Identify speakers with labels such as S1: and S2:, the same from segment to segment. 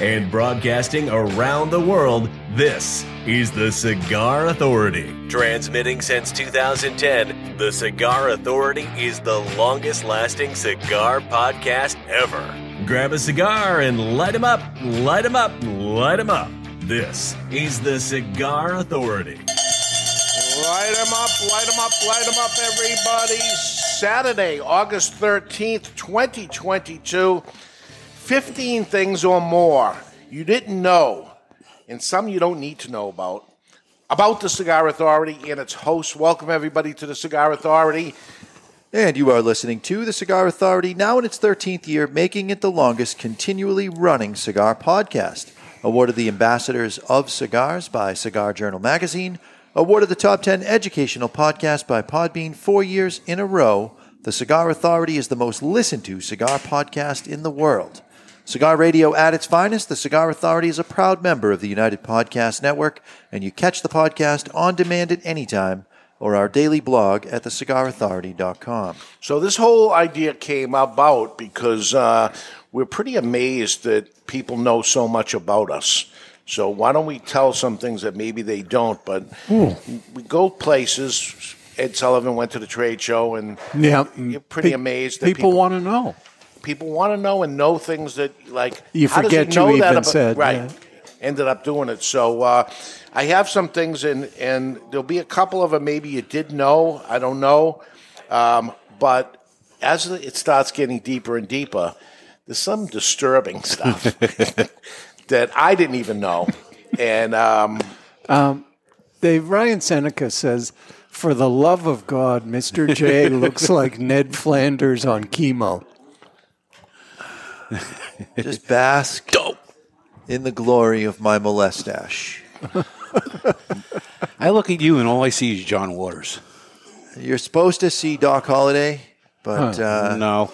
S1: and broadcasting around the world, this is the Cigar Authority. Transmitting since 2010, the Cigar Authority is the longest lasting cigar podcast ever. Grab a cigar and light 'em up, light 'em up, light 'em up. This is the Cigar Authority.
S2: Light 'em up, light 'em up, light 'em up, everybody. Saturday, August 13th, 2022. 15 things or more you didn't know, and some you don't need to know about, about the Cigar Authority and its hosts. Welcome, everybody, to the Cigar Authority.
S3: And you are listening to the Cigar Authority now in its 13th year, making it the longest continually running cigar podcast. Awarded the Ambassadors of Cigars by Cigar Journal Magazine. Awarded the Top 10 Educational Podcast by Podbean four years in a row. The Cigar Authority is the most listened to cigar podcast in the world. Cigar Radio at its finest, the Cigar Authority is a proud member of the United Podcast Network, and you catch the podcast on demand at any time or our daily blog at thecigarauthority.com.
S2: So this whole idea came about because uh, we're pretty amazed that people know so much about us. So why don't we tell some things that maybe they don't? But we go places. Ed Sullivan went to the trade show, and
S4: Yeah,
S2: you're pretty amazed that
S4: people,
S2: people
S4: want to know.
S2: people want to know and know things that like
S4: You
S2: how does
S4: forget
S2: he know
S4: you
S2: that
S4: even
S2: about-
S4: said,
S2: right
S4: yeah.
S2: ended up doing it so uh, i have some things and and there'll be a couple of them maybe you did know i don't know um, but as it starts getting deeper and deeper there's some disturbing stuff that i didn't even know and um,
S4: They Ryan Seneca says, "For the love of God, Mr. J looks like Ned Flanders on chemo."
S3: Just bask in the glory of my molestache.
S5: I look at you and all I see is John Waters.
S3: You're supposed to see Doc Holliday, but uh,
S5: no.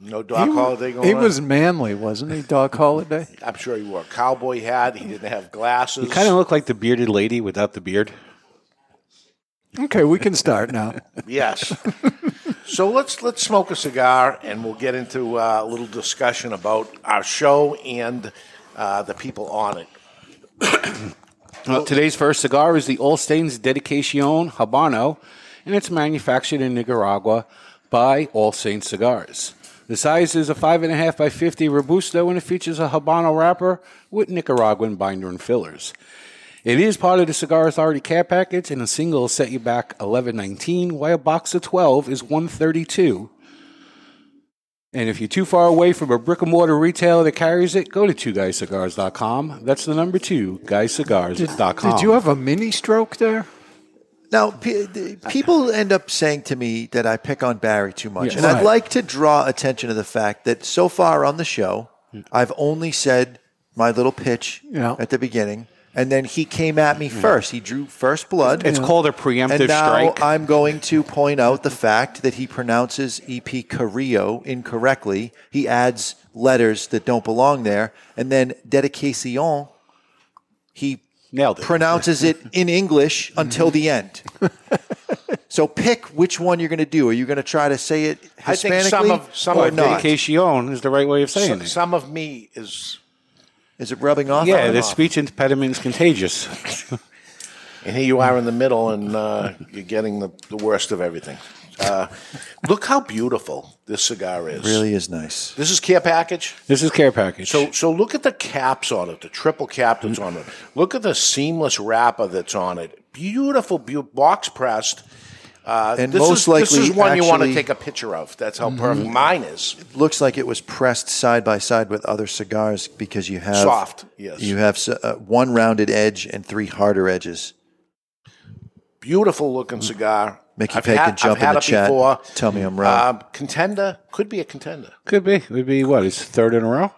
S2: no doc holiday going
S4: He
S2: on.
S4: was manly, wasn't he, Doc Holliday?
S2: i'm sure he wore a cowboy hat he didn't have glasses
S5: You kind of look like the bearded lady without the beard.
S4: Okay, we can start now.
S2: Yes. so let's let's smoke a cigar, and we'll get into uh, a little discussion about our show and uh, the people on it.
S5: Well, today's first cigar is the Allstain's Dedicacion Habano, and it's manufactured in Nicaragua by All Saints Cigars. The size is a 5.5 by 50 Robusto, and it features a Habano wrapper with Nicaraguan binder and fillers. It is part of the Cigar Authority care package, and a single will set you back 11.19, while a box of 12 is 132. And if you're too far away from a brick and mortar retailer that carries it, go to two twoguyscigars.com. That's the number two, guyscigars.com.
S4: Did, did you have a mini stroke there?
S3: now pe- the- people end up saying to me that I pick on Barry too much,
S4: Yes.
S3: and I'd
S4: Right.
S3: like to draw attention to the fact that so far on the show, I've only said my little pitch
S4: Hmm. Yeah. Hmm.
S3: at the beginning, and then he came at me first. He drew first blood.
S5: It's called a preemptive
S3: And now
S5: strike.
S3: I'm going to point out the fact that he pronounces EP Carrillo incorrectly. He adds letters that don't belong there, and then dedication. He
S5: Nailed it.
S3: pronounces it in English until the end. so pick which one you're going to do. Are you going to try to say it Hispanically
S2: I think some of- some
S3: or
S2: of
S3: not?
S5: Dedication is the right way of saying
S2: So-
S5: it.
S2: some of me is,
S3: Is it rubbing off?
S5: yeah,
S3: on
S5: the
S3: off?
S5: speech impediment is contagious.
S2: and here you are in the middle, and uh, you're getting the, the worst of everything. Uh, look how beautiful this cigar is.
S3: really is nice.
S2: This is care package.
S5: This is care package.
S2: So, so look at the caps on it, the triple cap that's on it. Look at the seamless wrapper that's on it. Beautiful, beau- box pressed. Uh,
S3: And
S2: this
S3: most
S2: is,
S3: likely,
S2: this is one you want
S3: actually-
S2: to
S3: Mm-hmm.
S2: take a picture of. That's how perfect mine is.
S3: looks like it was pressed side by side with other cigars because you have
S2: Soft, yes.
S3: You have s- uh, one rounded edge and three harder edges.
S2: Beautiful looking cigar.
S3: Mickey
S2: I've
S3: Pay
S2: had-
S3: can jump
S2: I've had
S3: in the
S2: it
S3: chat.
S2: Before.
S3: Tell me I'm wrong.
S2: Um, contender could be a contender.
S5: could be. It would be what? It's third in a row?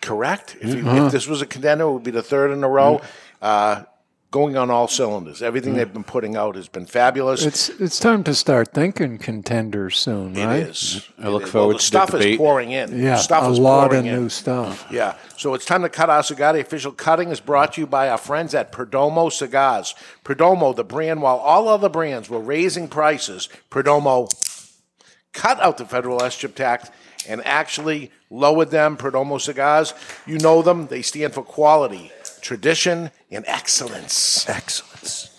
S2: Correct. If, you, if this was a contender, it would be the third in a row. Uh, going on all cylinders. Everything they've been putting out has been fabulous.
S4: It's it's time to start thinking contenders soon,
S2: It
S4: right?
S2: is.
S5: I look
S2: It is.
S5: forward
S2: the
S5: to the
S2: stuff is
S5: debate.
S2: pouring in.
S4: Yeah,
S2: stuff
S4: a
S2: is
S4: lot of
S2: pouring in.
S4: new stuff.
S2: Yeah. So it's time to cut our cigar. The official cutting is brought to you by our friends at Perdomo Cigars. Perdomo, the brand, while all other brands were raising prices, Perdomo cut out the federal S-chip tax and actually lowered them. Perdomo Cigars, you know them. They stand for quality, tradition, and excellence.
S3: Excellence.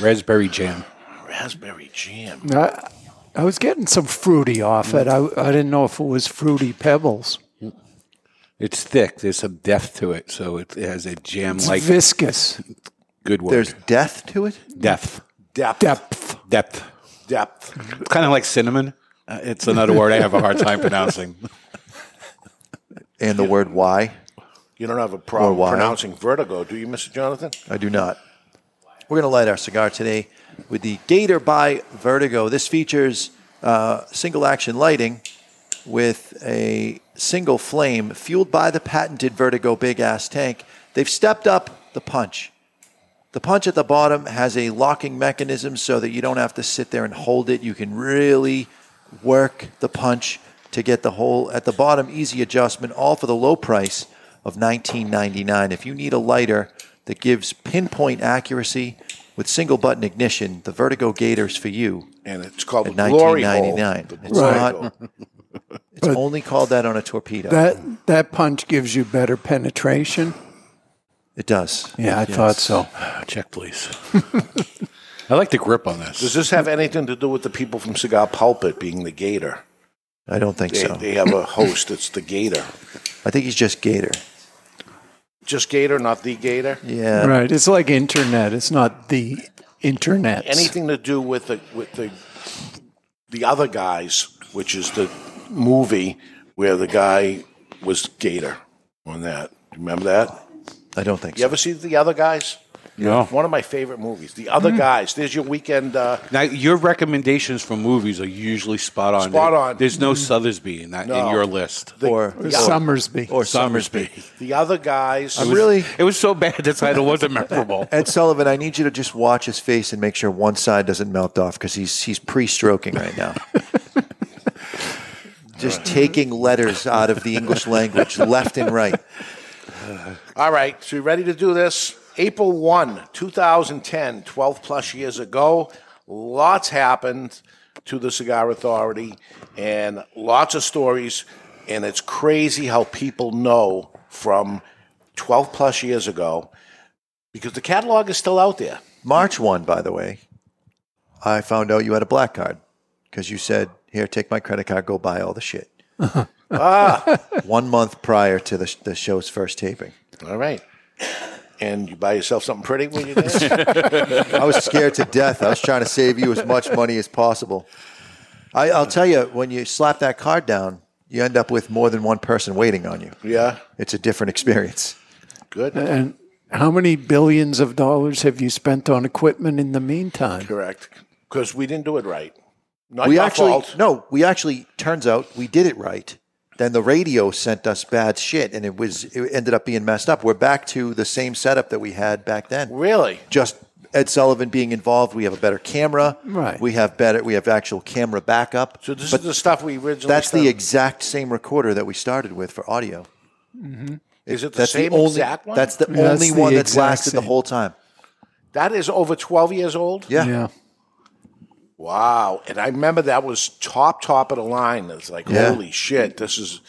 S5: Raspberry jam.
S2: Raspberry jam.
S4: I, I was getting some fruity off it. I, I didn't know if it was fruity pebbles.
S5: It's thick. There's some depth to it, so it, it has a
S4: It's
S5: jam-like
S4: viscous
S5: good word.
S3: There's death to it.
S5: depth,
S2: Depth.
S4: depth.
S5: depth.
S2: Depth.
S5: It's kind of like cinnamon. Uh, it's another word I have a hard time pronouncing.
S3: And the word why,
S2: You don't have a
S3: Or
S2: problem
S3: why?
S2: pronouncing vertigo, do you, Mr. Jonathan?
S3: I do not. We're going to light our cigar today with the Gator by Vertigo. This features uh, single action lighting with a single flame fueled by the patented Vertigo big ass tank. They've stepped up the punch. The punch at the bottom has a locking mechanism so that you don't have to sit there and hold it. You can really work the punch to get the whole at the bottom easy adjustment all for the low price of 19.99. If you need a lighter that gives pinpoint accuracy with single button ignition, the Vertigo Gator's for you
S2: And it's called
S3: at
S2: the glory hole.
S3: 19.99.
S2: The
S3: It's
S2: glory
S3: not-
S2: hole.
S3: It's only called that on a torpedo.
S4: That that punch gives you better penetration.
S3: it does.
S4: Yeah, I
S3: Yes.
S4: thought so.
S5: Oh, Check, please. I like the grip on this.
S2: Does this have anything to do with the people from Cigar Pulpit being the Gator?
S3: I don't think
S2: They,
S3: so.
S2: they have a host that's the Gator.
S3: I think he's just Gator.
S2: Just Gator, not the Gator.
S3: Yeah.
S4: right. It's like internet. It's not the internet.
S2: Anything to do with the with the the other guys, which is the movie where the guy was Gator on that. Remember that?
S3: I don't think
S2: You
S3: so.
S2: ever see the other guys?
S5: no.
S2: One of my favorite movies. The
S3: Hmm.
S2: other guys. There's your weekend. Uh,
S5: Now, your recommendations for movies are usually spot on.
S2: Spot on.
S5: There's no Sothersby in that
S2: No.
S5: in your list.
S3: or,
S4: Or Summersby.
S3: or
S5: Somersby.
S2: the other guys.
S3: I'm really
S5: It was so bad the title wasn't memorable.
S3: Ed Sullivan. I need you to just watch his face and make sure one side doesn't melt off because he's he's pre-stroking right now. just taking letters out of the English language, left and right.
S2: All right, so you ready to do this? April 1, 2010, 12 plus years ago, lots happened to the Cigar Authority and lots of stories. And it's crazy how people know from 12 plus years ago because the catalog is still out there.
S3: March one, by the way, I found out you had a black card because you said, "Here, take my credit card, go buy all the shit." ah, One month prior to the, the show's first taping,
S2: All right. And you buy yourself something pretty when you did?
S3: I was scared to death. I was trying to save you as much money as possible. I, I'll tell you, when you slap that card down, you end up with more than one person waiting on you.
S2: yeah,
S3: It's a different experience.
S2: good.
S4: And how many billions of dollars have you spent on equipment in the meantime?
S2: Correct. Because we didn't do it right. Not
S3: we
S2: your
S3: actually
S2: fault.
S3: no, we actually turns out we did it right. Then the radio sent us bad shit, and it was it ended up being messed up. We're back to the same setup that we had back then.
S2: Really?
S3: just Ed Sullivan being involved. We have a better camera.
S4: Right.
S3: We have better. We have actual camera backup.
S2: So this
S3: But
S2: is the stuff we originally
S3: that's the
S2: started-
S3: exact same recorder that we started with for audio.
S2: Is it the
S3: That's
S2: same
S3: the only,
S2: exact one?
S3: That's the
S4: Yeah, that's
S3: only
S4: the
S3: one that's
S4: exact
S3: lasted the
S4: same.
S3: whole time.
S2: That is over 12 years old?
S3: Yeah.
S4: Yeah.
S2: Wow. And I remember that was top, top of the line. It's like,
S3: Yeah.
S2: holy shit, this is.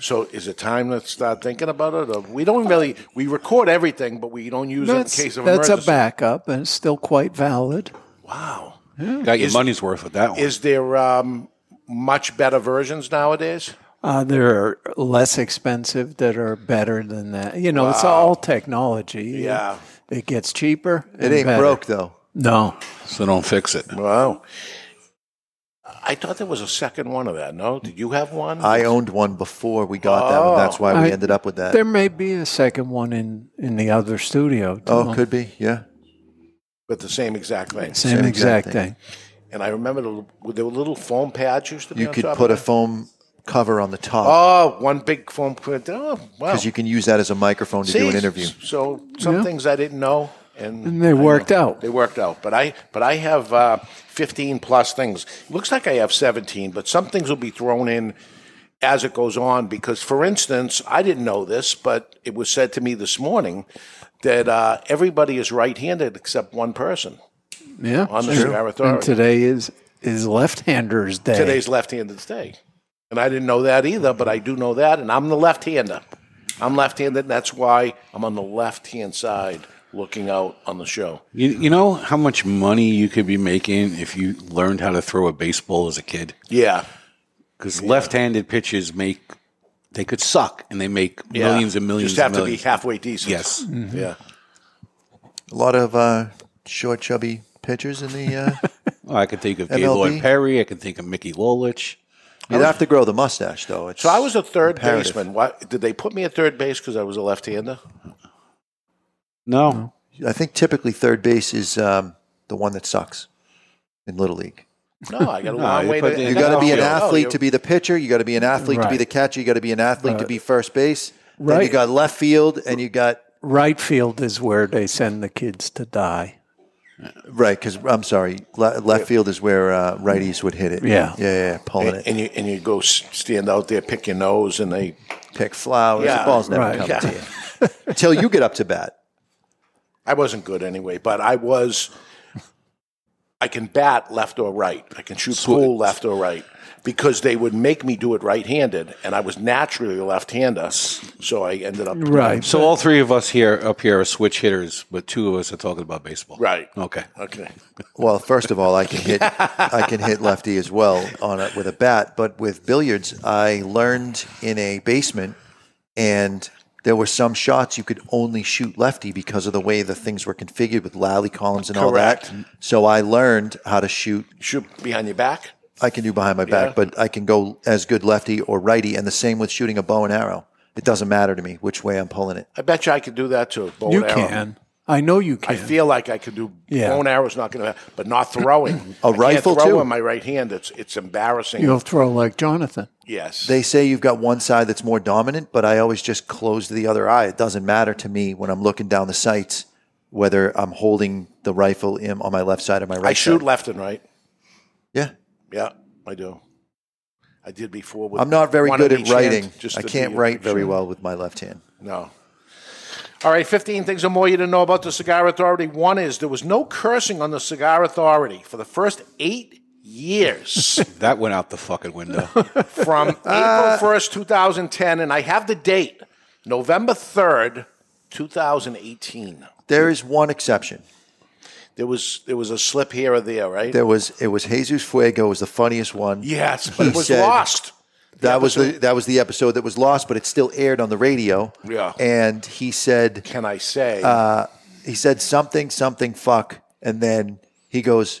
S2: So is it time to start thinking about it? Or we don't really. We record everything, but we don't use
S4: That's,
S2: it in case of
S4: that's a
S2: emergency.
S4: backup and it's still quite valid.
S2: Wow.
S5: Got your money's worth with that one.
S2: Is there um, much better versions nowadays?
S4: Uh, there are less expensive that are better than that. You know, it's all technology.
S2: Yeah.
S4: It gets cheaper.
S3: It ain't broke though.
S4: No.
S5: so don't fix it.
S2: Wow. I thought there was a second one of that. No? Did you have one? Oh.
S3: I owned one before we got that one. That's why we
S4: I-
S3: ended up with that.
S4: There may be a second one in, in the other studio. too.
S3: Oh, could be. Yeah.
S2: but the same exact thing.
S4: Same,
S3: Same exact
S4: exact
S3: thing.
S4: thing.
S2: And I remember the, there were little foam pads used to be
S3: You
S2: on
S3: could
S2: top
S3: put a
S2: of it.
S3: foam cover on the top
S2: Oh, one big foam print. Oh, wow.
S3: because you can use that as a microphone to do an interview.
S2: So some
S4: Yeah.
S2: things I didn't know, and,
S4: And they
S2: I
S4: worked
S2: know.
S4: out.
S2: They worked out. But I but I have uh, fifteen plus things. Looks like I have seventeen, but some things will be thrown in as it goes on. Because, for instance, I didn't know this, but it was said to me this morning that uh, everybody is right-handed except one person.
S4: Yeah,
S2: On the
S4: sure.
S2: Cigar Authority.
S4: And today is is left-handers day.
S2: Today's left-handed day, and I didn't know that either. But I do know that, and I'm the left-hander. I'm left-handed, and that's why I'm on the left-hand side looking out on the show.
S5: You, you know how much money you could be making if you learned how to throw a baseball as a kid?
S2: Yeah.
S5: Because left-handed pitchers make they could suck and they make
S2: Yeah.
S5: millions and millions.
S2: Just have
S5: and
S2: to be
S5: millions.
S2: halfway decent.
S5: Yes.
S3: Mm-hmm.
S2: Yeah.
S3: A lot of uh, short, chubby pitchers in the. Uh,
S5: Well, Oh, I could think of
S3: MLB.
S5: Gaylord Perry. I can think of Mickey Lolich.
S3: you'd have to grow the mustache, though. It's
S2: So I was a third
S3: imperative.
S2: baseman. Why did they put me at third base because I was a left-hander?
S5: No,
S3: I think typically third base is um, the one that sucks in little league.
S2: No, I got Uh, a
S5: No,
S2: long
S5: you
S2: way
S5: put
S2: to.
S5: the-
S3: You got to be an
S5: Oh,
S3: athlete
S2: Oh,
S3: to be the pitcher. You got to be an athlete to be
S4: Right.
S3: the catcher. You got to be an athlete to be first base. Then you
S4: Right.
S3: got left field, and you got
S4: Right field is where they send the kids to die.
S3: right. Because I'm sorry, le- left field is where uh, righties would hit it.
S4: Yeah.
S3: yeah, yeah, yeah, pulling
S2: and,
S3: it,
S2: and you and you go s- stand out there, pick your nose, and they.
S3: pick flowers.
S2: Yeah,
S3: the ball's never
S4: right.
S3: coming
S2: Yeah.
S3: to you until you get up to bat.
S2: I wasn't good anyway, but I was. I can bat left or right. I can shoot pool left or right because they would make me do it right-handed, and I was naturally a left-hander, so I ended up
S4: Right.
S5: So all three of us here up here are switch hitters, but two of us are talking about baseball.
S2: Right.
S5: Okay.
S2: Okay.
S3: Well, first of all, I can hit I can hit lefty as well on a, with a bat, but with billiards, I learned in a basement, and there were some shots you could only shoot lefty because of the way the things were configured with lally columns and
S2: Correct.
S3: all that. So I learned how to shoot.
S2: Shoot behind your back.
S3: I can do behind my back,
S2: Yeah.
S3: but I can go as good lefty or righty, and the same with shooting a bow and arrow. It doesn't matter to me which way I'm pulling it.
S2: I bet you I could do that too. bow
S4: You
S2: and arrow.
S4: can. I know you can.
S2: I feel like I could do
S4: Yeah.
S2: bow and arrow's not going to, but not throwing.
S3: A
S2: I can't
S3: rifle,
S2: throw
S3: too?
S2: in my right hand. It's it's embarrassing.
S4: You'll throw like Jonathan.
S2: yes,
S3: They say you've got one side that's more dominant, but I always just close the other eye. It doesn't matter to me when I'm looking down the sights whether I'm holding the rifle in on my left side or my right.
S2: I shoot
S3: side.
S2: left and right.
S3: Yeah,
S2: Yeah, I do. I did before. With
S3: I'm not very
S2: one
S3: good at
S2: in each hand,
S3: writing.
S2: just
S3: I
S2: to
S3: can't
S2: be
S3: write very
S2: sure.
S3: well with my left hand.
S2: No. All right, 15 things or more you didn't know about the Cigar Authority. One is there was no cursing on the Cigar Authority for the first eight years.
S5: That went out the fucking window.
S2: from April 1st, 2010, and I have the date, November 3rd, 2018.
S3: There is one exception.
S2: There was there was a slip here or there, right?
S3: There was it was Jesus Fuego was the funniest one.
S2: yes, but it
S3: He
S2: was
S3: said-
S2: lost.
S3: That was the
S2: episode-
S3: that was the episode that was lost, but it still aired on the radio.
S2: Yeah.
S3: and he said uh,
S2: Can I say?
S3: he said something, something, fuck, and then he goes,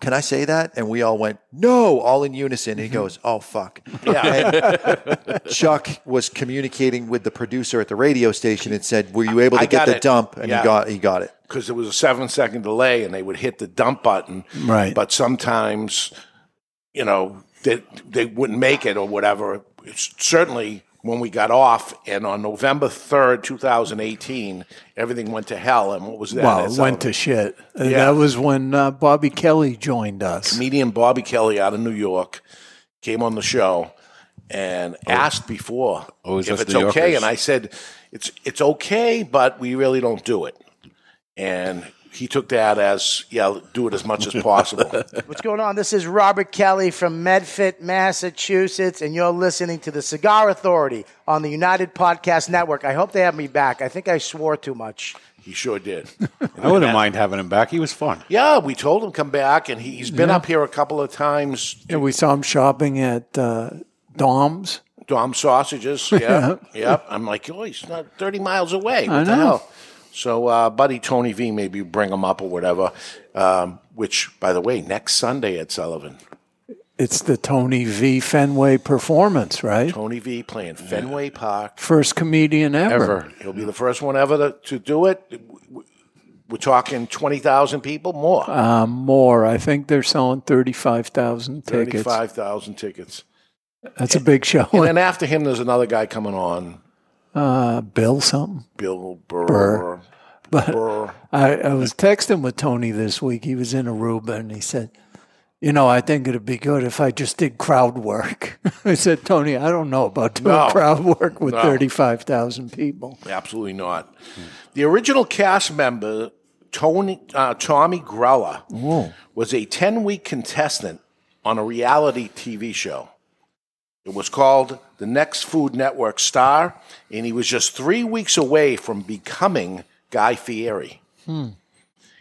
S3: "Can I say that?" And we all went, "No!" All in unison. And he goes, "Oh fuck!"
S2: yeah,
S3: Chuck was communicating with the producer at the radio station and said, "Were you able to
S2: I
S3: get
S2: got
S3: the
S2: it.
S3: dump?" And
S2: Yeah.
S3: he got he got it.
S2: because there was a seven second delay, and they would hit the dump button.
S4: Right.
S2: But sometimes, you know, they they wouldn't make it or whatever. It's certainly when we got off, and on November third, two thousand eighteen, everything went to hell. And what was that?
S4: Wow,
S2: That's
S4: it went
S2: all-
S4: to shit. Uh,
S2: Yeah.
S4: That was when uh, Bobby Kelly joined us.
S2: comedian Bobby Kelly out of New York came on the show and asked before
S5: Oh, is
S2: if
S5: this
S2: it's
S5: New
S2: okay,
S5: Yorkers?
S2: and I said it's it's okay, but we really don't do it. And he took that as yeah, do it as much as possible.
S6: What's going on? This is Robert Kelly from Medfit, Massachusetts, and you're listening to the Cigar Authority on the United Podcast Network. I hope they have me back. I think I swore too much.
S2: he sure did.
S5: I wouldn't mind having him back. He was fun.
S2: Yeah, we told him come back, and he, he's been up here a couple of times.
S4: And we saw him shopping at uh, Dom's.
S2: Dom sausages. Yeah, yeah. I'm like, oh, he's not 30 miles away. What the
S4: know.
S2: hell? So, uh, buddy Tony V, maybe bring him up or whatever. Um, which, by the way, next Sunday at Sullivan,
S4: It's the Tony V. Fenway performance, right?
S2: Tony V playing Fenway Park.
S4: First comedian ever.
S5: Ever.
S2: He'll be the first one ever to, to do it. We're talking 20,000 people more,
S4: Uh, more. I think they're selling 35,000 tickets.
S2: 35,000 tickets.
S4: That's a big show.
S2: And then after him, there's another guy coming on,
S4: Uh, Bill something.
S2: Bill Burr.
S4: Burr. But I, I was texting with Tony this week. He was in Aruba and he said, You know, I think it'd be good if I just did crowd work. I said, Tony, I don't know about doing
S2: No.
S4: crowd work with
S2: No.
S4: 35,000 people.
S2: Absolutely not. The original cast member, Tony uh, Tommy Grella, was a 10 week contestant on a reality TV show. It was called The Next Food Network Star, and he was just three weeks away from becoming Guy Fieri.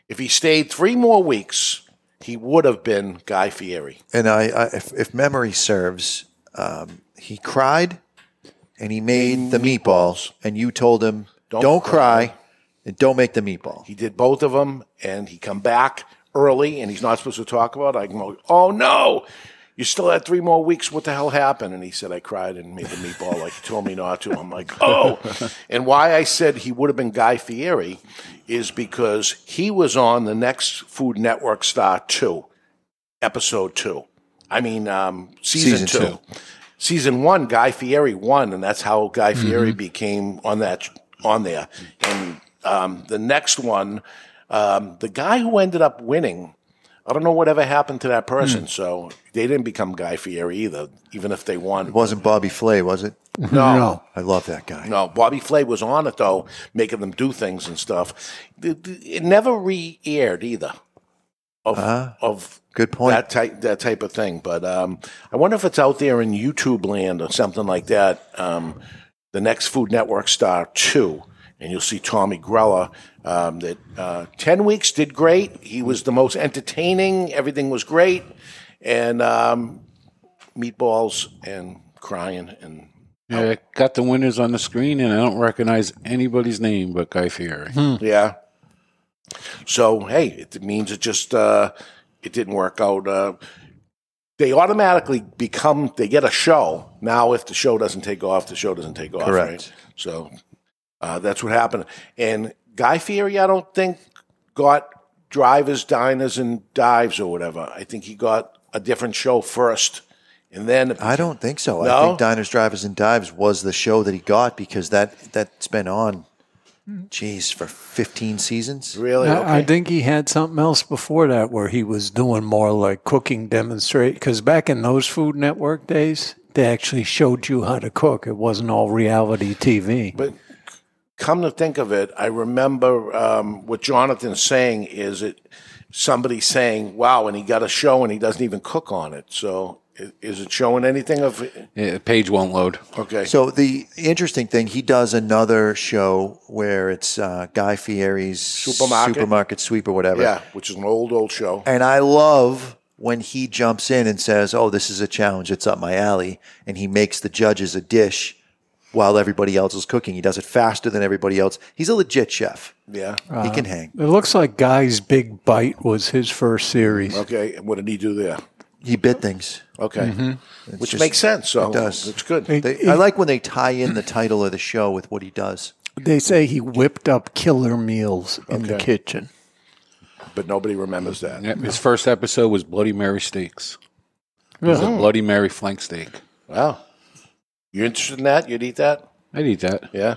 S2: If he stayed three more weeks, he would have been Guy Fieri.
S3: And I, I if, if memory serves, um, he cried and he made the meatballs. And you told him,
S2: Don't
S3: don't, cry, and don't make the meatball.
S2: He did both of them, and he come back early, and he's not supposed to talk about it. I go, oh no, you still had three more weeks. What the hell happened? And he said, I cried and made the meatball like you told me not to. I'm like, oh. And why I said he would have been Guy Fieri is because he was on the next Food Network Star two, episode two. I mean, um,
S3: Season
S2: season,
S3: two.
S2: two season one, Guy Fieri won, and that's how Guy Fieri became on that on there. And um, the next one, um, the guy who ended up winning, I don't know whatever happened to that person. So they didn't become Guy Fieri either, even if they won.
S3: It wasn't Bobby Flay, was it?
S2: no.
S3: I love that guy.
S2: No, Bobby Flay was on it though, making them do things and stuff. It it never re-aired either. Of of
S3: Uh-huh. good point.
S2: that type that type of thing. But um, I wonder if it's out there in YouTube land or something like that. Um, the next Food Network star two, and you'll see Tommy Grella. Um, that uh, ten weeks did great. He was the most entertaining. Everything was great, and um, meatballs and crying and
S5: Yeah, I got the winners on the screen, and I don't recognize anybody's name but Guy Fieri.
S3: Hmm.
S2: Yeah. So hey, it means it just uh, it didn't work out. Uh, they automatically become they get a show now. If the show doesn't take off, the show doesn't take off.
S3: Correct.
S2: Right? So uh, that's what happened. And Guy Fieri, I don't think got drivers, diners, and dives or whatever. I think he got a different show first, and then
S3: I don't think so. I
S2: No?
S3: think Diners, Drivers, and Dives was the show that he got because that that's been on, geez, for fifteen seasons.
S2: really.
S4: I- I
S2: okay.
S4: think he had something else before that where he was doing more like cooking demonstrate. Because back in those Food Network days, they actually showed you how to cook. It wasn't all reality TV.
S2: But come to think of it, I remember um, what Jonathan's saying is it somebody saying, "Wow," and he got a show and he doesn't even cook on it. So i- is it showing anything of?
S5: Yeah, page won't load.
S2: Okay,
S3: So the interesting thing, he does another show where it's uh, Guy Fieri's
S2: Supermarket.
S3: supermarket sweep or whatever.
S2: yeah, which is an old old show.
S3: And I love when he jumps in and says, "Oh, this is a challenge. It's up my alley," and he makes the judges a dish while everybody else is cooking. He does it faster than everybody else. He's a legit chef.
S2: Yeah.
S3: he can hang.
S4: Uh, It looks like Guy's Big Bite was his first series.
S2: Okay, and what did he do there?
S3: He bit things.
S2: Okay,
S4: Mm-hmm.
S2: which
S3: just-
S2: makes sense. So
S3: it does.
S2: It's good.
S3: They, I like when they tie in the title of the show with what he does.
S4: They say he whipped up killer meals in the
S2: Okay.
S4: kitchen.
S2: But nobody remembers that.
S5: Yeah, His first episode was Bloody Mary steaks. It was a Bloody Mary flank steak.
S2: Wow, you're interested in that? You'd eat that?
S5: I'd eat that.
S2: Yeah.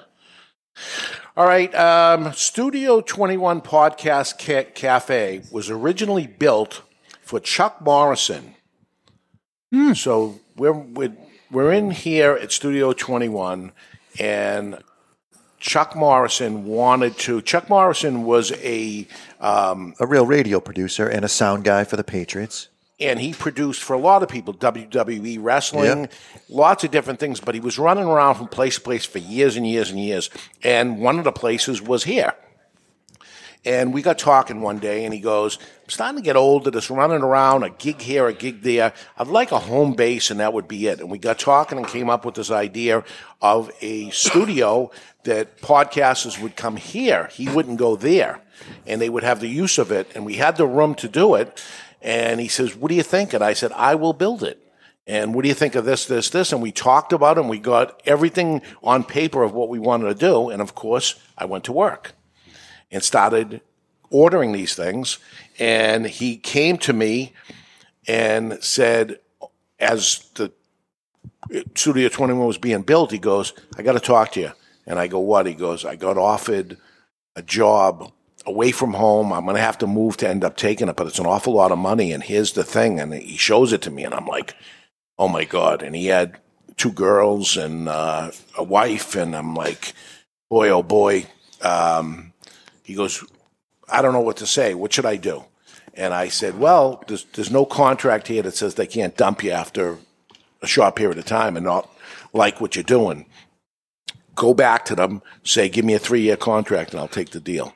S2: All right. Um, Studio 21 Podcast Ca- Cafe was originally built for Chuck Morrison.
S3: Hmm.
S2: So we're, we're, we're in here at Studio 21, and Chuck Morrison wanted to. Chuck Morrison was a, um,
S3: A real radio producer and a sound guy for the Patriots.
S2: and he produced for a lot of people WWE wrestling,
S3: Yeah.
S2: lots of different things, but he was running around from place to place for years and years and years. And one of the places was here. And we got talking one day, and he goes, I'm starting to get old to this running around, a gig here, a gig there. I'd like a home base, and that would be it. And we got talking and came up with this idea of a studio that podcasters would come here. He wouldn't go there, and they would have the use of it. And we had the room to do it. And he says, What do you think? And I said, I will build it. And what do you think of this, this, this? And we talked about it, and we got everything on paper of what we wanted to do. And of course, I went to work and started ordering these things. And he came to me and said, as the Studio 21 was being built, he goes, I got to talk to you. And I go, what? He goes, I got offered a job away from home. I'm going to have to move to end up taking it, but it's an awful lot of money. And here's the thing. And he shows it to me, and I'm like, oh my God. And he had two girls and uh, a wife. And I'm like, boy, oh boy. Um, he goes, I don't know what to say. What should I do? And I said, well, there's, there's no contract here that says they can't dump you after a short period of time and not like what you're doing. Go back to them, say, give me a three year contract and I'll take the deal.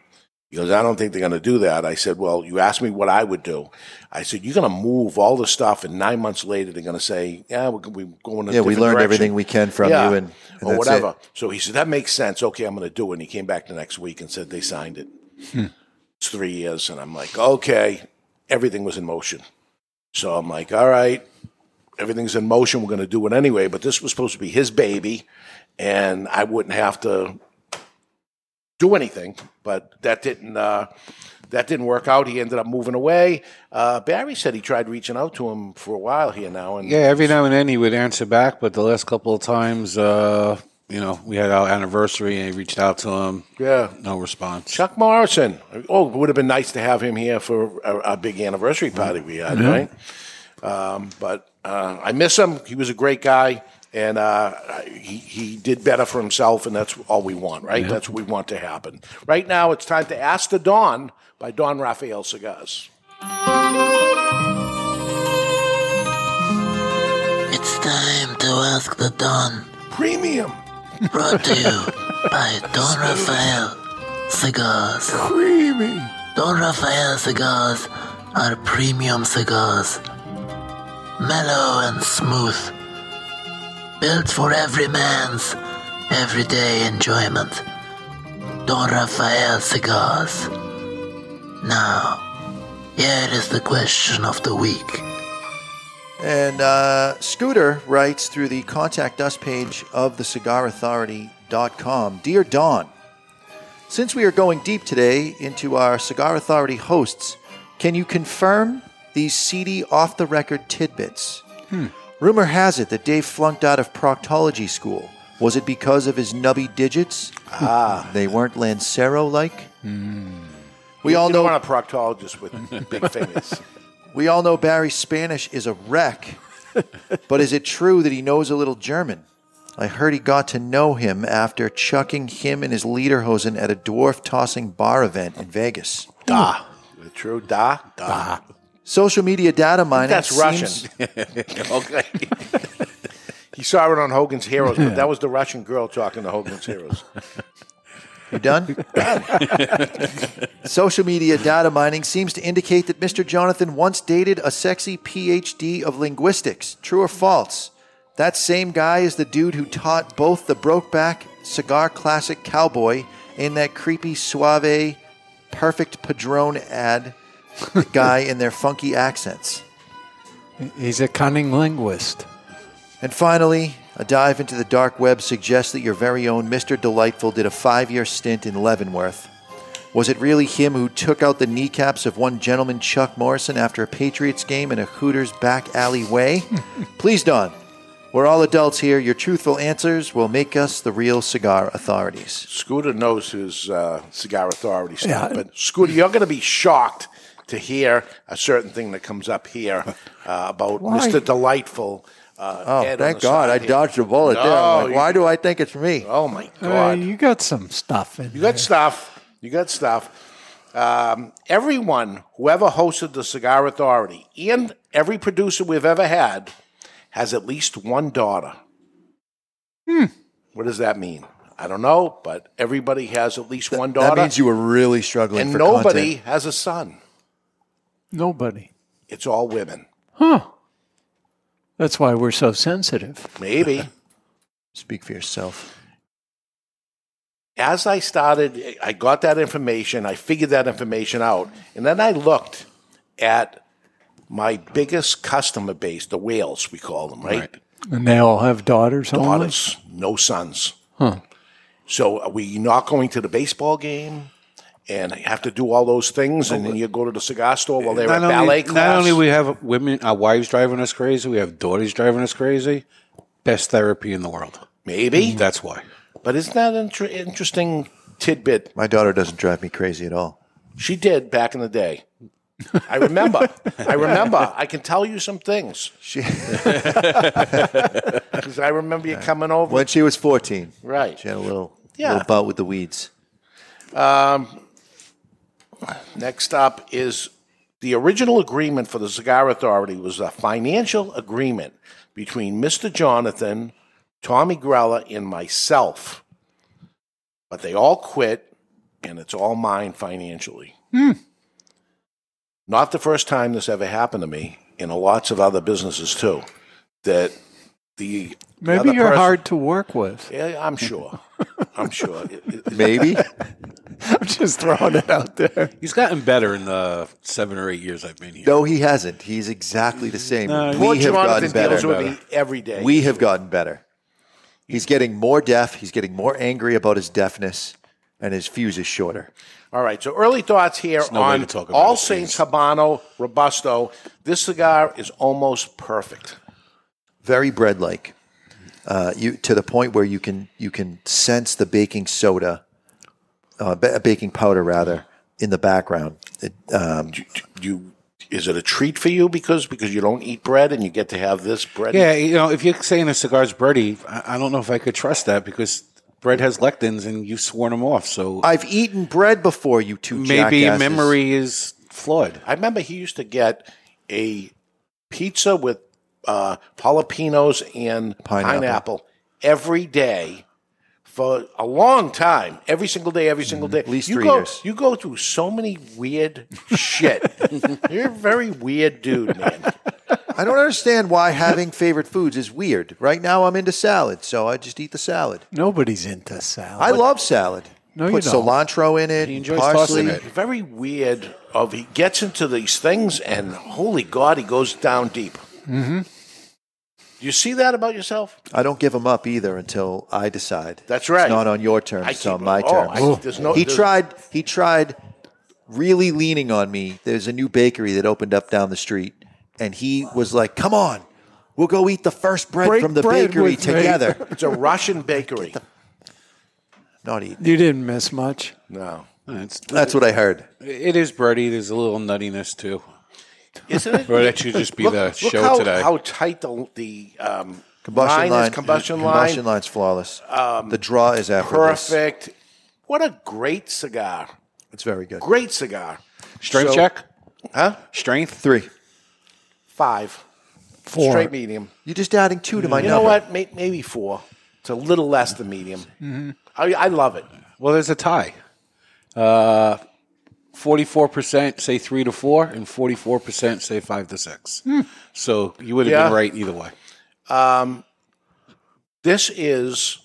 S2: He goes, I don't think they're going to do that. I said, Well, you asked me what I would do. I said, You're going to move all the stuff, and nine months later, they're going to say, Yeah, we're, we're going to
S3: Yeah, we learned everything we can from
S2: Yeah.
S3: you and, and
S2: or
S3: that's
S2: whatever.
S3: It.
S2: So he said, That makes sense. Okay, I'm going to do it. And he came back the next week and said, They signed it. It's three years. And I'm like, Okay, everything was in motion. So I'm like, All right, everything's in motion. We're going to do it anyway. But this was supposed to be his baby, and I wouldn't have to do anything. But that didn't. Uh, that didn't work out. He ended up moving away. Uh, Barry said he tried reaching out to him for a while here now, and
S5: Yeah, every now and then he would answer back, but the last couple of times, uh, you know, we had our anniversary and I reached out to him.
S2: yeah,
S5: No response.
S2: Chuck Morrison. Oh, it would have been nice to have him here for a, a big anniversary party we had, right? Um, but uh, I miss him. He was a great guy, and uh, he he did better for himself, and that's all we want, right? That's what we want to happen. Right now, it's time to ask the Don by Don Raphael Cigars.
S7: It's time to ask the Don.
S2: Premium,
S7: Brought to you by Don Rafael Cigars.
S2: creamy.
S7: Don Rafael cigars are premium cigars. Mellow and smooth. Built for every man's everyday enjoyment. Don Rafael cigars. Now, here is the question of the week.
S3: And uh, Scooter writes through the contact us page of thecigarauthority.com Dear Don, since we are going deep today into our Cigar Authority hosts, can you confirm these seedy off the record tidbits? Rumor has it that Dave flunked out of proctology school. Was it because of his nubby digits? Ah, they weren't Lancero like? We all
S2: you
S3: know
S2: don't want a proctologist with big fingers.
S3: we all know Barry's Spanish is a wreck, but is it true that he knows a little German? I heard he got to know him after chucking him and his lederhosen at a dwarf tossing bar event in Vegas.
S2: da, true da da.
S3: Social media data mining.
S2: That's
S3: seems-
S2: Russian. okay. he saw it on Hogan's Heroes, but that was the Russian girl talking to Hogan's Heroes.
S3: You done? Social media data mining seems to indicate that Mr. Jonathan once dated a sexy PhD of linguistics. True or false? That same guy is the dude who taught both the Brokeback Cigar Classic Cowboy and that creepy suave Perfect Padrone ad guy in their funky accents.
S4: He's a cunning linguist.
S3: And finally, a dive into the dark web suggests that your very own Mr. Delightful did a five year stint in Leavenworth. Was it really him who took out the kneecaps of one gentleman, Chuck Morrison, after a Patriots game in a Hooters back alley way? Please, Don. We're all adults here. Your truthful answers will make us the real cigar authorities.
S2: Scooter knows his uh, cigar authority stuff,
S4: Yeah.
S2: but Scooter, you're going to be shocked to hear a certain thing that comes up here uh, about
S4: Why?
S2: Mr. Delightful. Uh,
S3: Oh,
S2: Ed on
S3: thank
S2: the
S3: God.
S2: side
S3: I
S2: here.
S3: dodged a bullet
S2: No,
S3: there. I'm like,
S2: you-
S3: why do I think it's me?
S2: Oh, my
S4: Uh,
S2: God.
S4: you got some stuff in
S2: You
S4: there.
S2: got stuff. You got stuff. Um, everyone, whoever hosted the Cigar Authority, and every producer we've ever had, has at least one daughter. Hmm.
S3: Hmm.
S2: What does that mean? I don't know, but everybody has at least one daughter,
S3: That means you were really struggling
S2: and
S3: for
S2: nobody
S3: content.
S2: has a son.
S4: Nobody.
S2: It's all women.
S4: Huh. That's why we're so sensitive.
S2: Maybe.
S3: Speak for yourself.
S2: as I started, I got that information, I figured that information out, and then I looked at my biggest customer base, the whales, we call them, right?
S4: And they all have daughters only?
S2: Daughters, no sons.
S4: Huh.
S2: So are we not going to the baseball game? And have to do all those things,
S3: Oh,
S2: and then you go to the cigar store while they're at ballet class.
S5: Not only we have women, our wives driving us crazy, we have daughters driving us crazy. Best therapy in the world.
S2: maybe,
S5: That's why.
S2: but isn't that an inter- interesting tidbit.
S3: My daughter doesn't drive me crazy at all.
S2: She did back in the day. I remember. I remember. I can tell you some things
S3: She
S2: because I remember you coming over.
S3: when she was fourteen,
S2: Right.
S3: She had a little
S2: Yeah.
S3: little bout with the weeds.
S2: Um, Next up is the original agreement for the Cigar Authority was a financial agreement between Mr. Jonathan, Tommy Grella, and myself. But they all quit, and it's all mine financially. Not the first time this ever happened to me, and lots of other businesses too. That the
S4: Maybe
S2: other
S4: you're
S2: person-
S4: hard to work with.
S2: Yeah, I'm sure. I'm sure. It- it-
S3: Maybe
S4: I'm just throwing it out there.
S5: He's gotten better in the seven or eight years I've been here.
S3: no, he hasn't. He's exactly the same.
S2: Poor
S3: we have
S2: Jonathan
S3: gotten
S2: deals with
S3: better.
S2: me every day.
S3: We have gotten better. He's getting more deaf. He's getting more angry about his deafness, and his fuse is shorter.
S2: All right. So early thoughts here
S5: no way
S2: on
S5: to talk about
S2: All
S5: it,
S2: Saints
S5: please.
S2: Habano Robusto. This cigar is almost perfect.
S3: very bread like. Uh, you to the point where you can you can sense the baking soda, uh, ba- baking powder rather, in the background. It, um,
S2: Do, do you, is it a treat for you because because you don't eat bread and you get to have this bread?
S5: Yeah, you know, if you're saying a cigar's bready, I, I don't know if I could trust that because bread has lectins and you've sworn them off. So
S3: I've eaten bread before, you two.
S5: maybe
S3: jackasses.
S5: memory is flawed.
S2: I remember he used to get a pizza with uh, jalapenos and
S3: Pineapple.
S2: pineapple. every day for a long time. Every single day, every
S5: Mm-hmm.
S2: single day. At
S3: least
S2: you
S3: three
S2: go,
S3: years.
S2: You go through so many weird shit. You're a very weird dude, man.
S3: I don't understand why having favorite foods is weird. Right now, I'm into salad, so I just eat the salad.
S4: Nobody's into salad.
S3: I love salad.
S4: No, you
S3: Put
S4: don't.
S3: cilantro in it.
S5: He
S3: and
S5: enjoys
S3: parsley.
S5: tossing it.
S2: very weird of he gets into these things and holy god he goes down deep mm-hmm. you see that about yourself
S3: I don't give them up either until I decide.
S2: That's right.
S3: It's not on your terms.
S2: I
S3: it's on
S2: keep-
S3: my
S2: oh,
S3: terms.
S2: I- there's no-
S3: he
S2: there's-
S3: tried. He tried really leaning on me. There's a new bakery that opened up down the street, and he was like, "Come on, we'll go eat the first bread
S4: Break
S3: from the
S4: bread
S3: bakery
S4: with me."
S3: together."
S2: it's a russian bakery
S3: not eating.
S4: You didn't miss much.
S2: no
S5: It's,
S3: That's what I heard.
S5: it is bready. There's a little nuttiness too.
S2: isn't it
S5: Or that should just be
S2: look,
S5: the
S2: look
S5: show
S2: how,
S5: today.
S2: how tight the, the um,
S3: Combustion
S2: line,
S3: line.
S2: is combustion line Um,
S3: Combustion line's flawless. the draw is effortless.
S2: perfect what a great cigar
S3: It's very good.
S2: great cigar
S5: Strength
S2: So-
S5: check?
S2: huh
S5: Strength?
S3: Three.
S2: five
S4: Four.
S2: straight medium
S3: You're just adding two to my
S2: you know
S3: number.
S2: what May- maybe four it's a little less than medium
S3: Mm-hmm.
S2: I, I love it
S5: Well, there's a tie. Uh, 44% say 3 to 4, and 44% say 5 to 6.
S3: Hmm.
S5: So you would have
S2: Yeah.
S5: been right either way.
S2: um, this is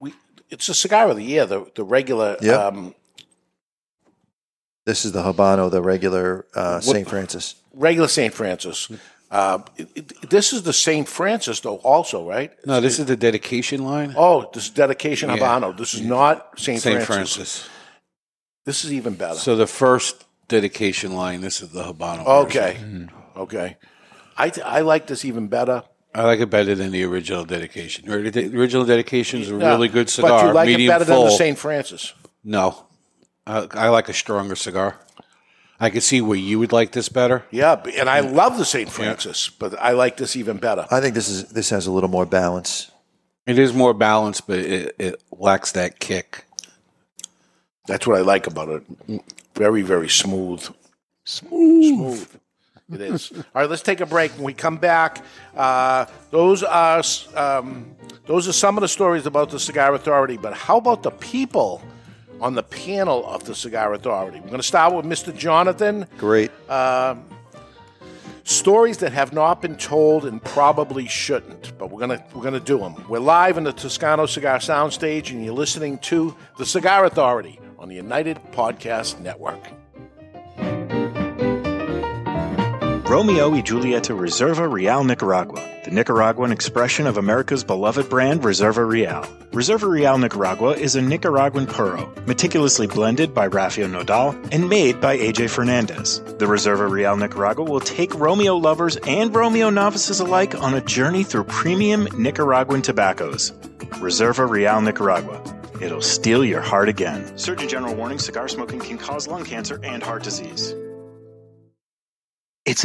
S2: we it's a cigar of the year the the regular
S3: Yep.
S2: um,
S3: This is the Habano, the regular uh, St. Francis.
S2: regular St. Francis.
S5: Mm.
S2: Uh, it- it- this is the St. Francis though also, right?
S5: No, this is the dedication line.
S2: Oh, this is dedication
S5: Yeah.
S2: Habano. This is not St.
S5: St.
S2: Francis.
S5: Francis.
S2: This is even better.
S5: So the first dedication line, this is the Habano. version. Mm-hmm.
S2: okay. Okay. I I like this even better.
S5: I like it better than the original dedication. The original dedication is a
S2: Yeah.
S5: really good cigar.
S2: But you like
S5: medium
S2: it better
S5: full.
S2: than the St. Francis.
S5: No. I, I like a stronger cigar. I can see where you would like this better.
S2: Yeah, b- and I love the St. Francis, but I like this even better.
S3: I think this is this has a little more balance.
S5: It is more balanced, but it, it lacks that kick.
S2: That's what I like about it. Very, very smooth. Smooth. It is. All right, let's take a break. When we come back, uh, those are s- um, those are some of the stories about the Cigar Authority. But how about the people on the panel of the Cigar Authority? We're going to start with Mr. Jonathan. Um,
S3: Great.
S2: Stories that have not been told and probably shouldn't, but we're gonna we're gonna do them. We're live in the Toscano Cigar Soundstage, and you're listening to the Cigar Authority on the United Podcast Network.
S8: Romeo y Julieta Reserva Real Nicaragua, the Nicaraguan expression of America's beloved brand Reserva Real. Reserva Real Nicaragua is a Nicaraguan puro, meticulously blended by Rafael Nodal and made by AJ Fernandez. The Reserva Real Nicaragua will take Romeo lovers and Romeo novices alike on a journey through premium Nicaraguan tobaccos. Reserva Real Nicaragua. It'll steal your heart again. Surgeon General warning cigar smoking can cause lung cancer and heart disease.
S9: It's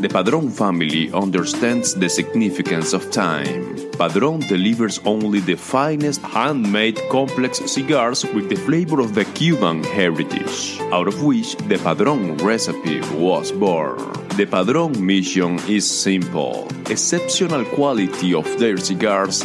S10: The Padron family understands the significance of time. Padron delivers only the finest handmade complex cigars with the flavor of the Cuban heritage, out of which the Padron recipe was born. The Padron mission is simple exceptional quality of their cigars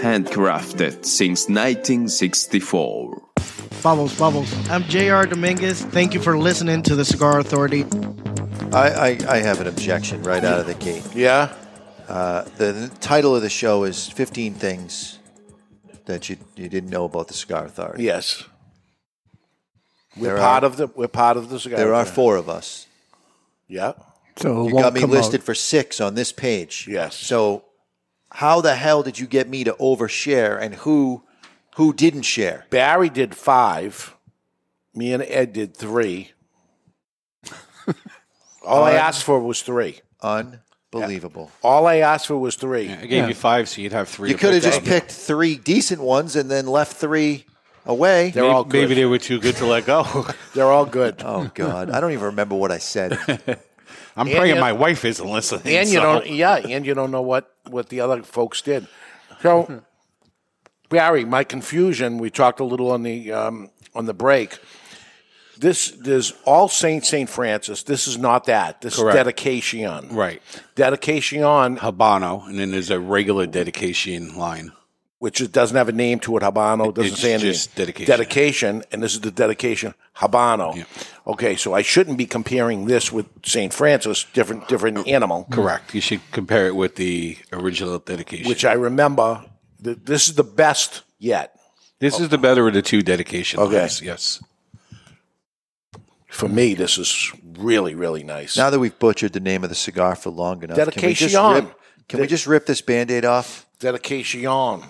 S10: Handcrafted since 1964.
S11: Bubbles, Bubbles. I'm JR Dominguez. Thank you for listening to the Cigar Authority.
S3: I, I, I have an objection right out of the gate.
S2: Yeah?
S3: Uh, the, the title of the show is 15 Things That You, you Didn't Know About the Cigar Authority.
S2: Yes. We're
S3: There
S2: part
S3: are-
S2: of the we're part of the cigar.
S3: There are
S2: brand.
S3: four of us.
S2: Yeah.
S4: So it
S3: You
S4: won't
S3: got me
S4: come
S3: listed
S4: Out.
S3: for six on this page.
S2: Yes.
S3: So how the hell did you get me to overshare and who who didn't share?
S2: Barry did five. Me and Ed did three. All I asked for was three.
S3: Unbelievable.
S2: All I asked for was three.
S5: I gave you five, so you'd have three.
S3: You
S5: to
S3: could have
S5: pick
S3: just
S5: from.
S3: picked three decent ones and then left three away.
S2: They're
S5: maybe,
S2: all good.
S5: maybe they were too good to let go.
S2: They're all good.
S3: Oh God, I don't even remember what I said.
S5: I'm praying
S2: you-
S5: my wife isn't listening.
S2: and you
S5: so-
S2: don't yeah and you don't know what what the other folks did so barry my confusion we talked a little on the um, on the break this there's all saint st francis this is not that this
S5: Correct.
S2: is dedication
S5: Right.
S2: dedication
S5: Habano, and then there's a regular dedication line.
S2: which is, doesn't have a name to it habano doesn't
S5: it's
S2: say anything
S5: just dedication.
S2: dedication and this is the dedication habano
S5: Yeah.
S2: okay so i shouldn't be comparing this with saint francis different different animal
S5: Correct. You should compare it with the original dedication.
S2: which i remember th- this is the best yet
S5: this is the better of the two dedication
S2: Okay.
S5: lines. Yes.
S2: for me, this is really, really nice.
S3: now that we've butchered the name of the cigar for long enough, can we just
S2: Dedication.
S3: rip Can we just rip this band aid off?
S2: Dedication. All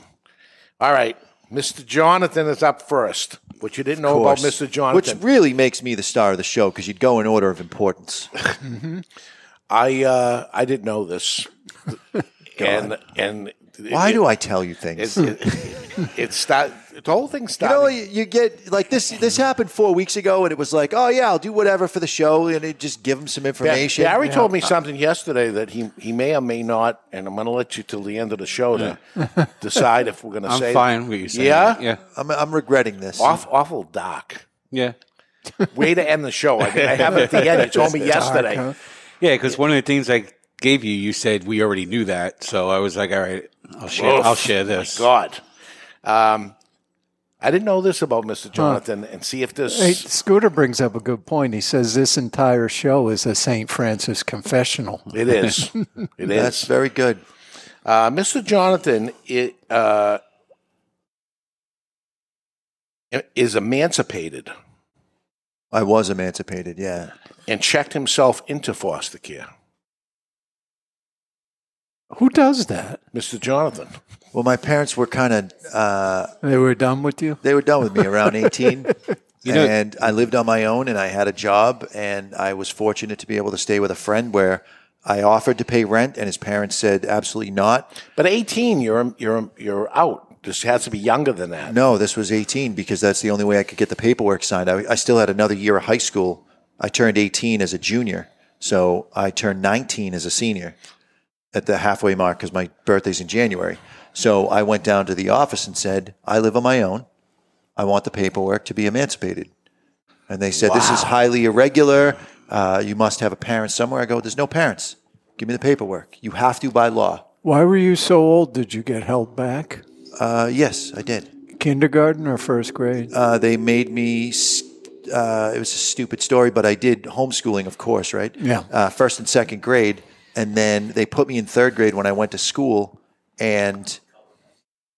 S2: right. Mr. Jonathan is up first, which you didn't know about
S3: course.
S2: Mr. Jonathan.
S3: Which really makes me the star of the show because you'd go in order of importance. mm-hmm.
S2: I uh, I didn't know this, and and
S3: Why do I tell you things?
S2: It, it, it's that the whole thing started.
S3: You know, you, you get like this. This happened four weeks ago, and it was like, oh yeah, I'll do whatever for the show, and it just give them some information.
S2: Barry
S3: Yeah.
S2: told me something yesterday that he he may or may not, and I'm going to let you till the end of the show to decide if we're going to
S5: I'm
S2: say.
S5: fine with you saying
S2: Yeah,
S5: that, yeah.
S3: I'm I'm regretting this.
S2: Off, awful dark.
S5: Yeah.
S2: Way to end the show. I, mean, I have it at the end. You told me
S5: It's dark,
S2: yesterday.
S5: huh? Yeah, because one of the things I gave you, you said we already knew that. So I was like, all right, I'll share.
S2: Oof,
S5: I'll share this.
S2: my God, um, I didn't know this about Mr. Jonathan, and see if this.
S4: Hey, Scooter brings up a good point. He says this entire show is a St. Francis confessional.
S2: It is. It is.
S4: That's
S3: very good.
S2: Uh, Mr. Jonathan i- uh, is emancipated
S3: I was emancipated. Yeah.
S2: and checked himself into foster care.
S4: Who does that?
S2: Mr. Jonathan.
S3: Well, my parents were kind of. Uh,
S4: they were done with you.
S3: They were done with me around eighteen.
S4: You know-
S3: and I lived on my own, and I had a job, and I was fortunate to be able to stay with a friend where I offered to pay rent, and his parents said absolutely not.
S2: But eighteen, you're you're you're out. This has to be younger than that.
S3: No, this was 18 because that's the only way I could get the paperwork signed. I, I still had another year of high school. I turned 18 as a junior, so I turned 19 as a senior at the halfway mark because my birthday's in January. So I went down to the office and said, I live on my own. I want the paperwork to be emancipated. And they said, This is highly irregular. Uh, you must have a parent somewhere. I go, There's no parents. Give me the paperwork. You have to by law.
S4: Why were you so old? Did you get held back?
S3: Uh, yes, I did.
S4: Kindergarten or first grade?
S3: Uh, they made me. s- Uh, it was a stupid story, but I did homeschooling, of course, right?
S4: Yeah.
S3: Uh, first and second grade, and then they put me in third grade when I went to school, and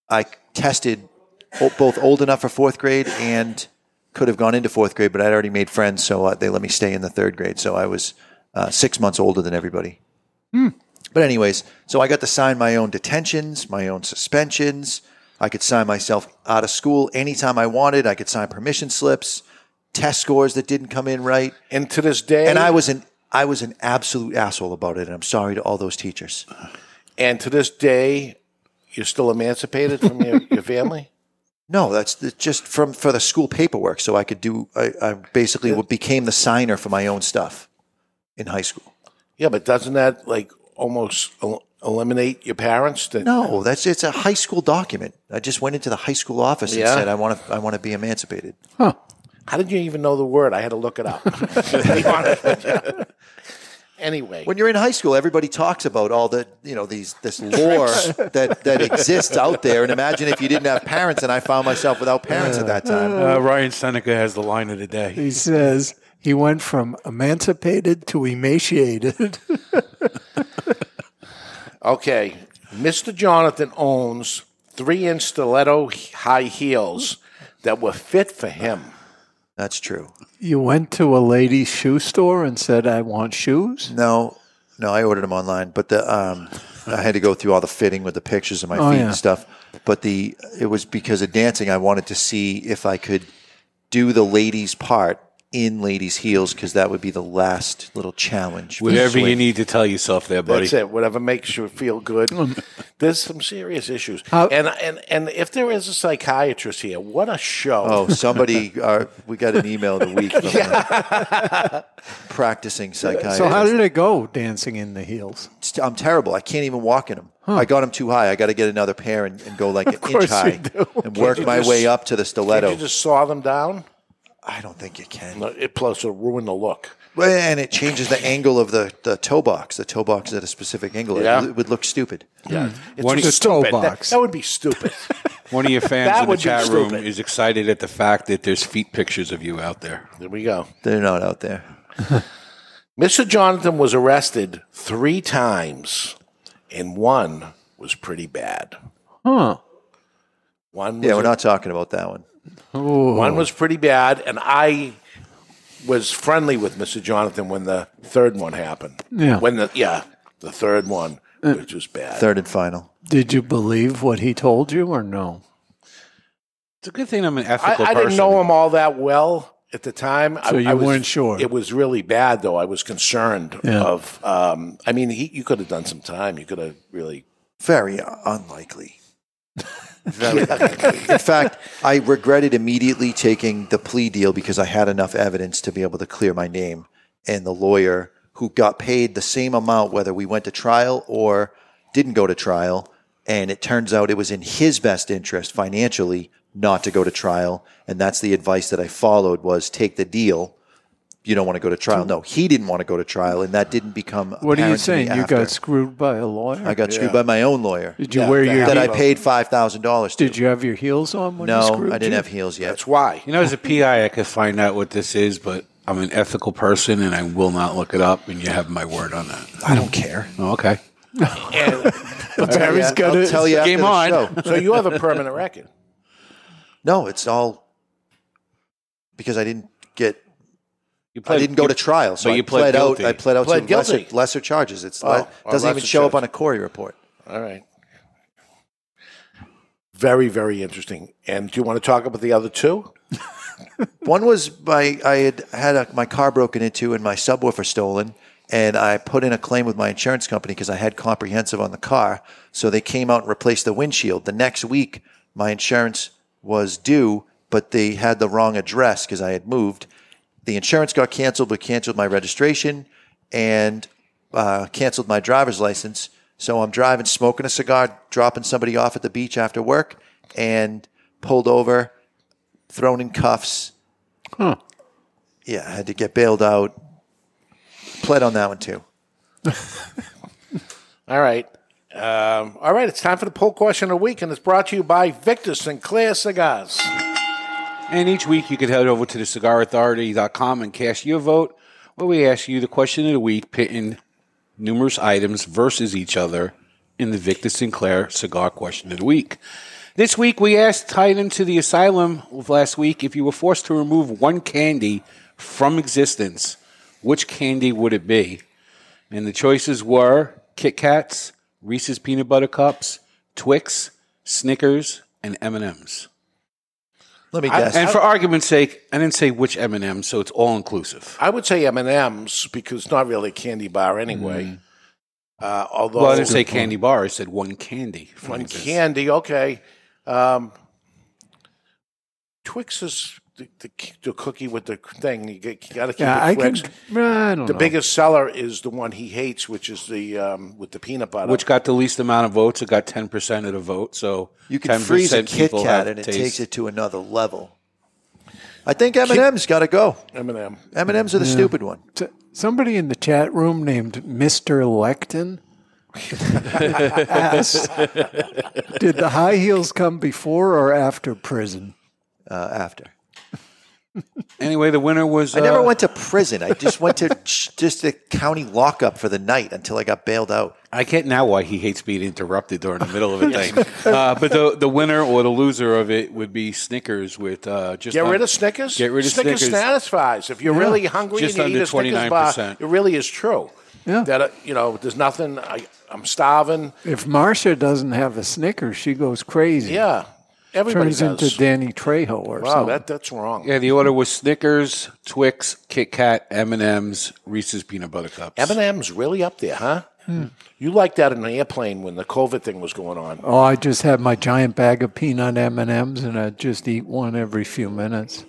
S3: I tested o- both old enough for fourth grade and could have gone into fourth grade, but I'd already made friends, so uh, they let me stay in the third grade. So I was uh, six months older than everybody. But anyways, so I got to sign my own detentions, my own suspensions. I could sign myself out of school anytime I wanted. I could sign permission slips, test scores that didn't come in right.
S2: And to this day,
S3: and I was an I was an absolute asshole about it. And I'm sorry to all those teachers.
S2: And to this day, you're still emancipated from your, your family.
S3: No, that's the, just from for the school paperwork, so I could do. I, I basically became the signer for my own stuff in high school.
S2: Yeah, but doesn't that like almost el- eliminate your parents? That,
S3: No, that's it's a high school document. I just went into the high school office
S2: Yeah.
S3: and said, "I want to, I want to be emancipated."
S2: How did you even know the word? I had to look it up. To be honest with you. anyway,
S3: When you're in high school, everybody talks about all the you know these this lore that that exists out there. And imagine if you didn't have parents, and I found myself without parents at that time.
S5: Uh, Ryan Seneca has the line of the day.
S4: He says he went from emancipated to emaciated.
S2: okay, Mr. Jonathan owns three-inch stiletto he- high heels that were fit for him.
S3: That's true.
S4: you went to a lady's shoe store and said, I want shoes?
S3: No, no, I ordered them online, but the um, I had to go through all the fitting with the pictures of my
S4: Oh,
S3: feet
S4: yeah.
S3: and stuff. But the it was because of dancing. I wanted to see if I could do the ladies' part in ladies' heels because that would be the last little challenge.
S5: Whatever you need to tell yourself there, buddy.
S2: That's it. Whatever makes you feel good. There's some serious issues, and and and if there is a psychiatrist here, what a show!
S3: Oh, somebody! Uh, we got an email in the week from a practicing psychiatrist.
S4: So how did it go dancing in the heels?
S3: It's- I'm terrible. I can't even walk in them. I got them too high. I got to get another pair and, and go like an inch
S2: course you
S3: high
S2: do.
S3: and
S2: Can't
S3: work
S2: you
S3: my
S2: just-
S3: way up to the
S2: Can't
S3: stiletto.
S2: you just saw them down?
S3: I don't think you can.
S2: No, it plus it'll ruin the look.
S3: Well, and it changes the angle of the, the toe box. The toe box is at a specific angle. It
S2: Yeah.
S3: l- It would look stupid.
S2: Yeah. It's
S5: One of
S2: just
S5: Hmm. the toe
S2: stupid. That,
S5: box.
S2: that would be stupid.
S5: One of your fans
S2: That
S5: in the
S2: would be
S5: chat room
S2: stupid.
S5: is excited at the fact that there's feet pictures of you out there.
S2: there we go.
S3: They're not out there.
S2: Mr. Jonathan was arrested three times, and one was pretty bad.
S4: Huh.
S2: One was
S3: Yeah, we're
S2: a-
S3: not talking about that one.
S2: One was pretty bad, and I was friendly with Mr. Jonathan when the third one happened.
S4: Yeah.
S2: When the yeah, the third one
S5: Uh,
S2: which was bad.
S3: Third and final.
S4: Did you believe what he told you or no?
S5: It's a good thing I'm an
S2: I,
S5: ethical
S2: I
S5: person.
S2: didn't know him all that well at the time. I-
S4: So
S2: I,
S4: you
S2: was-
S4: weren't sure.
S2: It was really bad, though. I was concerned
S4: Yeah.
S2: of. Um, I mean, he, you could have done some time. You could have really.
S3: Very unlikely. Very unlikely. In fact, I regretted immediately taking the plea deal because I had enough evidence to be able to clear my name. And the lawyer who got paid the same amount whether we went to trial or didn't go to trial. And it turns out it was in his best interest financially not to go to trial. And that's the advice that I followed was take the deal. You don't want to go to trial. No, he didn't want to go to trial, and that didn't become.
S4: What are you
S3: apparent to me
S4: saying? You
S3: after.
S4: got screwed by a lawyer?
S3: I got screwed by my own lawyer.
S4: Did you wear your
S3: that I paid five thousand dollars to?
S4: Did you have your heels on when you
S3: no,
S4: screwed
S3: I didn't
S4: you?
S3: have heels yet.
S2: That's why.
S5: You know, as a PI, I could find out what this is, but I'm an ethical person and I will not look it up. And you have my word on that.
S3: I don't care.
S5: Oh, okay.
S3: Barry's got I'll it. tell you after
S5: Game
S3: the
S5: on.
S3: show.
S2: So you have a permanent record.
S3: No, it's all because I didn't get. I
S5: pled-
S3: didn't go
S5: you-
S3: to trial, so
S5: but you
S3: I
S5: pled
S3: pled out.
S5: guilty.
S3: I pled out
S2: Pled
S3: to lesser,
S2: guilty.
S3: lesser charges. It's
S2: Oh,
S3: le-
S2: oh,
S3: doesn't even
S2: lesser
S3: show up
S2: charges.
S3: on a Corey report.
S2: All right. Very, very interesting. And do you want to talk about the other two?
S3: One was my I had had a, my car broken into and my subwoofer stolen, and I put in a claim with my insurance company because I had comprehensive on the car. So they came out and replaced the windshield. The next week, my insurance was due, but they had the wrong address because I had moved. The insurance got canceled, but canceled my registration and uh, canceled my driver's license. So I'm driving, smoking a cigar, dropping somebody off at the beach after work, and pulled over, thrown in cuffs yeah, I had to get bailed out. Pled on that one too.
S2: All right. Um, all right. It's time for the poll question of the week, and it's brought to you by Victor Sinclair Cigars.
S5: And each week you could head over to the cigarauthority.com and cast your vote where we ask you the question of the week pitting numerous items versus each other in the Victor Sinclair cigar question of the week. This week we asked tied into the asylum of last week if you were forced to remove one candy from existence, which candy would it be? And the choices were Kit Kats, Reese's peanut butter cups, Twix, Snickers, and M&Ms.
S3: Let me
S5: I-
S3: guess.
S5: and for argument's sake, I didn't say which M and M, so it's all inclusive.
S2: I would say M and M's because it's not really a candy bar anyway. Uh, although
S5: Well, I didn't say candy bar. I said one candy. from
S2: one
S5: existence.
S2: candy, okay. Um, Twix is the, the, the cookie with the thing. You, get, you got to keep
S4: Yeah, I
S2: it Twix.
S4: can. I don't
S2: the
S4: know.
S2: biggest seller is the one he hates, which is the um, with the peanut butter.
S5: which got the least amount of votes. It got ten percent of the vote. So
S3: You can freeze a Kit Kat and it takes it to another level. I think M and M's got to go.
S2: M and M.
S3: M and M's are the
S4: Yeah.
S3: stupid one.
S4: T- Somebody in the chat room named Mr. Lecton asked, Did the high heels come before or after prison?
S3: Uh, after.
S5: Anyway, the winner was.
S3: I never
S5: uh,
S3: went to prison. I just went to ch- just the county lockup for the night until I got bailed out.
S5: I get now why he hates being interrupted during the middle of a thing. uh, but the the winner or the loser of it would be Snickers with uh, just
S2: Get
S5: un-
S2: rid of Snickers.
S5: Get rid of
S2: Snickers.
S5: Snickers.
S2: satisfies. If you're
S5: Yeah.
S2: really hungry
S5: Just
S2: and you eat
S5: under
S2: a Snickers bar,
S5: 29%.
S2: it really is true.
S4: Yeah.
S2: That uh, you know, there's nothing. I, I'm starving.
S4: If Marcia doesn't have a Snickers, she goes crazy.
S2: Yeah, everybody
S4: Turns
S2: does.
S4: into Danny Trejo or
S2: wow,
S4: something.
S2: that that's wrong.
S5: Yeah, the order was Snickers, Twix, Kit Kat, M and M's, Reese's peanut butter cups.
S2: M and M's really up there, huh?
S4: Hmm.
S2: You liked that in an airplane when the COVID thing was going on.
S4: Oh, I just have my giant bag of peanut M and M's, and I just eat one every few minutes.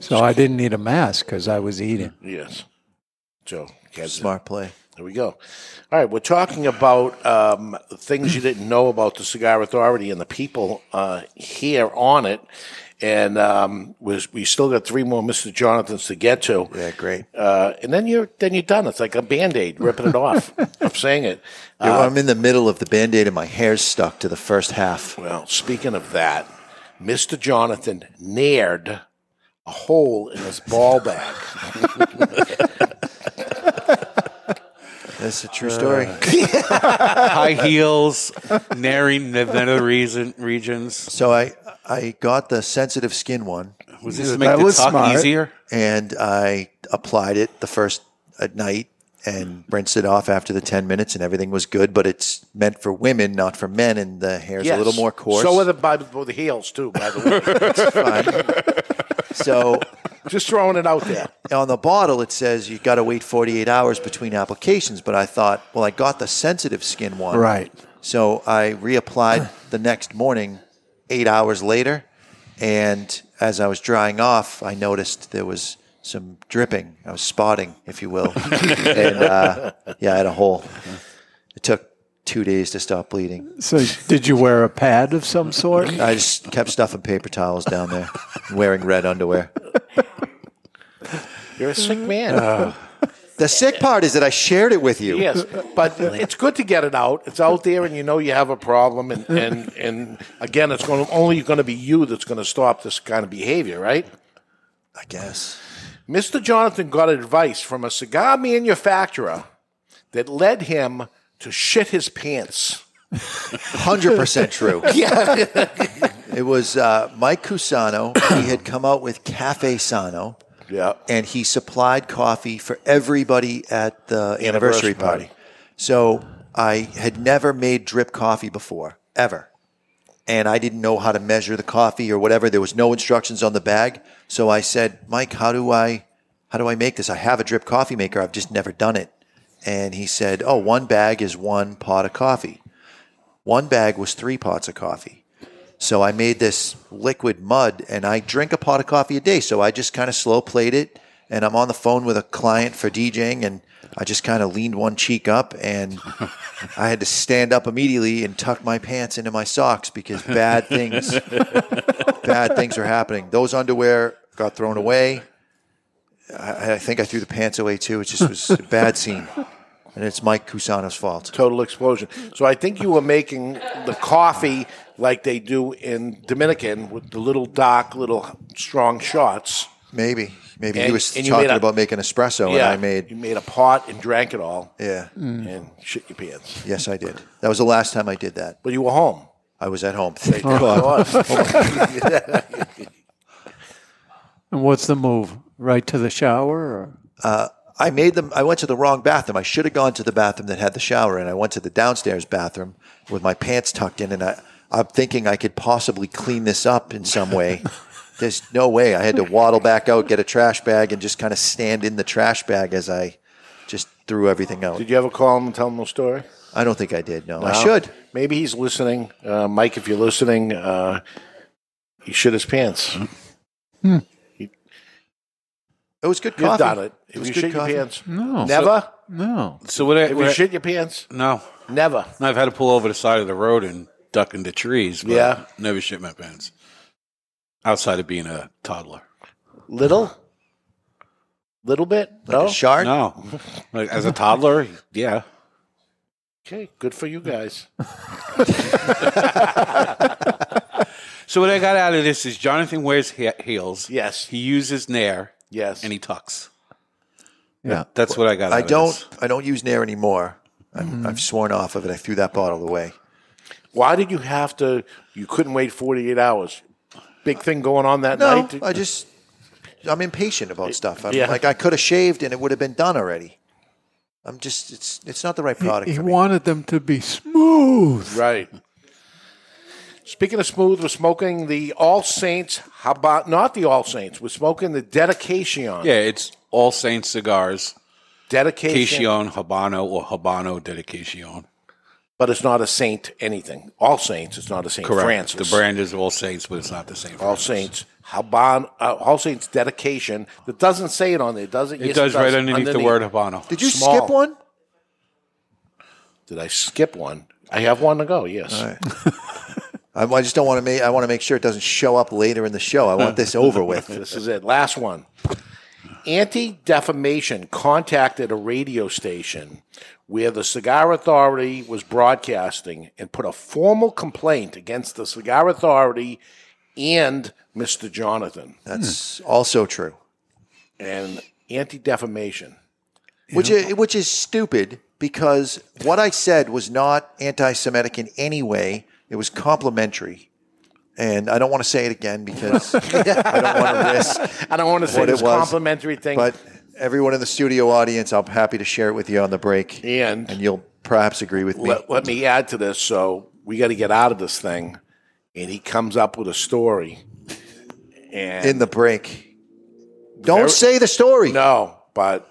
S4: So I didn't need a mask because I was eating.
S2: Yes. Joe.
S3: Smart play.
S2: There we go. All right, we're talking about um, things you didn't know about the Cigar Authority and the people uh, here on it. And um, was, we still got three more Mr. Jonathans to get to.
S3: Yeah, great.
S2: Uh, and then you're then you're done. It's like a band aid ripping it off. I'm saying it.
S3: You know,
S2: Uh,
S3: I'm in the middle of the band aid and my hair's stuck to the first half.
S2: Well, speaking of that, Mr. Jonathan nared a hole in his ball bag.
S3: That's a true story.
S5: high heels, naring the nether reason, regions.
S3: So I I got the sensitive skin one.
S5: Was this to make the talk easier?
S3: And I applied it the first at night and rinsed it off after the 10 minutes and everything was good, but it's meant for women, not for men, and the hair's a little more coarse.
S2: So are the, by, well, the heels, too, by the way.
S3: so
S2: just throwing it out there.
S3: on the bottle it says you got to wait 48 hours between applications but i thought well i got the sensitive skin one
S4: Right.
S3: so i reapplied the next morning eight hours later and as i was drying off i noticed there was some dripping i was spotting if you will and uh, yeah i had a hole it took two days to stop bleeding
S4: So, did you wear a pad of some sort?
S3: i just kept stuffing paper towels down there wearing red underwear
S2: You're a sick man.
S3: the sick part is that i shared it with Uh, you
S2: Yes, but it's good to get it out. It's out there, and you know you have a problem. And and, and again, it's going to, only going to be you that's going to stop this kind of behavior, right?
S3: I guess.
S2: Mr. Jonathan got advice from a cigar manufacturer that led him to shit his pants.
S3: 100% true.
S2: Yeah.
S3: It was uh, Mike Cusano. he had come out with Cafe Sano.
S2: Yeah.
S3: And he supplied coffee for everybody at the anniversary,
S2: Anniversary
S3: party.
S2: party.
S3: So I had never made drip coffee before, ever. And I didn't know how to measure the coffee or whatever. There was no instructions on the bag. So I said, Mike, how do I how do I make this? I have a drip coffee maker. I've just never done it. And he said, Oh, one bag is one pot of coffee. One bag was three pots of coffee. So I made this liquid mud and I drink a pot of coffee a day. So I just kind of slow played it and I'm on the phone with a client for DJing and I just kind of leaned one cheek up and I had to stand up immediately and tuck my pants into my socks because bad things bad things were happening. Those underwear got thrown away. I, I think I threw the pants away too. It just was a bad scene. And it's Mike Cusano's fault.
S2: Total explosion. So I think you were making the coffee like they do in Dominican with the little dark, little strong shots.
S3: Maybe. Maybe he
S2: And-
S3: was
S2: and you made
S3: talking
S2: a-
S3: about making espresso and I made
S2: you made a pot and drank it all.
S3: Yeah.
S2: and shit your pants.
S3: Yes, I did. That was the last time I did that.
S2: But you were home.
S3: I was at home. Thank
S2: Oh,
S3: God.
S2: God.
S3: Oh, my-
S4: And what's the move? Right to the shower? Or?
S3: uh, I made them. I went to the wrong bathroom. I should have gone to the bathroom that had the shower, and I went to the downstairs bathroom with my pants tucked in. And I, I'm thinking I could possibly clean this up in some way. There's no way. I had to waddle back out, get a trash bag, and just kind of stand in the trash bag as I just threw everything out.
S2: Did you ever call him and tell him the story?
S3: I don't think I did. No, I
S2: No?
S3: should.
S2: Maybe he's listening. Uh, Mike, if you're listening, uh, he shit his
S5: Mm-hmm.
S2: pants.
S3: It was good
S2: You've
S3: coffee.
S2: done it. If you shit your pants.
S4: No.
S2: Never?
S4: No.
S5: So what? I,
S2: if
S5: what
S2: you
S5: I-
S2: shit your pants.
S5: no,
S2: Never.
S5: I've had to pull over the side of the road and duck into trees. But
S2: Yeah.
S5: never shit my pants. Outside of being a toddler,
S2: Little? Little bit?
S3: Like
S2: no?
S3: a shard.
S5: no, like as a toddler, yeah.
S2: Okay, good for you guys.
S5: So what I got out of this is Jonathan wears he- heels.
S2: Yes.
S5: he uses nair.
S2: Yes.
S5: and he tucks.
S4: Yeah.
S5: That's what I got.
S3: I
S5: out of
S3: don't.
S5: this. Mm-hmm.
S3: I don't use Nair anymore. I'm, I've sworn off of it. I threw that bottle away.
S2: Why did you have to? You couldn't wait 48 hours. Big thing going on that
S3: No,
S2: night?
S3: I just I'm impatient about stuff. I'm
S2: Yeah.
S3: like I could have shaved and it would have been done already. I'm just it's it's not the right product
S4: He, he
S3: for me.
S4: wanted them to be smooth.
S2: Right. Speaking of smooth, we're smoking the All Saints. How about not the All Saints? We're smoking the Dedication.
S5: Yeah, it's All Saints cigars,
S2: Dedication.
S5: Cation Habano or Habano Dedication.
S2: But it's not a Saint anything. All Saints. It's not a Saint Francis.
S5: The brand is All Saints, but it's not the same.
S2: All Saints. Haban, uh, All Saints dedication that doesn't say it on there, does it?
S5: It does right underneath the word Habano.
S3: Did you
S2: Small.
S3: skip one?
S2: Did I skip one? I have one to go. Yes.
S3: I, I just don't want to make I want to make sure it doesn't show up later in the show. I want this over with.
S2: This is it. Last one. Anti Defamation contacted a radio station where the Cigar Authority was broadcasting and put a formal complaint against the Cigar Authority and Mr. Jonathan
S3: That's also true.
S2: and Anti Defamation.
S3: Which is, which is stupid because what I said was not anti-Semitic in any way. It was complimentary. And I don't want to say it again because I don't want to risk
S2: I don't want to say
S3: What it
S2: this
S3: was,
S2: complimentary thing.
S3: But everyone in the studio audience, I'm happy to share it with you on the break.
S2: And,
S3: and you'll perhaps agree with me.
S2: Let, let me add to this. So we got to get out of this thing. And he comes up with a story. And
S3: in the break. Don't say the story.
S2: No, but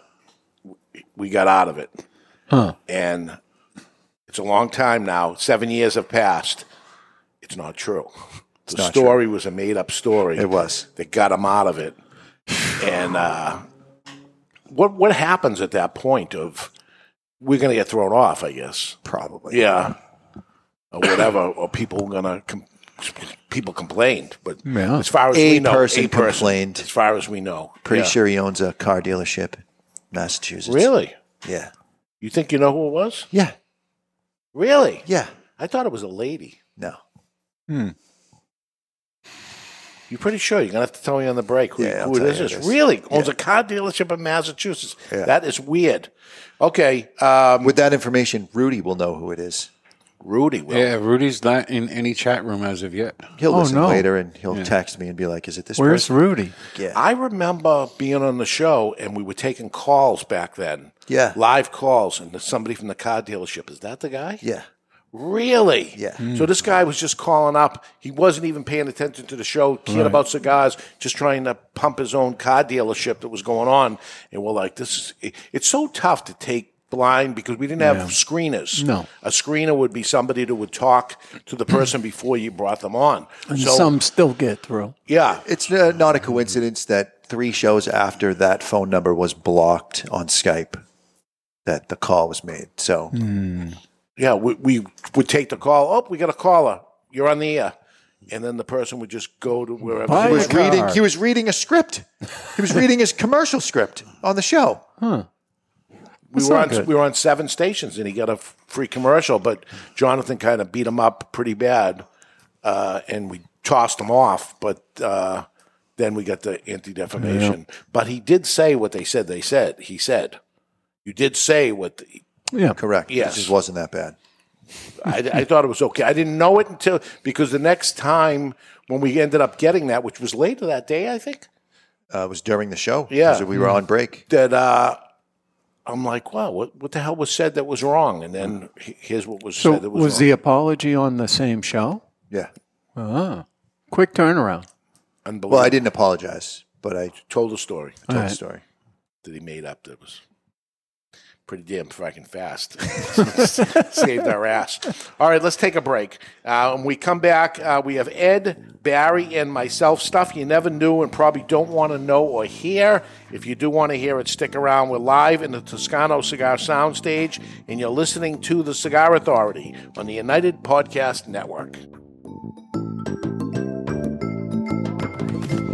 S2: we got out of it.
S4: Huh.
S2: And it's a long time now. Seven years have passed. It's not true. the
S3: not
S2: story was a made up story.
S3: It was.
S2: That got him out of it. and uh, what what happens at that point of we're going to get thrown off, I guess.
S3: Probably.
S2: Yeah. Or whatever. or people going to com- people complained, but
S3: Yeah.
S2: as far as
S3: A
S2: we know,
S3: person complained.
S2: As far as we know.
S3: Pretty
S2: Yeah.
S3: sure he owns a car dealership, in Massachusetts.
S2: Really?
S3: Yeah.
S2: You think you know who it was?
S3: Yeah.
S2: Really?
S3: Yeah.
S2: I thought it was a lady.
S3: No.
S4: Hmm.
S2: You're pretty sure you're gonna have to tell me on the break who,
S3: Yeah, I'll
S2: who it
S3: tell you
S2: is.
S3: who it
S2: It's
S3: is.
S2: Really owns a car dealership in Massachusetts.
S3: Yeah.
S2: That is weird. Okay, um,
S3: With that information, Rudy will know who it is.
S2: Rudy will.
S5: Yeah, Rudy's not in any chat room as of yet.
S3: He'll
S5: Oh,
S3: listen
S5: no.
S3: later and he'll
S5: Yeah.
S3: text me and be like, "Is it this
S5: Where's
S3: person?"
S4: Rudy?
S3: Yeah.
S2: I remember being on the show and we were taking calls back then.
S3: Yeah.
S2: live calls, and there's somebody from the car dealership. Is that the guy?
S3: Yeah.
S2: Really?
S3: Yeah.
S2: So this guy was just calling up. He wasn't even paying attention to the show, cared
S4: Right.
S2: about cigars, just trying to pump his own car dealership that was going on. And we're like, this is, it- it's so tough to take blind because we didn't have
S4: Yeah.
S2: screeners.
S4: No.
S2: A screener would be somebody that would talk to the person before you brought them on.
S4: And some still get through.
S2: Yeah.
S3: It's uh, not a coincidence that three shows after that phone number was blocked on Skype, that the call was made. So
S2: Yeah, we, we would take the call. Oh, we got a caller. You're on the air. And then the person would just go to wherever
S3: he was
S2: car.
S3: reading. He was reading a script. He was reading his commercial script on the show.
S4: Huh.
S2: we
S3: That's
S2: were on
S3: not good.
S2: we were on seven stations, and he got a f- free commercial. But Jonathan kind of beat him up pretty bad, uh, and we tossed him off. But uh, then we got the anti defamation. But he did say what they said. They said he said, "You did say what." The,
S4: Yeah.
S3: Correct. It
S2: Yes.
S3: just wasn't that bad.
S2: I, I thought it was okay. I didn't know it until because the next time when we ended up getting that, which was later that day, I think.
S3: Uh, it was during the show.
S2: Yeah.
S3: So we were on break.
S2: that uh, I'm like, wow, what, what the hell was said that was wrong? And then he- here's what was
S4: So
S2: said that was,
S4: was
S2: wrong.
S4: the apology on the same show?
S3: Yeah.
S4: Ah, quick turnaround.
S2: Unbelievable.
S3: Well, I didn't apologize, but I
S2: told a story
S3: told
S4: All
S3: the
S4: right.
S3: story.
S2: that he made up that was pretty damn fucking fast. Saved our ass. All right, let's take a break. Uh, when we come back, uh, we have Ed, Barry, and myself. Stuff you never knew and probably don't want to know or hear. If you do want to hear it, stick around. We're live in the Toscano Cigar Soundstage, and you're listening to The Cigar Authority on the United Podcast Network.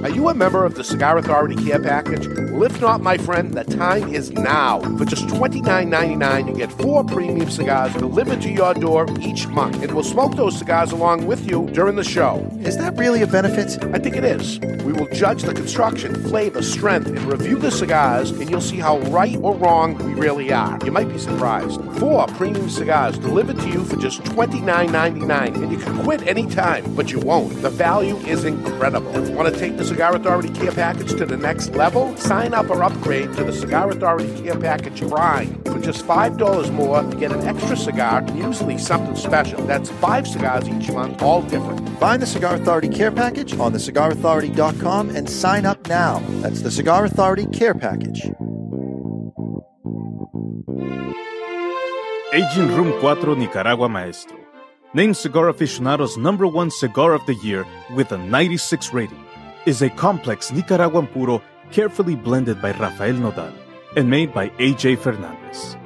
S2: Are you a member of the Cigar Authority Care Package? Well, if not, my friend, the time is now. For just $29.99, you get four premium cigars delivered to your door each month, and we'll smoke those cigars along with you during the show.
S3: Is that really a benefit?
S2: I think it is. We will judge the construction, flavor, strength, and review the cigars, and you'll see how right or wrong we really are. You might be surprised. Four premium cigars delivered to you for just $29.99, and you can quit anytime, but you won't. The value is incredible. Want to take the Cigar Authority Care Package to the next level? Sign up or upgrade to the Cigar Authority Care Package Prime. For just $5 more, you get an extra cigar, and usually something special. That's five cigars each month, all different.
S3: Find the Cigar Authority Care Package on thecigarauthority.com and sign up now. That's the Cigar Authority Care Package.
S12: Aging Room 4 Nicaragua Maestro. Named Cigar Aficionado's number one cigar of the year with a 96 rating. Is a complex Nicaraguan puro carefully blended by Rafael Nodal and made by AJ Fernandez.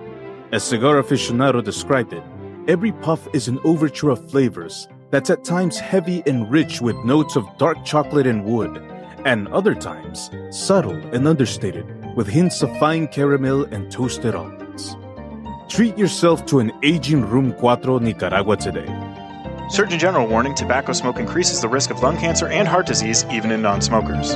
S12: As Cigar Aficionado described it, every puff is an overture of flavors that's at times heavy and rich with notes of dark chocolate and wood, and other times subtle and understated with hints of fine caramel and toasted almonds. Treat yourself to an aging Room 4 Nicaragua today.
S8: Surgeon General warning tobacco smoke increases the risk of lung cancer and heart disease even in non smokers.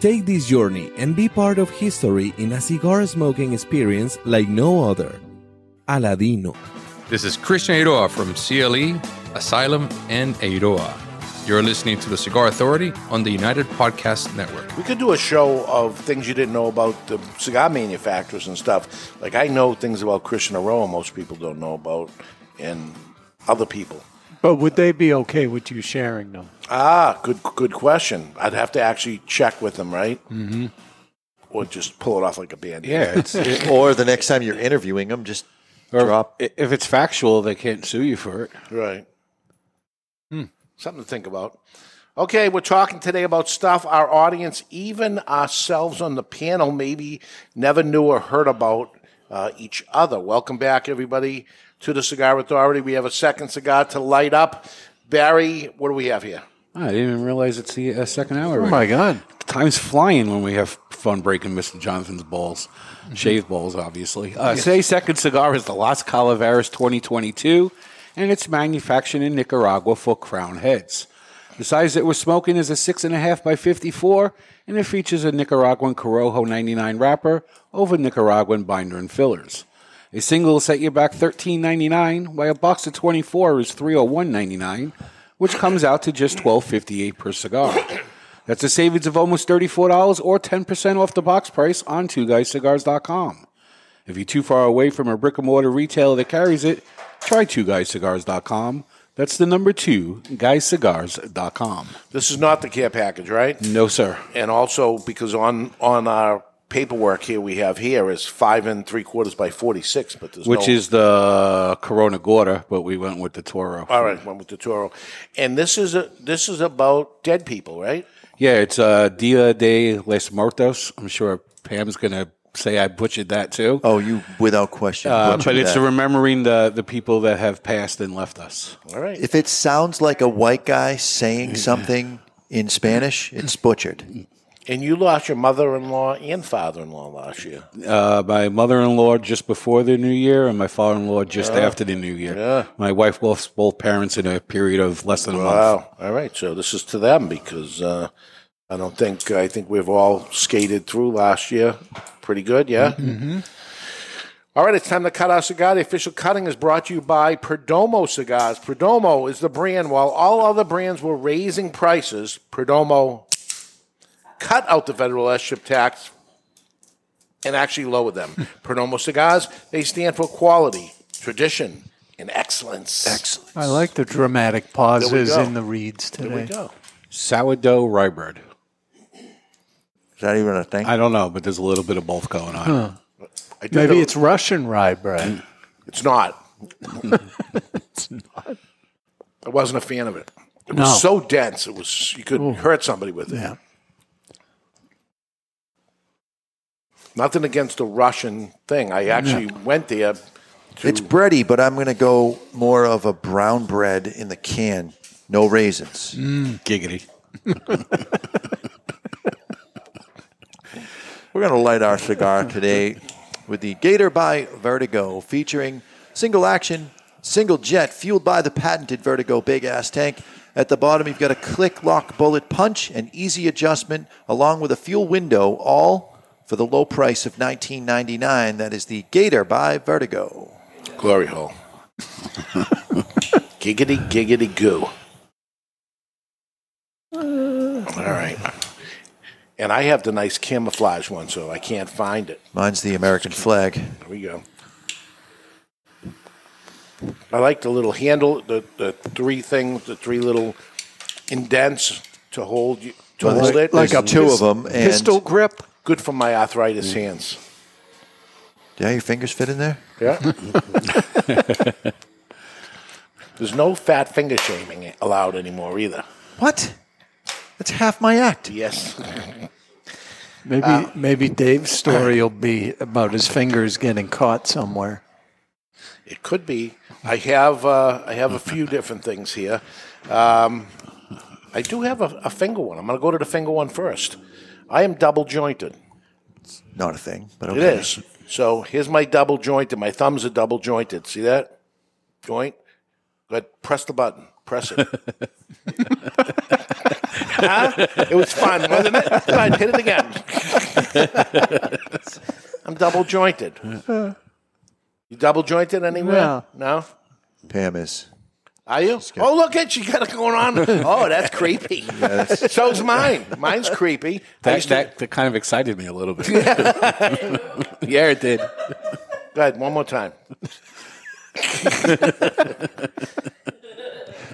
S13: Take this journey and be part of history in a cigar smoking experience like no other. Aladino.
S14: This is Christian Eiroa from CLE, Asylum, and Eiroa. You're listening to the Cigar Authority on the United Podcast Network.
S2: We could do a show of things you didn't know about the cigar manufacturers and stuff. Like I know things about Christian Aroa most people don't know about, and other people.
S4: But would they be okay with you sharing them?
S2: Ah, good good question. I'd have to actually check with them, right? Mm-hmm. Or just pull it off like a band.
S3: or the next time you're interviewing them, just
S5: drop. If it's factual, they can't sue you for it.
S2: Right. Something to think about. Okay, we're talking today about stuff our audience, even ourselves on the panel, maybe never knew or heard about uh, each other. Welcome back, everybody, to the Cigar Authority. We have a second cigar to light up. Barry, what do we have here?
S5: Ah, I didn't even realize it's the uh, second hour.
S4: Oh, my God.
S5: Time's flying when we have fun breaking Mr. Johnson's balls,
S4: Mm-hmm.
S5: shaved balls, obviously. Uh, Today's second cigar is the Las Calaveras 2022, and it's manufactured in Nicaragua for Crown Heads. The size that we're smoking is a 6.5 by 54, and it features a Nicaraguan Corojo 99 wrapper over Nicaraguan binder and fillers. A single will set you back $13.99, while a box of 24 is $301.99, which comes out to just $12.58 per cigar. That's a savings of almost $34 or 10% off the box price on twoguyscigars.com. If you're too far away from a brick and mortar retailer that carries it, try twoguyscigars.com. That's the number two, guyscigars.com.
S2: This is not the care package, right?
S5: No, sir.
S2: And also because on on our paperwork here we have here is five and three quarters by forty six, but there's
S5: which
S2: no,
S5: is the Corona Gorda, but we went with the Toro.
S2: all right. Went with the Toro, and this is a this is about dead people, right?
S5: Yeah, it's uh, Dia de los Muertos. I'm sure Pam's going to say I butchered that too.
S3: Oh, you without question.
S5: Uh,
S3: butchered
S5: but it's
S3: that.
S5: remembering the, the people that have passed and left us.
S2: All right.
S3: If it sounds like a white guy saying something in Spanish, it's butchered.
S2: And you lost your mother in law and father in law last year.
S5: Uh, my mother in law just before the new year, and my father in law just
S2: Yeah.
S5: after the new year.
S2: Yeah.
S5: My wife lost both parents in a period of less than a month.
S2: Wow. All right. So this is to them because uh, I don't think I think we've all skated through last year pretty good. Yeah.
S5: Mm-hmm.
S4: Mm-hmm.
S2: All right, it's time to cut our cigar. The official cutting is brought to you by Perdomo Cigars. Perdomo is the brand. While all other brands were raising prices, Perdomo cut out the federal airship tax and actually lowered them. Perdomo Cigars, they stand for quality, tradition, and excellence. Excellent.
S4: I like the dramatic pauses in the reads today.
S2: There we go.
S5: Sourdough rye bread.
S3: Is that even a thing?
S5: I don't know, but there's a little bit of both going on.
S4: Huh.
S2: I did
S4: Maybe
S2: a-
S4: it's Russian rye bread.
S2: It's not. it's not. I wasn't a fan of it. It was
S4: No.
S2: so dense. It was you could hurt somebody with it.
S4: Yeah.
S2: Nothing against the Russian thing. I actually went there. To,
S3: It's bready, but I'm going to go more of a brown bread in the can, no raisins.
S5: Giggity.
S3: We're going to light our cigar today with the Gator by Vertigo, featuring single action, single jet, fueled by the patented Vertigo big ass tank. At the bottom, you've got a click lock bullet punch and easy adjustment, along with a fuel window, all for the low price of $19.99. That is the Gator by Vertigo.
S2: Glory hole. giggity, giggity, goo. All right. And I have the nice camouflage one, so I can't find it.
S3: Mine's the American flag.
S2: There we go. I like the little handle, the, the three things, the three little indents to hold you to
S3: Well,
S2: hold
S3: there's-
S2: it.
S3: like a two of 'em, and- Pistol
S2: grip, good for my arthritis hands.
S3: Yeah, your fingers fit in there?
S2: Yeah. There's no fat finger shaming allowed anymore either.
S3: What? That's half my act.
S2: Yes.
S4: Maybe
S11: Uh,
S4: maybe Dave's story will be about his fingers getting caught somewhere.
S2: It could be. I have uh, I have a few different things here. Um, I do have a, a finger one. I'm going to go to the finger one first. I am double jointed.
S3: Not a thing, but okay.
S2: It is. So here's my double jointed. My thumbs are double jointed. See that joint? Go ahead, press the button. Press it. huh? It was fun, wasn't it? Go ahead, hit it again. I'm double jointed. You double jointed anywhere? No.
S3: Pam is.
S2: Are you? Oh, look at you got it going on. Oh, that's creepy.
S5: that's-
S2: So's mine. Mine's creepy. I
S5: That,
S2: used to-
S5: that, that kind of excited me a little bit. yeah, it did.
S2: Go ahead, one more time.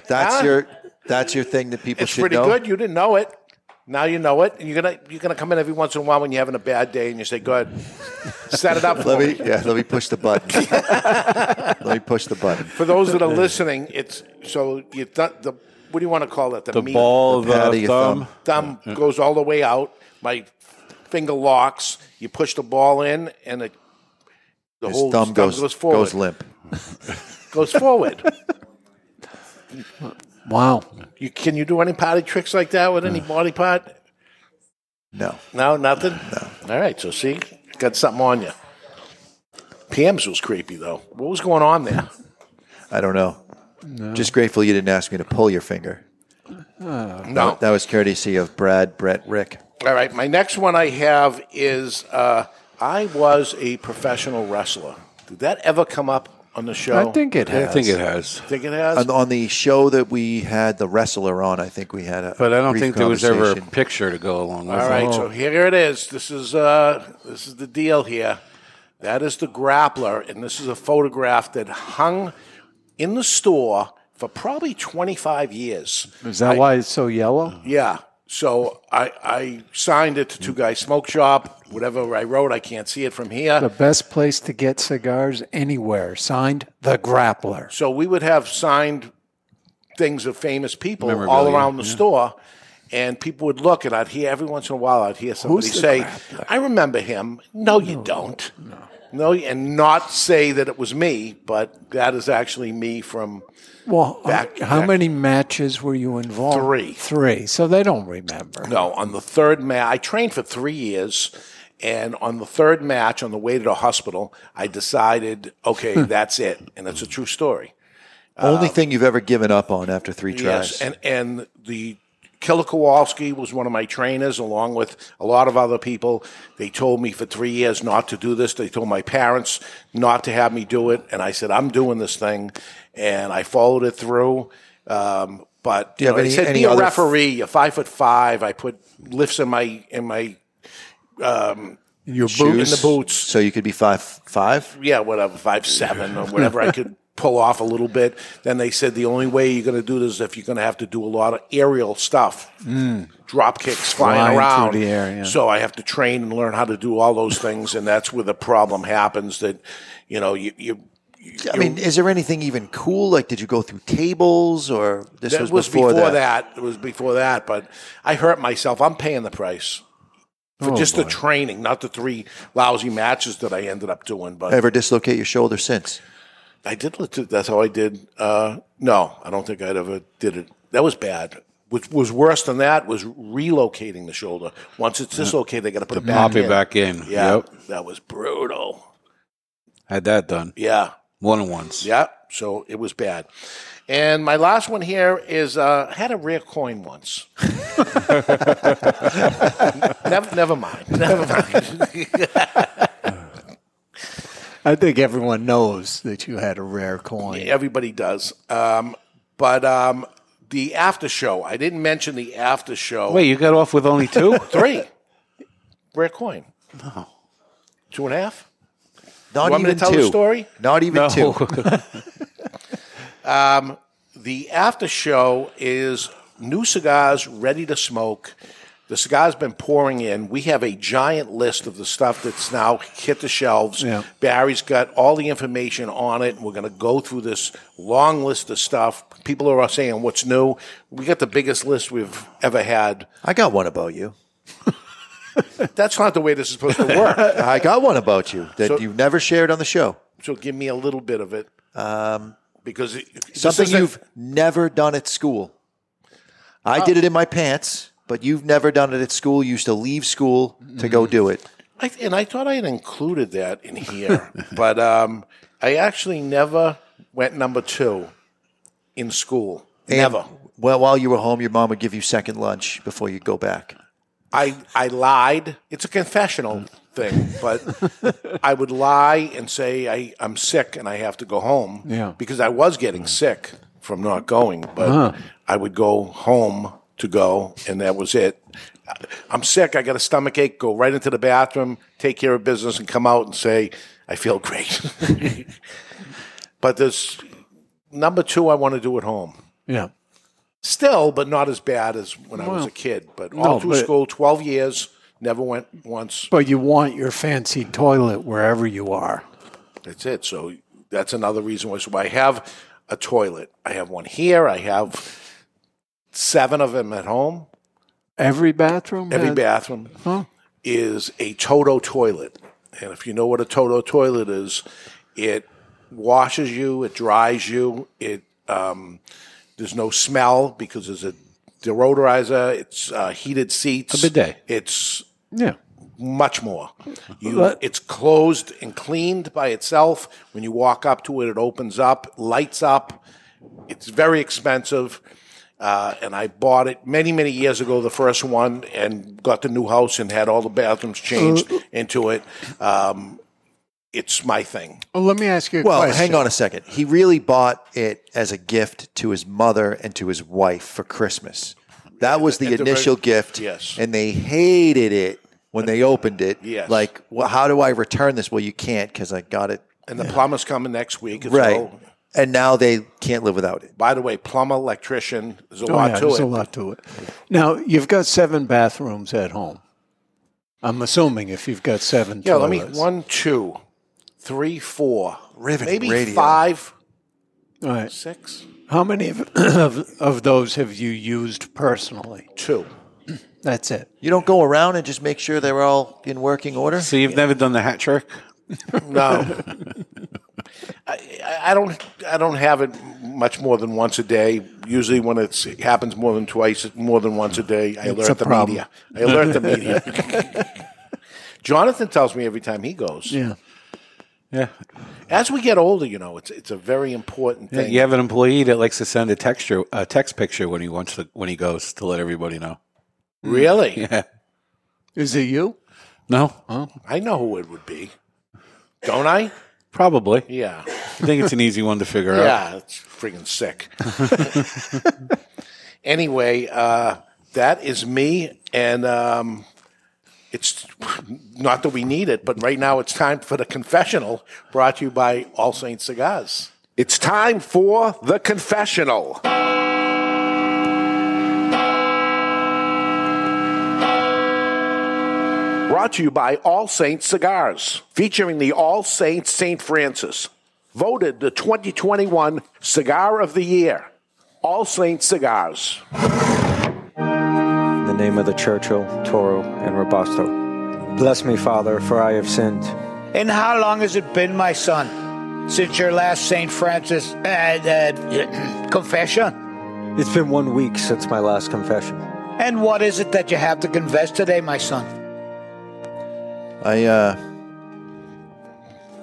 S3: That's
S2: Huh?
S3: your that's your thing that people
S2: Ah. It's
S3: should
S2: pretty
S3: know.
S2: good. You didn't know it. Now you know it. And you're gonna you're gonna come in every once in a while when you're having a bad day and you say, "Go ahead, set it up." for
S3: Let me, yeah, let me push the button. let me push the button.
S2: For those that are listening, it's so you th- the what do you want to call it?
S3: The ball of The pad the of your
S2: thumb.
S3: thumb.
S2: Thumb
S3: Yeah.
S2: goes all the way out. My finger locks. You push the ball in, and it, the
S3: His
S2: whole
S3: thumb goes-
S2: forward.
S3: goes limp.
S2: goes forward.
S4: Wow.
S2: You can you do any potty tricks like that with any body part?
S3: No.
S2: No, nothing? No. All right, so see, got something on you. PM's was creepy though. What was going on there?
S3: I don't know.
S2: No.
S3: Just grateful you didn't ask me to pull your finger.
S2: No.
S3: That, that was courtesy of Brad, Brett, Rick.
S2: All right, my next one I have is uh, I was a professional wrestler. Did that ever come up on the show? Think it has?
S3: On, on the show that we had the wrestler on, I think we had a.
S5: But I don't
S3: brief
S5: think there was ever a
S3: conversation.
S5: picture to go along with
S2: All
S5: it.
S2: right, so here it is. This is uh, this is the deal here. That is the grappler, and this is a photograph that hung in the store for probably 25 years.
S4: Is that why it's so yellow?
S2: Yeah. So I, I signed it to Two Guys Smoke Shop. Whatever I wrote, I can't see it from here.
S4: The best place to get cigars anywhere. Signed The Grappler.
S2: So we would have signed things of famous people all
S4: Memorabilia,
S2: around the
S4: yeah.
S2: store, and people would look, and I'd hear every once in a while, I'd hear somebody
S4: the
S2: say, "I remember him." No, you don't. No. and not say that it was me, but that is actually me from
S4: Well, uh,
S2: Back-
S4: how
S2: back-
S4: many matches were you involved?
S2: Three.
S4: Three. So they don't remember.
S2: No, on the third match, I trained for three years, and on the third match, on the way to the hospital, I decided, okay, that's it, and it's a true story.
S3: Only thing you've ever given up on after three tries.
S2: Um, Yes, and and the Killer Kowalski was one of my trainers, along with a lot of other people. They told me for three years not to do this. They told my parents not to have me do it, and I said, "I'm doing this thing," and I followed it through. Um, but
S3: Do you have
S2: know,
S3: any-
S2: they said,
S3: any
S2: "Be a
S3: other-
S2: referee. You're five foot five. I put lifts in my in my um,
S3: Shoes,
S2: in the boots.
S3: So you could be five five.
S2: Yeah, whatever, five seven or whatever I could pull off a little bit. Then they said the only way you're going to do this is if you're going to have to do a lot of aerial stuff, Hmm.
S4: Mm.
S2: drop kicks flying,
S4: Flying
S2: around.
S4: through the air, yeah.
S2: So I have to train and learn how to do all those things, and that's where the problem happens. That you know you. you
S3: I mean, is there anything even cool? Like, did you go through tables or this
S2: that
S3: was, before, that?
S2: It was before that, but I hurt myself. I'm paying the price for
S3: Oh,
S2: just the
S3: boy.
S2: training, not the three lousy matches that I ended up doing. But
S3: Ever dislocate your shoulder since?
S2: I did. let it- That's how I did. Uh, no, I don't think I would ever did it. That was bad. What was worse than that was relocating the shoulder. Once it's dislocated, they got to put it back
S5: pop it
S2: in.
S5: back in.
S2: Yeah,
S5: Yep.
S2: that was brutal.
S5: Had that done.
S2: Yeah.
S5: One and once.
S2: Yeah, so it was bad. And my last one here is uh, I had a rare coin once. never, never mind. Never mind.
S11: I think everyone knows that you had a rare coin.
S2: Everybody does. Um, but um, the after show, I didn't mention the after show.
S5: Wait, you got off with only two?
S2: Three. Rare coin. No. Two and a half.
S3: Not
S2: you want me
S3: even
S2: to tell
S3: two.
S2: the story?
S3: Not even No.
S2: two. um, the after show is new cigars ready to smoke. The cigar's been pouring in. We have a giant list of the stuff that's now hit the shelves.
S4: Yeah.
S2: Barry's got all the information on it. We're going to go through this long list of stuff. People are saying what's new. We got the biggest list we've ever had.
S3: I got one about you.
S2: That's not the way this is supposed to work.
S3: I got one about you that
S2: So-
S3: you've never shared on the show.
S2: So give me a little bit of it.
S3: Um,
S2: because it, this
S3: something
S2: isn't-
S3: you've never done at school. I
S2: Oh.
S3: did it in my pants, but you've never done it at school. You used to leave school to go
S2: Mm-hmm.
S3: do it.
S2: I, and I thought I had included that in here, but um, I actually never went number two in school.
S3: And-
S2: never.
S3: Well, while you were home, your mom would give you second lunch before you go back.
S2: I I lied. It's a confessional thing, but I would lie and say I, I'm sick and I have to go home.
S4: Yeah. Uh-huh.
S2: Because I was getting sick from not going, but
S4: Huh.
S2: I would go home to go, and that was it. I'm sick. I got a stomach ache. Go right into the bathroom, take care of business, and come out and say I feel great. but this number two, I want to do at home.
S4: Yeah.
S2: Still, but not as bad as when I was
S4: Well,
S2: a kid. But
S4: no,
S2: all through
S4: but-
S2: school, twelve years, never went once.
S4: But you want your fancy toilet wherever you are.
S2: That's it. So that's another reason why. So I have a toilet. I have one here. I have seven of them at home.
S4: Every bathroom?
S2: Every
S4: had-
S2: bathroom
S4: Huh?
S2: is a Toto toilet, and if you know what a Toto toilet is, it washes you, it dries you, it um, there's no smell because there's a deodorizer. It's uh, heated seats.
S5: A bidet.
S2: It's
S4: Yeah.
S2: much more. You,
S4: But-
S2: it's closed and cleaned by itself. When you walk up to it, it opens up, lights up. It's very expensive. Uh, and I bought it many, many years ago, the first one, and got the new house and had all the bathrooms changed
S4: Uh,
S2: into it. Um, it's my thing.
S4: Well, let me ask you a
S3: well,
S4: question.
S3: hang on a second. He really bought it as a gift to his mother and to his wife for Christmas. That was the
S2: At the
S3: initial
S2: very-
S3: gift.
S2: yes.
S3: And they hated it when they opened it.
S2: Yes.
S3: Like, well, how do I return this? Well, you can't because I got it.
S2: And the plumber's coming next week. It's
S3: Right.
S2: all-
S3: and now they can't live without it.
S2: By the way, plumber, electrician, there's a
S4: Oh,
S2: lot
S4: yeah,
S2: to
S4: there's
S2: it.
S4: a lot to it. Now you've got seven bathrooms at home. I'm assuming if you've got seven
S2: Yeah, let me
S4: toilets.
S2: one, two, three, four,
S3: Riveting
S2: maybe
S4: radio.
S2: five,
S4: All right.
S2: six.
S4: How many of, of of those have you used personally?
S2: Two.
S4: That's it.
S3: You don't go around and just make sure they're all in working order.
S5: So you've never done the hat trick?
S2: No. I, I don't. I don't have it much more than once a day. Usually, when it's, it happens more than twice, more than once a day,
S4: It's
S2: I
S4: a
S2: alert the
S4: problem.
S2: media. I alert the media. Jonathan tells me every time he goes.
S4: Yeah. Yeah.
S2: As we get older, you know, it's it's a very important
S5: Yeah,
S2: thing.
S5: you have an employee that likes to send a texture, a text picture when he wants to, when he goes to let everybody know.
S2: Really?
S5: Yeah.
S4: Is it you?
S5: No.
S2: I know who it would be. Don't I?
S5: Probably.
S2: Yeah.
S5: I think it's an easy one to figure
S2: Yeah,
S5: out.
S2: it's freaking sick. anyway, uh, that is me, and um, it's not that we need it, but right now it's time for the confessional, brought to you by All Saints Cigars. It's time for the confessional. Brought to you by All Saints Cigars, featuring the All Saints St. Francis, voted the 2021 Cigar of the Year. All Saints Cigars.
S15: In the name of the Churchill, Toro, and Robusto. Bless me, Father, for I have sinned.
S16: And how long has it been, my son, since your last St. Francis uh, uh, confession?
S15: It's been one week since my last confession.
S16: And what is it that you have to confess today, my son?
S3: I uh,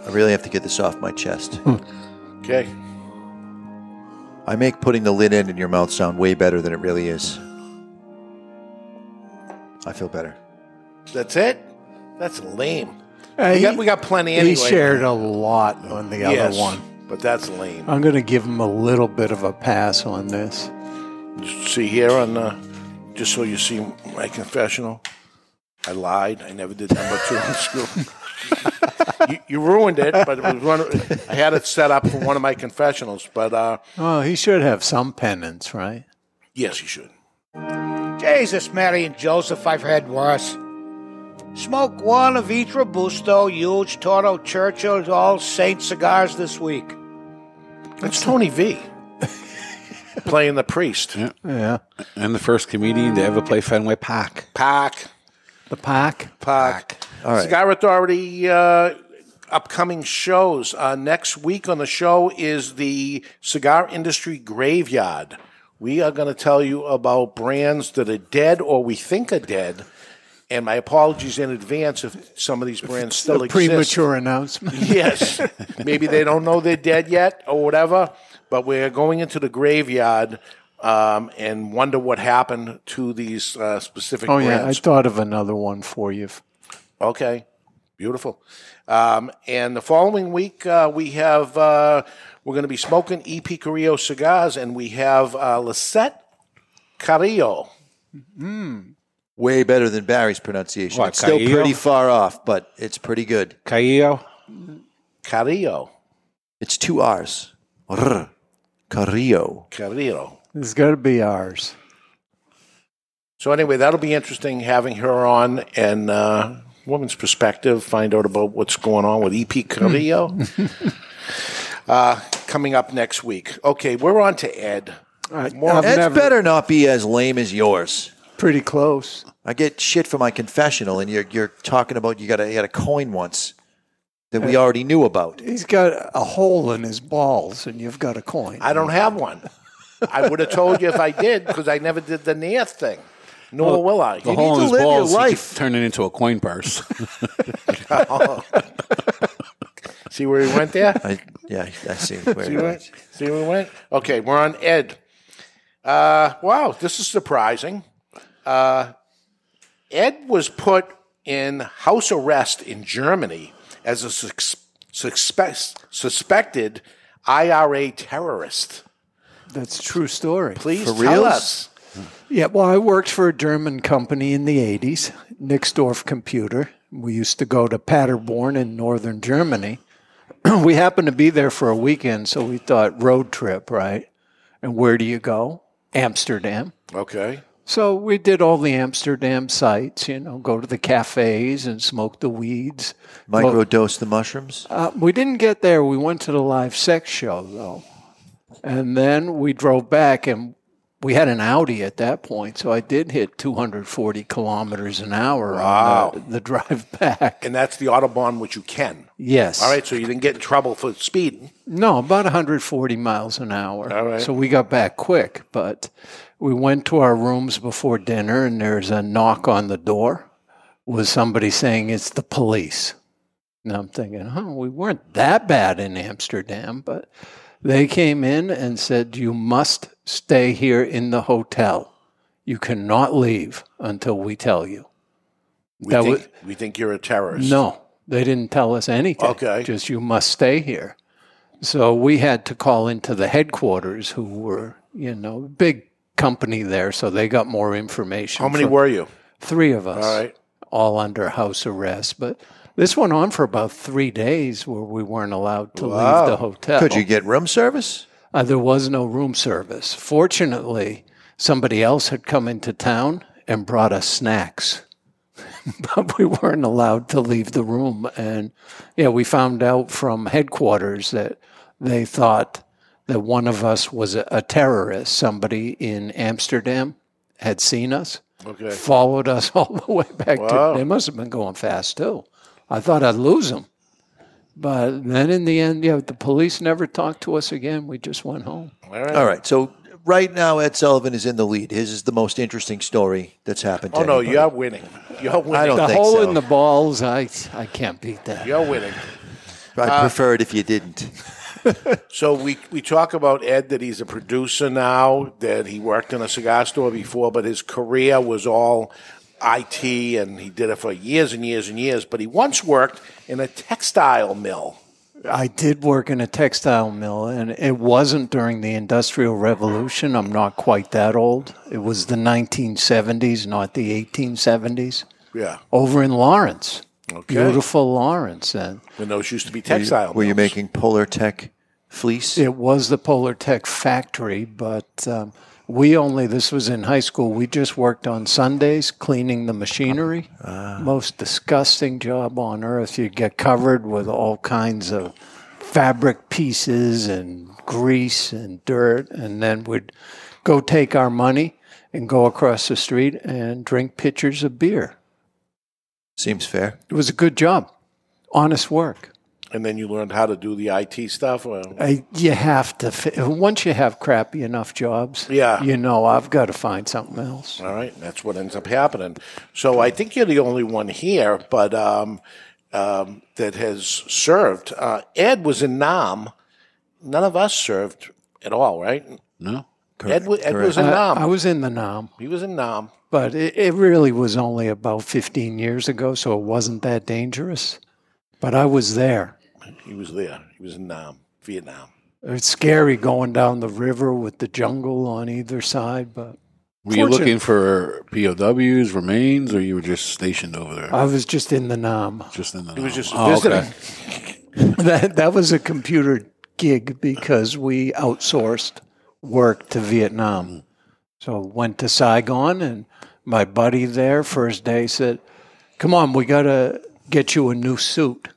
S3: I really have to get this off my chest.
S4: Hmm.
S2: Okay.
S3: I make putting the lid end in your mouth sound way better than it really is. I feel better.
S2: That's it? That's lame.
S4: Uh,
S2: we, got,
S4: he-
S2: we got plenty
S4: he
S2: anyway.
S4: shared a lot on the
S2: Yes,
S4: other one.
S2: But that's lame.
S4: I'm going to give him a little bit of a pass on this.
S2: See here on the, just so you see my confessional, I lied. I never did number two in school. you, you ruined it, but it was one. of- I had it set up for one of my confessionals, but uh,
S4: Oh, he should have some penance, right?
S2: yes, you should.
S16: Jesus, Mary, and Joseph, I've had worse. Smoke one of each Robusto, Huge, Toro, Churchill, All Saint cigars this week.
S2: That's Tony V. Playing the priest.
S5: Yeah.
S4: Yeah.
S5: And the first comedian to ever play Fenway Pack.
S2: Pack.
S4: The pack.
S2: Pack.
S5: All right.
S2: Cigar Authority uh, upcoming shows. Uh, next week on the show is the Cigar Industry Graveyard. We are going to tell you about brands that are dead or we think are dead. And my apologies in advance if some of these brands still
S4: a
S2: exist.
S4: premature announcement.
S2: Yes. Maybe they don't know they're dead yet or whatever, but we're going into the graveyard um, and wonder what happened to these uh, specific
S4: Oh, yeah. I
S2: brands.
S4: thought of another one for you.
S2: Okay, beautiful. Um, and the following week, uh, we have uh, we're going to be smoking E. Carrillo cigars, and we have uh, Lisette Carrillo.
S3: Mm-hmm. Way better than Barry's pronunciation.
S2: What,
S3: it's still
S2: Caillo?
S3: pretty far off, but it's pretty good.
S5: Caillo?
S2: Carrillo.
S3: It's two R's. R. Carrillo.
S2: Carrillo.
S4: It's got to be ours.
S2: So anyway, that'll be interesting having her on and uh, woman's perspective. Find out about what's going on with E.P. Carrillo. uh, coming up next week. Okay, we're on to Ed. More
S3: Ed's better not be as lame as yours.
S4: Pretty close.
S3: I get shit for my confessional, and you're you're talking about you got a you got a coin once that we already knew about.
S4: He's got a hole in his balls, and you've got a coin.
S2: I don't have one. I would have told you if I did because I never did the Nair thing. Nor will I.
S5: The hole in his balls, he could turn it into a coin purse.
S2: See where he went there?
S3: I, yeah, I see where
S2: See
S3: he
S2: where,
S3: went.
S2: see where we went? Okay, we're on Ed. Uh, wow, this is surprising. Uh, Ed was put in house arrest in Germany as a sus- suspe- suspected IRA terrorist.
S4: That's a true story.
S2: Please For tell reals? us.
S4: Yeah, well, I worked for a German company in the 80s, Nixdorf Computer. We used to go to Paderborn in northern Germany. we happened to be there for a weekend, so we thought road trip, right? And where do you go? Amsterdam.
S2: Okay.
S4: So we did all the Amsterdam sites, you know, go to the cafes and smoke the weeds.
S3: Microdose the mushrooms.
S4: Uh, we didn't get there. We went to the live sex show though, and then we drove back, and we had an Audi at that point. So I did hit 240 kilometers an hour
S2: Wow.
S4: on the, the drive back.
S2: And that's the autobahn which you can.
S4: Yes.
S2: All right, so you didn't get in trouble for speeding.
S4: No, about 140 miles an hour. All right. So we got back quick, but we went to our rooms before dinner, and there's a knock on the door with somebody saying it's the police. And I'm thinking, oh, we weren't that bad in Amsterdam, but they came in and said, you must stay here in the hotel. You cannot leave until we tell you.
S2: We, think, we think you're a terrorist.
S4: No, they didn't tell us anything. Okay. Just you must stay here. So we had to call into the headquarters, who were, you know, big company there, so they got more information.
S2: How many
S4: from-
S2: were you?
S4: Three of us.
S2: All right.
S4: All under house arrest. But this went on for about three days where we weren't allowed to
S3: Wow.
S4: leave the hotel.
S3: Could you get room service?
S4: Uh, there was no room service. Fortunately, somebody else had come into town and brought us snacks, but we weren't allowed to leave the room. And yeah, we found out from headquarters that they thought that one of us was a, a terrorist. Somebody in Amsterdam had seen us,
S2: Okay.
S4: followed us all the way back
S2: Wow.
S4: to. They must have been going fast too. I thought I'd lose them. But then in the end, yeah, the police never talked to us again. We just went home.
S2: All right.
S3: All right. So right now, Ed Sullivan is in the lead. His is the most interesting story that's happened.
S2: Oh,
S3: to
S2: no,
S3: anybody.
S2: you're winning. You're winning.
S3: I don't
S4: the
S3: think
S4: hole
S3: so.
S4: in the balls, I I can't beat that.
S2: You're winning.
S3: I
S2: Uh,
S3: prefer it if you didn't.
S2: So we, we talk about Ed that he's a producer now, that he worked in a cigar store before, but his career was all IT and he did it for years and years and years. But he once worked in a textile mill.
S4: I did work in a textile mill, and it wasn't during the Industrial Revolution. I'm not quite that old. It was the 1970s, not the 1870s.
S2: Yeah.
S4: Over in Lawrence,
S2: Okay.
S4: beautiful Lawrence, and
S2: When those used to be textile.
S3: Were you, were you making Polar Tech fleece?
S4: It was the Polar Tech factory, but um, we only, this was in high school, we just worked on Sundays cleaning the machinery.
S3: Uh-huh.
S4: Most disgusting job on earth. You'd get covered with all kinds of fabric pieces and grease and dirt, and then we'd go take our money and go across the street and drink pitchers of beer.
S3: Seems fair.
S4: It was a good job, honest work.
S2: And then you learned how to do the IT stuff. Or,
S4: I, you have to. Fi- once you have crappy enough jobs,
S2: Yeah.
S4: you know I've got to find something else.
S2: all right. That's what ends up happening. So I think you're the only one here, but um, um, that has served. Uh, Ed was in Nam. None of us served at all, right?
S5: No.
S2: Ed, wa- Ed was in
S4: Uh, I-
S2: Nam.
S4: I, was in the nom,
S2: he was in Nam.
S4: but it, it really was only about 15 years ago, so it wasn't that dangerous. But I was there.
S2: He was there. He was in Nam, Vietnam.
S4: It's scary going down the river with the jungle on either side, but
S5: Were you
S4: fortunate-
S5: looking for POWs, remains, or you were just stationed over there?
S4: I was just in the nom.
S5: Just in the.
S2: He was just
S5: Oh, okay.
S2: visiting.
S4: that that was a computer gig because we outsourced work to
S5: Mm-hmm.
S4: Vietnam. So went to Saigon and my buddy there first day said, "Come on, we got to get you a new suit."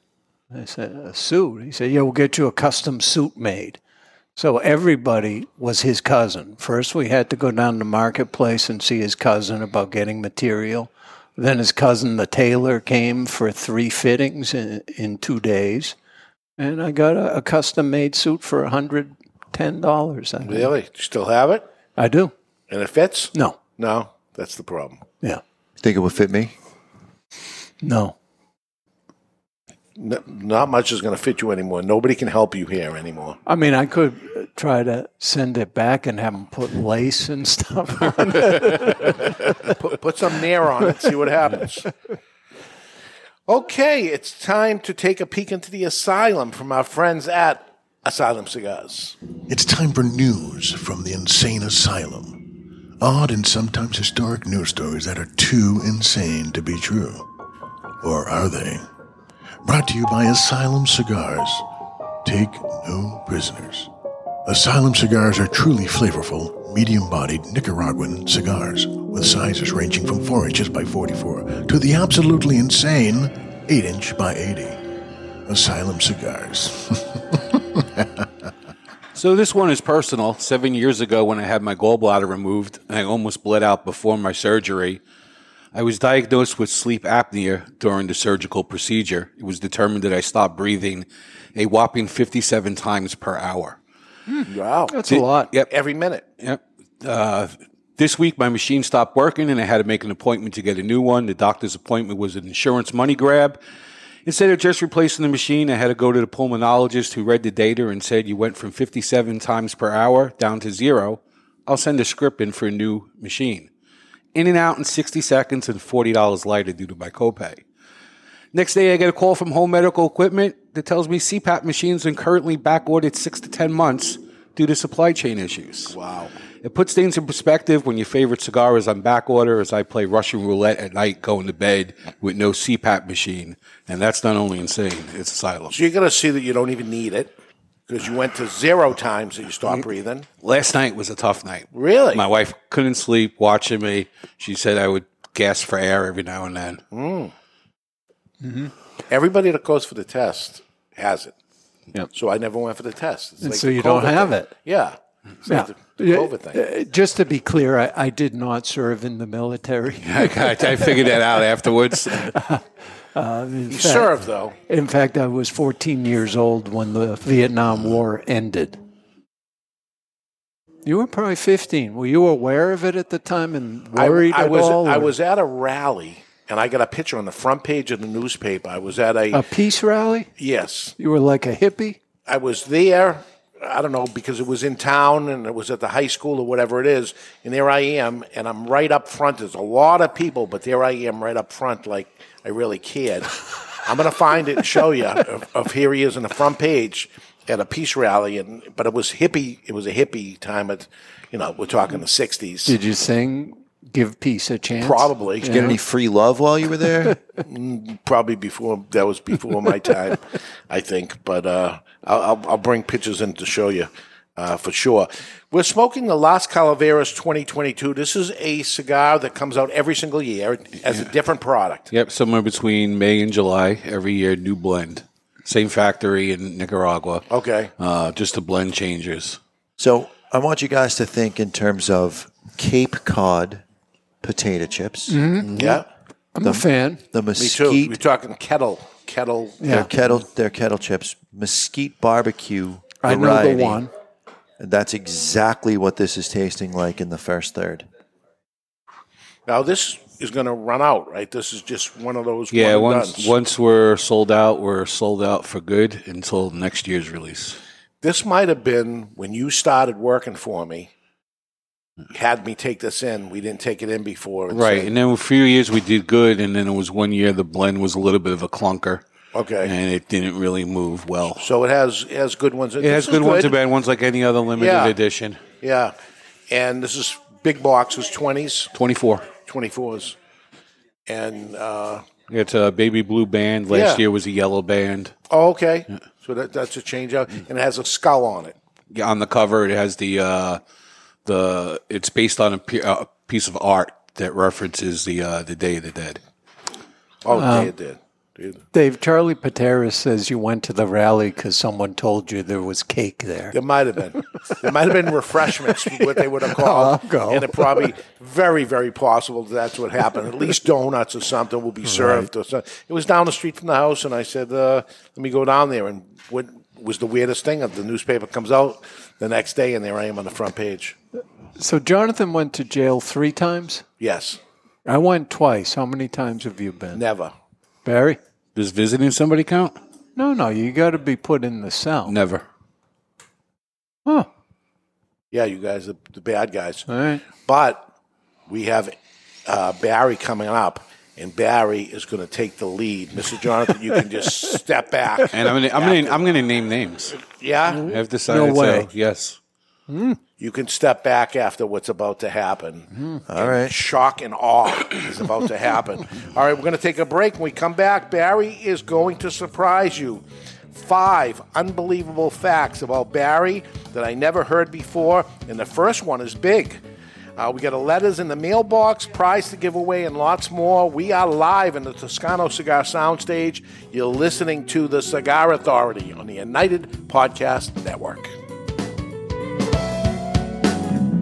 S4: I said, "A suit?" He said, "Yeah, we'll get you a custom suit made." So everybody was his cousin. First, we had to go down to marketplace and see his cousin about getting material. Then his cousin, the tailor, came for three fittings in, in two days, and I got a, a custom-made suit for hundred ten dollars.
S2: Really? You still have it?
S4: I do.
S2: And it fits?
S4: No.
S2: No? That's the problem.
S4: Yeah.
S3: Think it would fit me?
S4: No.
S2: N- not much is going to fit you anymore. Nobody can help you here anymore.
S4: I mean, I could uh, try to send it back and have them put lace and stuff. on it.
S2: put, put some Nair on it, see what happens. Okay, it's time to take a peek into the asylum from our friends at Asylum Cigars.
S17: It's time for news from the insane asylum. Odd and sometimes historic news stories that are too insane to be true. Or are they? Brought to you by Asylum Cigars, Take no prisoners. Asylum cigars are truly flavorful, medium bodied Nicaraguan cigars with sizes ranging from 4 inches by 44 to the absolutely insane 8 inch by 80. Asylum cigars.
S5: So this one is personal. Seven years ago, when I had my gallbladder removed and I almost bled out before my surgery, I was diagnosed with sleep apnea during the surgical procedure. It was determined that I stopped breathing a whopping 57 times per hour.
S2: Wow.
S5: Thi- Yep.
S2: Every minute.
S5: Yep. Uh, this week, my machine stopped working and I had to make an appointment to get a new one. The doctor's appointment was an insurance money grab. Instead of just replacing the machine, I had to go to the pulmonologist who read the data and said, You went from 57 times per hour down to zero. I'll send a script in for a new machine. In and out in 60 seconds and $40 lighter due to my copay. Next day, I get a call from Home Medical Equipment that tells me CPAP machines are currently back ordered six to 10 months due to supply chain issues. Wow. It puts things in perspective when your favorite cigar is on back order as I play Russian roulette at night going to bed with no CPAP machine. And that's not only insane, it's asylum.
S2: So you're going to see that you don't even need it because you went to zero times that you stopped breathing.
S5: Last night was a tough night.
S2: Really?
S5: My wife couldn't sleep watching me. She said I would gasp for air every now and then.
S2: Mm. Everybody that goes for the test has it. So I never went for the test.
S4: And
S2: like
S4: so
S2: the
S4: you don't
S2: COVID
S4: have
S2: thing.
S4: it.
S2: Yeah. It's like the
S4: Yeah.
S2: COVID
S4: Uh,
S2: thing.
S4: Just to be clear, I, I did not serve in the military.
S5: I, got- I figured that out afterwards.
S4: Uh, in
S2: He served, though.
S4: In fact, I was 14 years old when the Vietnam War ended. You were probably 15. Were you aware of it at the time and
S2: I,
S4: worried
S2: I
S4: at
S2: was
S4: all?
S2: I
S4: or-
S2: was at a rally and I got a picture on the front page of the newspaper. I was at a
S4: a peace rally.
S2: yes.
S4: You were like a hippie.
S2: I was there. I don't know because it was in town and it was at the high school or whatever it is. And there I am, and I'm right up front. There's a lot of people, but there I am right up front, like I really cared. I'm gonna find it and show you. Of, of here he is on the front page at a peace rally, and but it was hippie. It was a hippie time. At you know we're talking the '60s.
S4: Did you sing "Give Peace a Chance"?
S2: Probably.
S4: Yeah.
S2: free love while you were there? Mm, Probably before that was before my time, I think. But uh, I'll, I'll, I'll bring pictures in to show you uh, for sure. We're smoking the Las Calaveras 2022. This is a cigar that comes out every single year as a different product.
S5: Yep, somewhere between May and July every year, new blend. Same factory in Nicaragua.
S2: Okay.
S5: Uh, just the blend changes.
S3: So I want you guys to think in terms of Cape Cod potato chips.
S2: Mhm. Yeah.
S4: Mm-hmm. I'm a fan.
S3: The
S2: Me
S3: mesquite,
S2: too. We're talking kettle, kettle.
S3: their kettle, their kettle chips, mesquite barbecue
S4: I know the
S3: variety.
S4: one.
S3: And that's exactly what this is tasting like in the first third.
S2: Now this is going to run out, right? This is just one of those.
S5: Yeah,
S2: one and
S5: once
S2: dones.
S5: once we're sold out, we're sold out for good until next year's release.
S2: this might have been when you started working for me. Had me take this in. We didn't take it in before. and
S5: Right,
S2: say,
S5: and then a few years we did good, and then it was one year the blend was a little bit of a clunker.
S2: Okay.
S5: and it didn't really move well.
S2: So it has it has good ones.
S5: It has good, ones and bad ones, like any other limited
S2: Yeah.
S5: edition.
S2: Yeah, and this is big boxes, twenties,
S5: Twenty four.
S2: twenty fours, and uh,
S5: It's a baby blue band. Last
S2: Yeah.
S5: year was a yellow band.
S2: oh, okay. So that, that's a change out, and it has a skull on it.
S5: Yeah, on the cover it has the uh, the it's based on a pi- uh, piece of art that references the uh, the Day of the Dead.
S2: Oh,
S4: Um,
S2: they did. Dude.
S4: Dave Charlie Patera says you went to the rally because someone told you there was cake there.
S2: There might have been. There might have been refreshments, what they would have called.
S4: I'll go.
S2: And it probably very, very possible that that's what happened. At least donuts or something will be served. Or something. It was down the street from the house, and I said, uh, let me go down there. And what was the weirdest thing? uh, The newspaper comes out the next day, and there I am on the front page.
S4: So Jonathan went to jail three times.
S2: Yes,
S4: I went twice. How many times have you been?
S2: never.
S4: Barry?
S5: Does visiting somebody count?
S4: No, no. You got to be put in the cell.
S5: Never.
S4: Huh.
S2: Yeah, you guys are the bad guys.
S4: All right.
S2: But we have uh, Barry coming up. And Barry is going to take the lead, Mr. Jonathan. You can just step back.
S5: And I'm gonna I'm gonna I'm gonna name names.
S2: Yeah,
S5: I've decided
S2: way.
S5: to. Yes.
S2: You can step back after what's about to happen. Mm-hmm. All right. Shock and awe is about to happen. All right, we're going to take a break. When we come back, Barry is going to surprise you five unbelievable facts about Barry that I never heard before, and the first one is big. Uh, we got a letters in the mailbox, prize to give away, and lots more. We are live in the Toscano Cigar Soundstage. You're listening to the Cigar Authority on the United Podcast Network.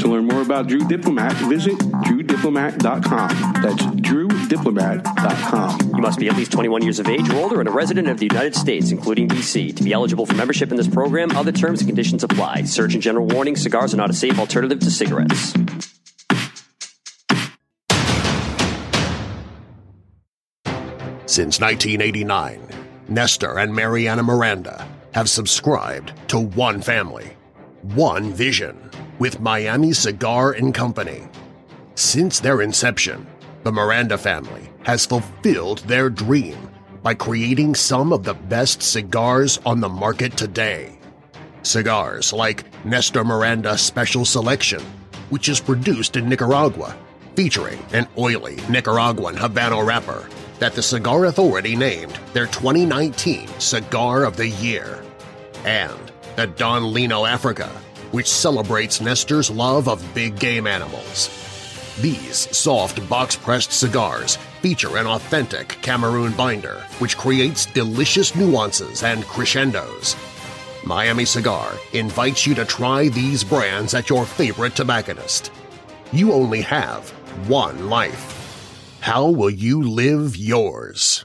S5: To learn more about Drew Diplomat, visit drewdiplomat.com. That's drewdiplomat.com.
S18: You must be at least 21 years of age or older and a resident of the United States, including D.C., to be eligible for membership in this program. Other terms and conditions apply. Surgeon General warning cigars are not a safe alternative to cigarettes.
S19: Since 1989, Nestor and Mariana Miranda have subscribed to one family, one vision with Miami Cigar and Company. Since their inception, the Miranda family has fulfilled their dream by creating some of the best cigars on the market today. Cigars like Nestor Miranda Special Selection, which is produced in Nicaragua, featuring an oily Nicaraguan Habano wrapper that the Cigar Authority named their 2019 Cigar of the Year, and the Don Lino Africa, which celebrates Nestor's love of big game animals. These soft box-pressed cigars feature an authentic Cameroon binder, which creates delicious nuances and crescendos. Miami Cigar invites you to try these brands at your favorite tobacconist. You only have one life. How will you live yours?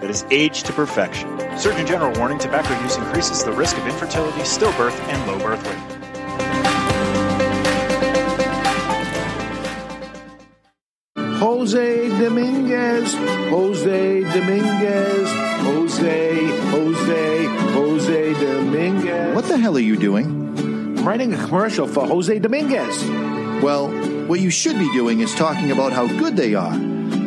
S20: that is aged to perfection. Surgeon General warning tobacco use increases the risk of infertility, stillbirth, and low birth weight.
S2: Jose Dominguez, Jose Dominguez, Jose, Jose, Jose Dominguez.
S3: What the hell are you doing?
S2: I'm writing a commercial for Jose Dominguez.
S3: Well, what you should be doing is talking about how good they are.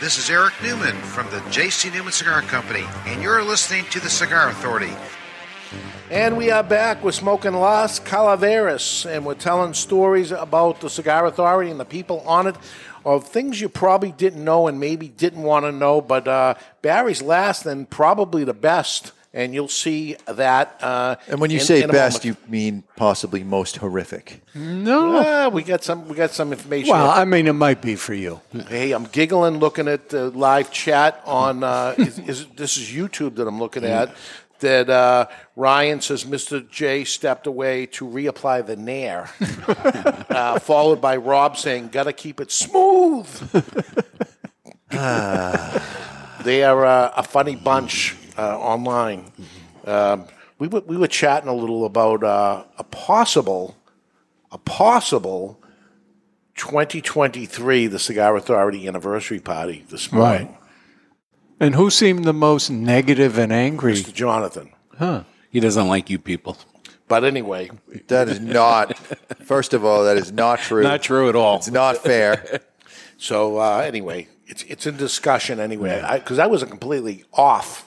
S16: This is Eric Newman from the J.C. Newman Cigar Company, and you're listening to the Cigar Authority.
S2: And we are back. We're smoking Las Calaveras, and we're telling stories about the Cigar Authority and the people on it, of things you probably didn't know and maybe didn't want to know. But uh, Barry's last and probably the best, and you'll see that. Uh,
S3: And when you
S2: in-
S3: say
S2: in a
S3: best,
S2: moment.
S3: you mean possibly most horrific.
S4: No.
S2: Ah, we got some. We got some information.
S4: Well, I mean, it might be for you.
S2: Hey, I'm giggling looking at the live chat on. Uh, is, is, this is YouTube that I'm looking at. that uh, Ryan says Mr. J stepped away to reapply the Nair, uh, followed by Rob saying, Gotta keep it smooth. they are uh, a funny bunch uh, online. Um, we, were, we were chatting a little about uh, a possible, a possible 2023, the Cigar Authority anniversary party this morning.
S4: And who seemed the most negative and angry? Mr.
S2: Jonathan.
S4: Huh.
S5: He doesn't like you people.
S2: But anyway,
S3: that is not. First of all, that is not true.
S5: Not true at all. It's
S3: not fair.
S2: so uh, anyway, it's it's in discussion anyway because I, was completely off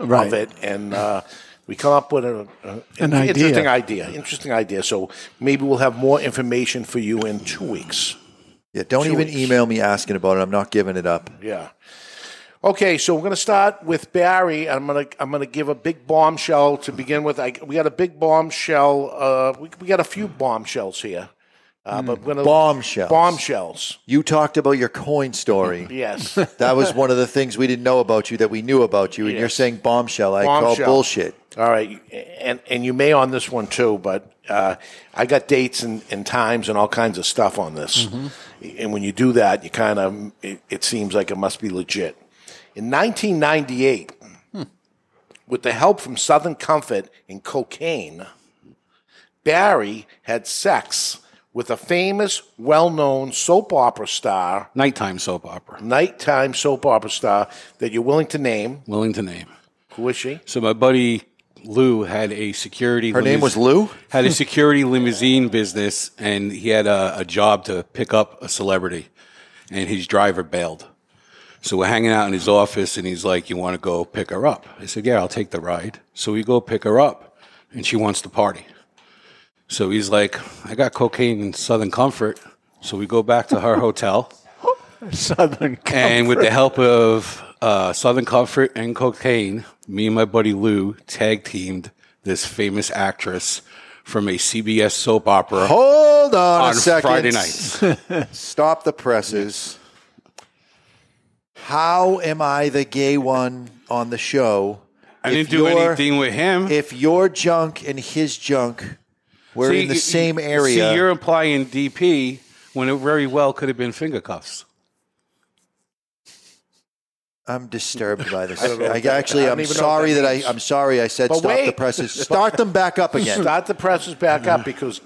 S4: Right.
S2: of it, and uh, we come up with a, a-
S4: An
S2: interesting
S4: idea.
S2: idea. Interesting idea. So maybe we'll have more information for you in two weeks.
S3: Yeah, don't
S2: Two
S3: even
S2: weeks.
S3: email me asking about it. I'm not giving it up.
S2: Yeah. Okay, so we're going to start with Barry. and I'm going to I'm going to give a big bombshell to begin with. I, we got a big bombshell. Uh, we, we got a few bombshells here, uh, but we're going to
S3: Bombshells.
S2: Bombshells.
S3: You talked about your coin story.
S2: Yes.
S3: that was one of the things we didn't know about you that we knew about you, and you're saying bombshell. I
S5: oh,
S2: Bombshell.
S3: call bullshit.
S2: All right, and and you may on this one too, but uh, I got dates and, and times and all kinds of stuff on this.
S5: Mm-hmm.
S2: And when you do that, you kind of it, it seems like it must be legit. In 1998,
S5: Hmm.
S2: with the help from Southern Comfort and cocaine, Barry had sex with a famous, well-known soap opera star,
S5: Nighttime soap opera,
S2: nighttime soap opera star that you're willing to name.
S5: willing to name.
S2: Who is she?
S5: So my buddy Lou had a security.
S3: Her name was Lou?
S5: Had a security limousine business, and he had a, a job to pick up a celebrity, and his driver bailed. So we're hanging out in his office, and he's like, "You want to go pick her up?" I said, "Yeah, I'll take the ride." So we go pick her up, and she wants to party. So he's like, "I got cocaine in Southern Comfort." So we go back to her hotel.
S4: Southern Comfort.
S5: And with the help of uh, Southern Comfort and cocaine, me and my buddy Lou tag teamed this famous actress from a CBS soap opera.
S3: Hold on,
S5: on
S3: a second.
S5: Friday nights.
S3: Stop the presses. How am I the gay one on the show?
S5: I
S3: if
S5: didn't do
S3: you're-
S5: anything with him.
S3: If your junk and his junk were
S5: See,
S3: in the
S5: you-
S3: same
S5: you-
S3: area,
S5: See, you're implying DP when it very well could have been finger cuffs.
S3: I'm disturbed by this.
S5: I don't know
S3: I,
S5: what that-
S3: actually,
S5: I don't
S3: I'm
S5: even know
S3: sorry
S5: what
S3: that,
S5: that
S3: I. I'm sorry I said
S2: But
S3: stop the
S2: wait.
S3: presses. Start them back up again. Mm-hmm.
S2: Start the presses back up because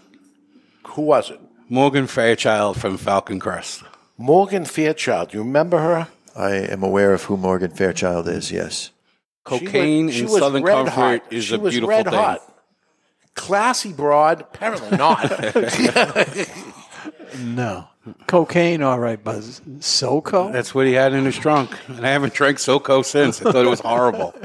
S2: who was it?
S5: Morgan Fairchild from Falcon Crest.
S2: Morgan Fairchild. You remember her?
S3: I am aware of who Morgan Fairchild is. Yes.
S5: Cocaine
S2: she
S5: in
S2: was
S5: Southern
S2: red
S5: Comfort
S2: hot.
S5: is
S2: She
S5: a
S2: was
S5: beautiful
S2: red
S5: thing.
S2: hot. Classy broad, apparently not.
S4: No. Cocaine, all right, Buzz. SoCo?
S5: That's what he had in his trunk. And I haven't drank SoCo since. I thought it was horrible.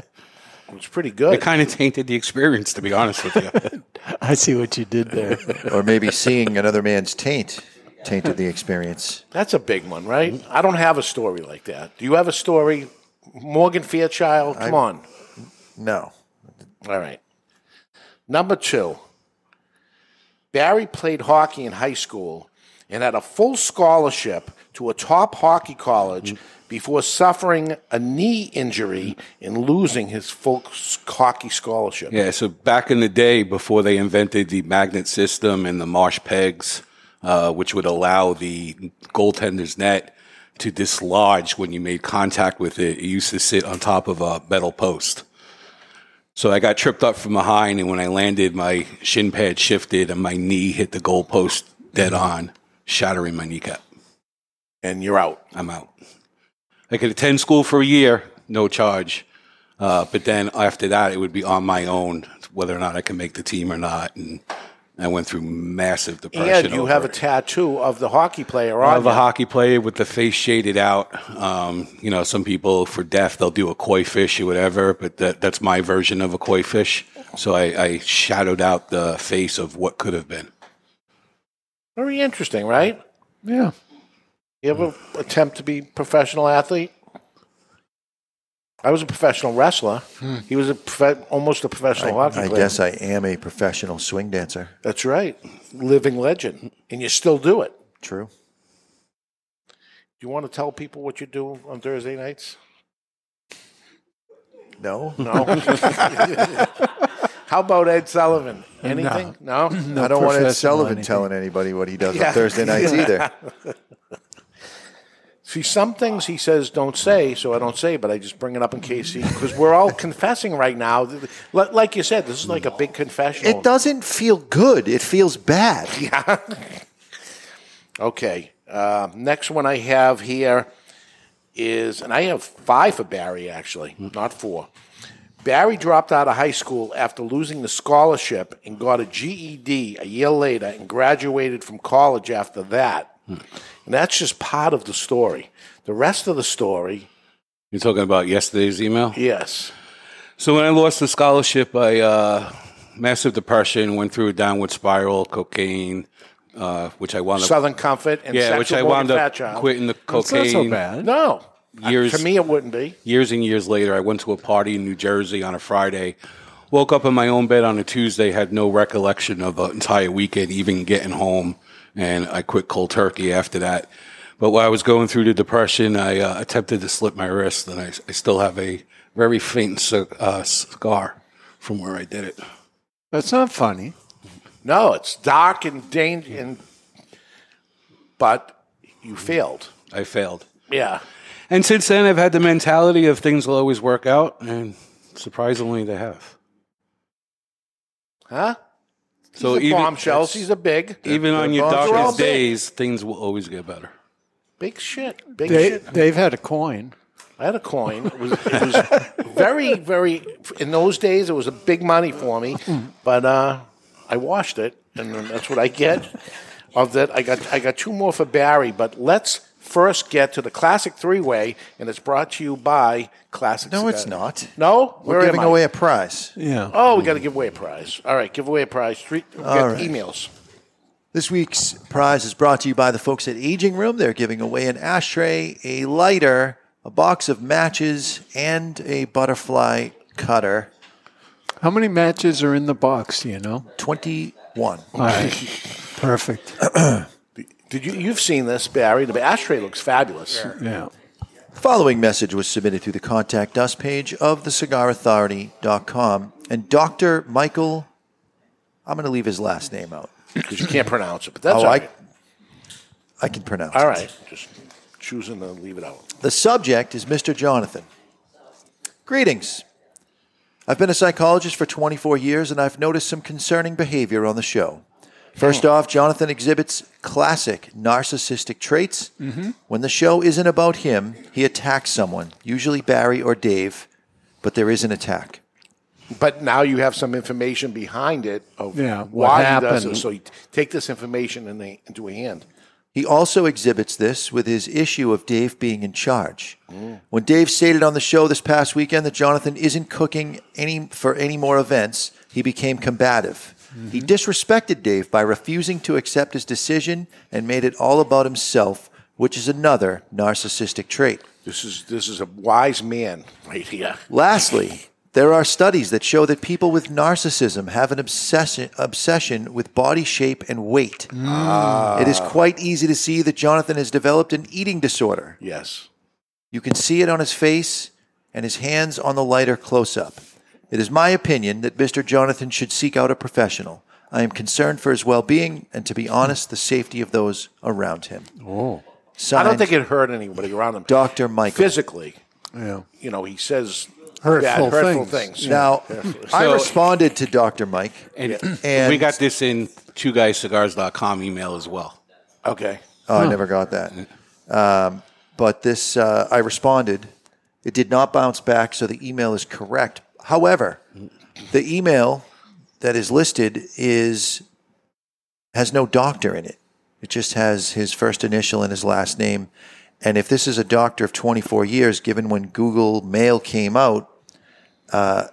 S2: It's pretty good.
S5: It kind of tainted the experience, to be honest with you.
S4: I see what you did there.
S3: or maybe seeing another man's taint tainted the experience.
S2: That's a big one, right? I don't have a story like that. Do you have a story? Morgan Fairchild, come
S3: I-
S2: on.
S3: No.
S2: All right. Number two. Barry played hockey in high school and had a full scholarship to a top hockey college before suffering a knee injury and losing his full s- hockey scholarship.
S5: Yeah, so back in the day, before they invented the magnet system and the marsh pegs, uh, which would allow the goaltender's net to dislodge when you made contact with it, it used to sit on top of a metal post. So I got tripped up from behind, and when I landed, my shin pad shifted and my knee hit the goalpost dead on, shattering my kneecap.
S2: And you're out.
S5: I'm out. I could attend school for a year, no charge. Uh, but then after that, it would be on my own whether or not I could make the team or not. And I went through massive depression.
S2: And you
S5: over
S2: have a
S5: it.
S2: tattoo of the hockey player
S5: I
S2: on
S5: have a
S2: you.
S5: hockey player with the face shaded out. Um, you know, some people for deaf they'll do a koi fish or whatever, but that, that's my version of a koi fish. So I, I shadowed out the face of what could have been.
S2: Very interesting, right?
S4: Yeah.
S2: You ever attempt to be a professional athlete? I was a professional wrestler. He was a prof- almost a professional hockey
S3: Hmm. I
S2: player.
S3: guess I am a professional swing dancer.
S2: That's right. Living legend. And you still do it.
S3: True.
S2: Do you want to tell people what you do on Thursday nights?
S3: No.
S2: No. How about Ed Sullivan? Anything? No.
S3: I don't want Ed Sullivan telling anybody what he does on Thursday nights either.
S2: See, some things he says don't say, so I don't say, but I just bring it up in case he, because we're all confessing right now. Li- Like you said, this is like a big confessional.
S3: It doesn't feel good. It feels bad.
S2: Yeah. okay. Uh, next one I have here is, and I have five for Barry actually, not four. Barry dropped out of high school after losing the scholarship and got a GED a year later and graduated from college after that. And that's just part of the story. The rest of the story,
S5: You're talking about yesterday's email?
S2: Yes.
S5: So when I lost the scholarship, I uh, massive depression, went through a downward spiral, cocaine, uh, which I wound up
S2: Southern Comfort and
S5: yeah, which I
S2: Sexual
S5: wound up
S2: Infatuation.
S5: quitting the cocaine.
S2: No.
S5: Years-
S2: to me, it wouldn't be.
S5: Years and years later, I went to a party in New Jersey on a Friday. Woke up in my own bed on a Tuesday, had no recollection of an entire weekend, even getting home, and I quit cold turkey after that. But while I was going through the depression, I uh, attempted to slip my wrist, and I, I still have a very faint sc- uh, scar from where I did it.
S4: That's not funny.
S2: No, it's dark and dangerous, and, but you failed.
S5: I failed.
S2: Yeah.
S5: And since then, I've had the mentality of things will always work out, and surprisingly, they have.
S2: Huh? So
S5: So
S2: he's a
S5: even-
S2: bombshells. He's a big.
S5: Even on your
S2: They're all
S5: darkest
S2: big.
S5: days, things will always get better.
S2: Big shit. Big
S4: They,
S2: shit.
S4: they've had a coin.
S2: I had a coin. It was, it was very, very. In those days, it was a big money for me, but uh, I washed it, and then that's what I get. Of that, I got I got two more for Barry, but let's first get to the classic three way, and it's brought to you by Classic.
S3: No, it's
S2: Cigar.
S3: not.
S2: No,
S3: We're
S2: Where
S3: giving
S2: am I?
S3: away a prize.
S4: Yeah.
S2: Oh, we got to give away a prize. All right, give away a prize. Three we
S3: All
S2: got
S3: right.
S2: emails.
S3: This week's prize is brought to you by the folks at Aging Room. They're giving away an ashtray, a lighter, a box of matches, and a butterfly cutter.
S4: How many matches are in the box, do you know?
S3: 21.
S4: All right. Perfect.
S2: Did you you've seen this, Barry? The ashtray looks fabulous.
S4: Yeah.
S3: Following message was submitted through the contact us page of thecigarauthority.com. And Dr. Michael, I'm going to leave his last name out. Oh,
S2: Because you can't pronounce it, but that's all right.
S3: I, I can pronounce
S2: All
S3: it.
S2: right, just choosing to leave it out.
S3: The subject is Mr. Jonathan. Greetings. I've been a psychologist for 24 years and I've noticed some concerning behavior on the show. First off, Jonathan exhibits classic narcissistic traits. When the show isn't about him, he attacks someone, usually Barry or Dave, but there is an attack.
S2: But now you have some information behind it of
S3: Yeah, what
S2: why he does
S3: happened.
S2: it. So you t- take this information in the, into a hand.
S3: He also exhibits this with his issue of Dave being in charge. When Dave stated on the show this past weekend that Jonathan isn't cooking any for any more events, he became combative. He disrespected Dave by refusing to accept his decision and made it all about himself, which is another narcissistic trait.
S2: This is this is a wise man right here.
S3: Lastly, there are studies that show that people with narcissism have an obsession, obsession with body shape and weight.
S2: Ah.
S3: It is quite easy to see that Jonathan has developed an eating disorder.
S2: Yes.
S3: You can see it on his face and his hands on the lighter close up. It is my opinion that Mr. Jonathan should seek out a professional. I am concerned for his well being and, to be honest, the safety of those around him.
S4: Oh.
S2: I don't think it hurt anybody around him.
S3: Dr. Michael.
S2: Physically,
S4: Yeah.
S2: you know, he says
S3: Hurtful
S2: bad, hurtful
S3: things.
S2: things.
S3: Now,
S2: Hurtful.
S3: I
S5: So-
S3: responded to Dr. Mike.
S5: And,
S3: And-
S5: we got this in two guyscigars.com email as well.
S2: Okay.
S3: Oh, I
S5: Huh.
S3: never got that. Um, but this, uh, I responded. It did not bounce back, so the email is correct. However, the email that is listed is has no doctor in it. It just has his first initial and his last name. And if this is a doctor of 24 years, given when Google Mail came out, uh,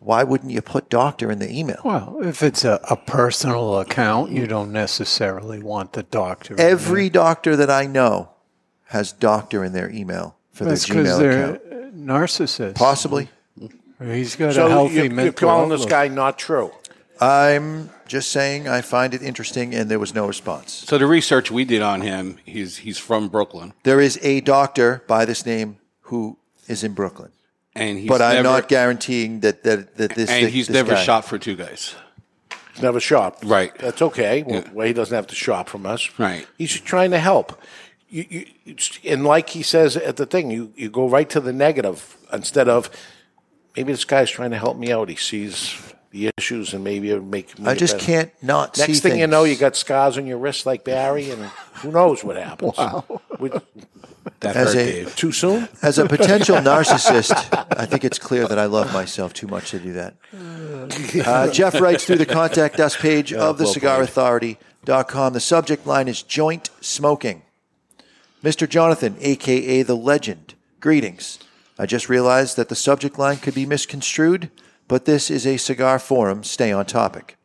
S3: why wouldn't you put doctor in the email?
S4: Well, if it's a, a personal account, you don't necessarily want the doctor. in
S3: Every
S4: there.
S3: doctor that I know has doctor in their email for
S4: That's
S3: their Gmail
S4: they're
S3: account.
S4: uh, narcissists.
S3: Possibly.
S4: He's got
S2: so
S4: a healthy
S2: you're,
S4: mental
S2: you're calling this
S4: outlook.
S2: guy not true.
S3: I'm just saying I find it interesting, and there was no response.
S5: So the research we did on him, he's he's from Brooklyn,
S3: There is a doctor by this name who is in Brooklyn.
S5: And he's
S3: but I'm
S5: never-
S3: not guaranteeing that that, that this.
S5: and
S3: that
S5: he's
S3: this
S5: never
S3: guy-
S5: shot for two guys.
S2: He's never shopped.
S5: Right.
S2: That's okay. Well,
S5: Yeah.
S2: well, he doesn't have to shop from us.
S5: Right.
S2: He's just trying to help. You, you, it's- and like he says at the thing, you, you go right to the negative instead of maybe this guy's trying to help me out. He sees the issues and maybe it'll make me.
S3: I
S2: a
S3: just
S2: better-
S3: can't not
S2: Next
S3: see
S2: thing you
S3: things.
S2: know, you got scars on your wrist like Barry, and who knows what happens. Wow.
S3: That As hurt, a- Dave.
S2: Too soon?
S3: As a potential narcissist, I think it's clear that I love myself too much to do that. Uh, Jeff writes through the contact us page
S1: Yeah,
S3: of the
S1: well
S3: thecigarauthority.com. The subject line is joint smoking. Mr. Jonathan, aka the legend, greetings. I just realized that the subject line could be misconstrued, but this is a cigar forum. Stay on topic.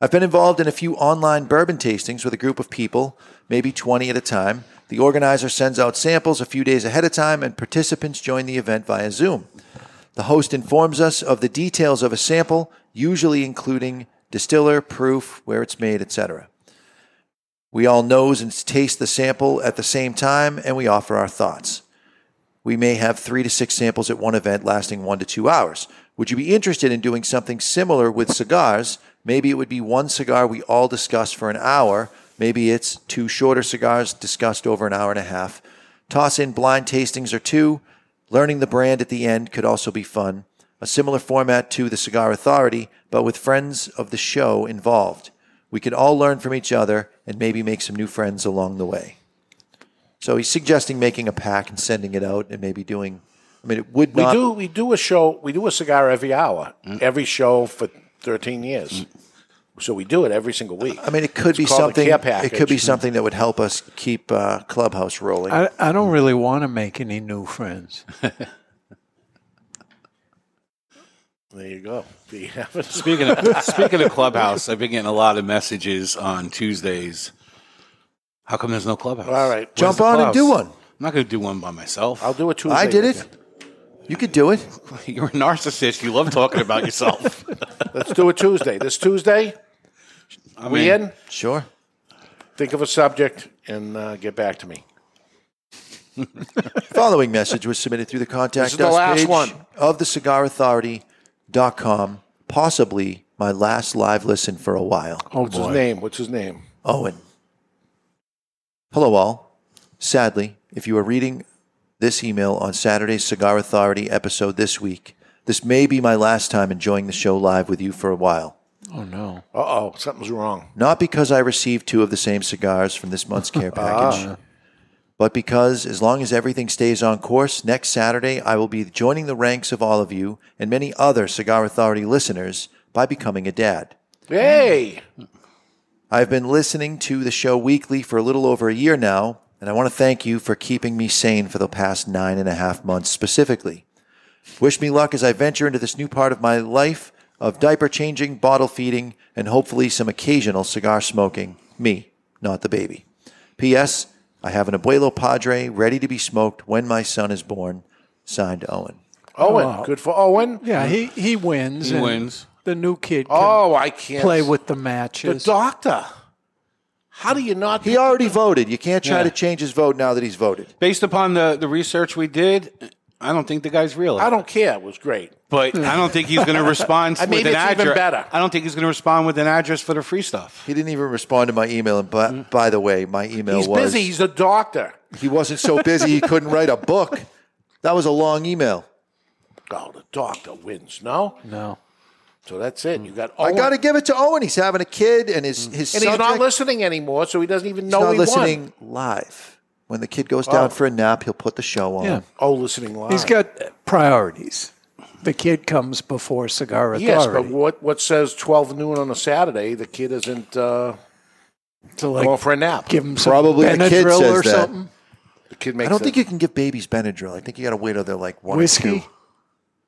S3: I've been involved in a few online bourbon tastings with a group of people, maybe 20 at a time. The organizer sends out samples a few days ahead of time, and participants join the event via Zoom. The host informs us of the details of a sample, usually including distiller, proof, where it's made, etc. We all nose and taste the sample at the same time, and we offer our thoughts. We may have three to six samples at one event lasting one to two hours. Would you be interested in doing something similar with cigars? Maybe it would be one cigar we all discuss for an hour. Maybe it's two shorter cigars discussed over an hour and a half. Toss in blind tastings or two. Learning the brand at the end could also be fun. A similar format to the Cigar Authority, but with friends of the show involved. We could all learn from each other and maybe make some new friends along the way. So he's suggesting making a pack and sending it out and maybe doing. I mean, it would
S2: We
S3: not.
S2: do we do a show we do a cigar every hour every show for thirteen years, so we do it every single week.
S3: I mean, it could
S2: It's
S3: be
S2: called a
S3: something.
S2: care
S3: It could be
S2: package.
S3: something that would help us keep uh, Clubhouse rolling.
S4: I, I don't really want to make any new friends.
S2: There you go. There you have it.
S5: Speaking of, speaking of Clubhouse, I've been getting a lot of messages on Tuesdays. How come there's no Clubhouse?
S2: All right.
S5: Where's
S3: Jump
S5: the
S3: on and
S5: Clubhouse?
S3: do one.
S5: I'm not going to do one by myself.
S2: I'll do it Tuesday.
S3: I did it. You could do it.
S5: You're a narcissist. You love talking about yourself.
S2: Let's do it Tuesday. This Tuesday,
S5: I
S2: we
S5: mean-
S2: in.
S3: Sure.
S2: Think of a subject and uh, get back to me.
S3: Following message was submitted through the contact
S2: This is the
S3: us
S2: last
S3: page
S2: one.
S3: of the cigarauthority.com. Possibly my last live listen for a while.
S2: What's his name? What's his name?
S3: Owen. Hello, all. Sadly, if you are reading this email on Saturday's Cigar Authority episode this week, this may be my last time enjoying the show live with you for a while.
S4: Oh no.
S2: Uh oh, something's wrong.
S3: Not because I received two of the same cigars from this month's care package,
S2: Ah.
S3: but because as long as everything stays on course, next Saturday I will be joining the ranks of all of you and many other Cigar Authority listeners by becoming a dad.
S2: Hey,
S3: I've been listening to the show weekly for a little over a year now, and I want to thank you for keeping me sane for the past nine and a half months specifically. Wish me luck as I venture into this new part of my life of diaper changing, bottle feeding, and hopefully some occasional cigar smoking. Me, not the baby. P.S. I have an abuelo padre ready to be smoked when my son is born. Signed, Owen.
S2: Owen.
S4: Oh.
S2: Good for Owen.
S4: Yeah, he, he wins.
S3: He
S4: and
S3: wins.
S4: The new kid. Can
S2: Oh, I can't
S4: play with the
S2: the
S4: matches.
S2: doctor. How do you not?
S3: He already voted. You can't try
S5: Yeah.
S3: to change his vote now that he's voted.
S5: Based upon the, the research we did, I don't think the guy's real.
S2: I don't care. It was great.
S5: But I don't think he's going to respond
S2: I mean,
S5: with an
S2: it's even
S5: address.
S2: better.
S5: I don't think he's going to respond with an address for the free stuff. Mm.
S3: He didn't even respond to my email. And by, by the way, my email
S2: He's
S3: was
S2: busy. He's a doctor.
S3: he wasn't so busy he couldn't write a book. That was a long email.
S2: Oh, the doctor wins. No,
S4: no.
S2: So that's
S4: Hmm.
S2: it. You got.
S3: I
S2: Owen.
S3: got to give it to Owen. He's having a kid, and his his
S2: Oh, And he's
S3: subject,
S2: not listening anymore, so he doesn't even know
S3: not
S2: he won.
S3: listening live. When the kid goes down
S2: Oh.
S3: for a nap, he'll put the show on.
S4: Yeah.
S2: Oh, listening live.
S4: He's got priorities. The kid comes before Cigar Authority.
S2: Yes, but what what says twelve noon on a Saturday? The kid isn't uh,
S4: to like
S2: going for a nap.
S4: give him some
S3: Probably the kid
S4: Benadryl
S3: says
S4: or
S3: that.
S4: something.
S2: The kid
S3: I
S2: makes.
S3: don't think you can give babies Benadryl. I think you got to wait till they're like one or
S4: Whiskey?
S3: two.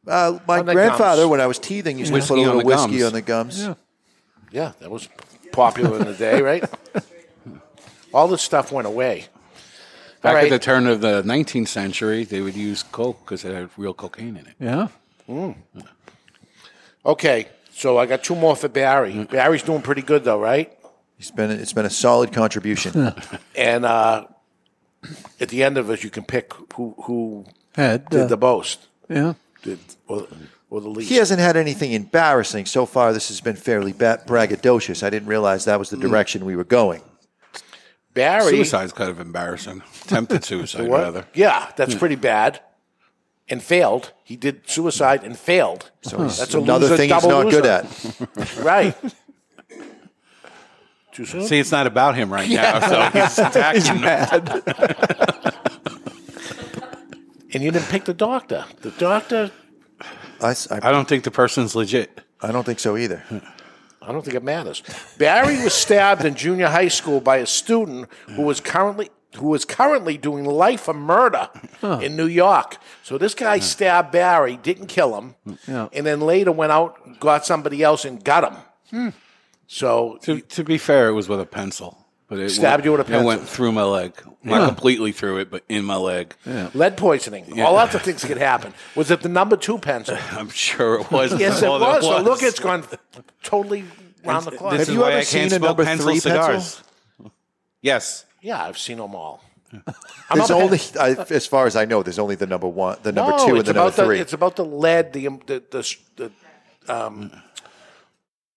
S3: Uh, my
S2: On the
S3: grandfather,
S2: gums.
S3: when I was teething, used to
S5: Whiskey
S3: put a
S5: on
S3: little
S5: the
S3: whiskey
S5: gums.
S3: on the gums.
S2: Yeah. yeah, that was popular in the day, right? All this stuff went away. All
S5: Back at
S2: right.
S5: the turn of the 19th century, they would use coke because it had real cocaine in it.
S4: Yeah.
S2: Mm. Okay, so I got two more for Barry. Barry's doing pretty good though, right?
S3: It's been it's been a solid contribution.
S2: And uh, at the end of it, you can pick who who
S4: Had,
S2: did
S4: uh,
S2: the most.
S4: Yeah.
S2: Did, or, or the least.
S3: He hasn't had anything embarrassing so far. This has been fairly ba- braggadocious. I didn't realize that was the direction we were going.
S2: Barry.
S5: Suicide's kind of embarrassing. Attempted suicide,
S2: What?
S5: rather.
S2: Yeah, that's
S5: Hmm.
S2: pretty bad. And failed. He did suicide and failed. So
S3: it's another thing he's not good
S2: at. right. Too soon?
S5: See, it's not about him right now, so he's attacking
S2: He's
S5: him.
S2: mad. and you didn't pick the doctor. The doctor.
S3: I,
S5: don't think the person's legit.
S3: I don't think so either.
S2: I don't think it matters. Barry was stabbed in junior high school by a student who was currently who was currently doing life for murder in New York. So this guy stabbed Barry, didn't kill him,
S5: Yeah.
S2: and then later went out, got somebody else, and got him. So
S5: to, to be fair, it was with a pencil. But it
S2: Stabbed
S5: went-
S2: you with a
S5: It
S2: pencil.
S5: went through my leg, not
S2: Yeah.
S5: completely through it, but in my leg.
S2: Lead poisoning.
S5: Yeah.
S2: All lots of things could happen. Was it the number two pencil?
S5: I'm sure it was.
S2: yes, it
S5: all there
S2: was. So look, it's gone totally round the
S5: This
S2: clock.
S5: is Have you why ever I can't seen a smoke number pencil three pencil? cigars. Yes.
S2: Yeah, I've seen them all. I'm
S3: There's
S2: not-
S3: only, I, as far as I know, there's only the number one, the number
S2: No,
S3: two, and
S2: it's
S3: the number
S2: about
S3: three.
S2: it's about the lead, the um, the the, the, um,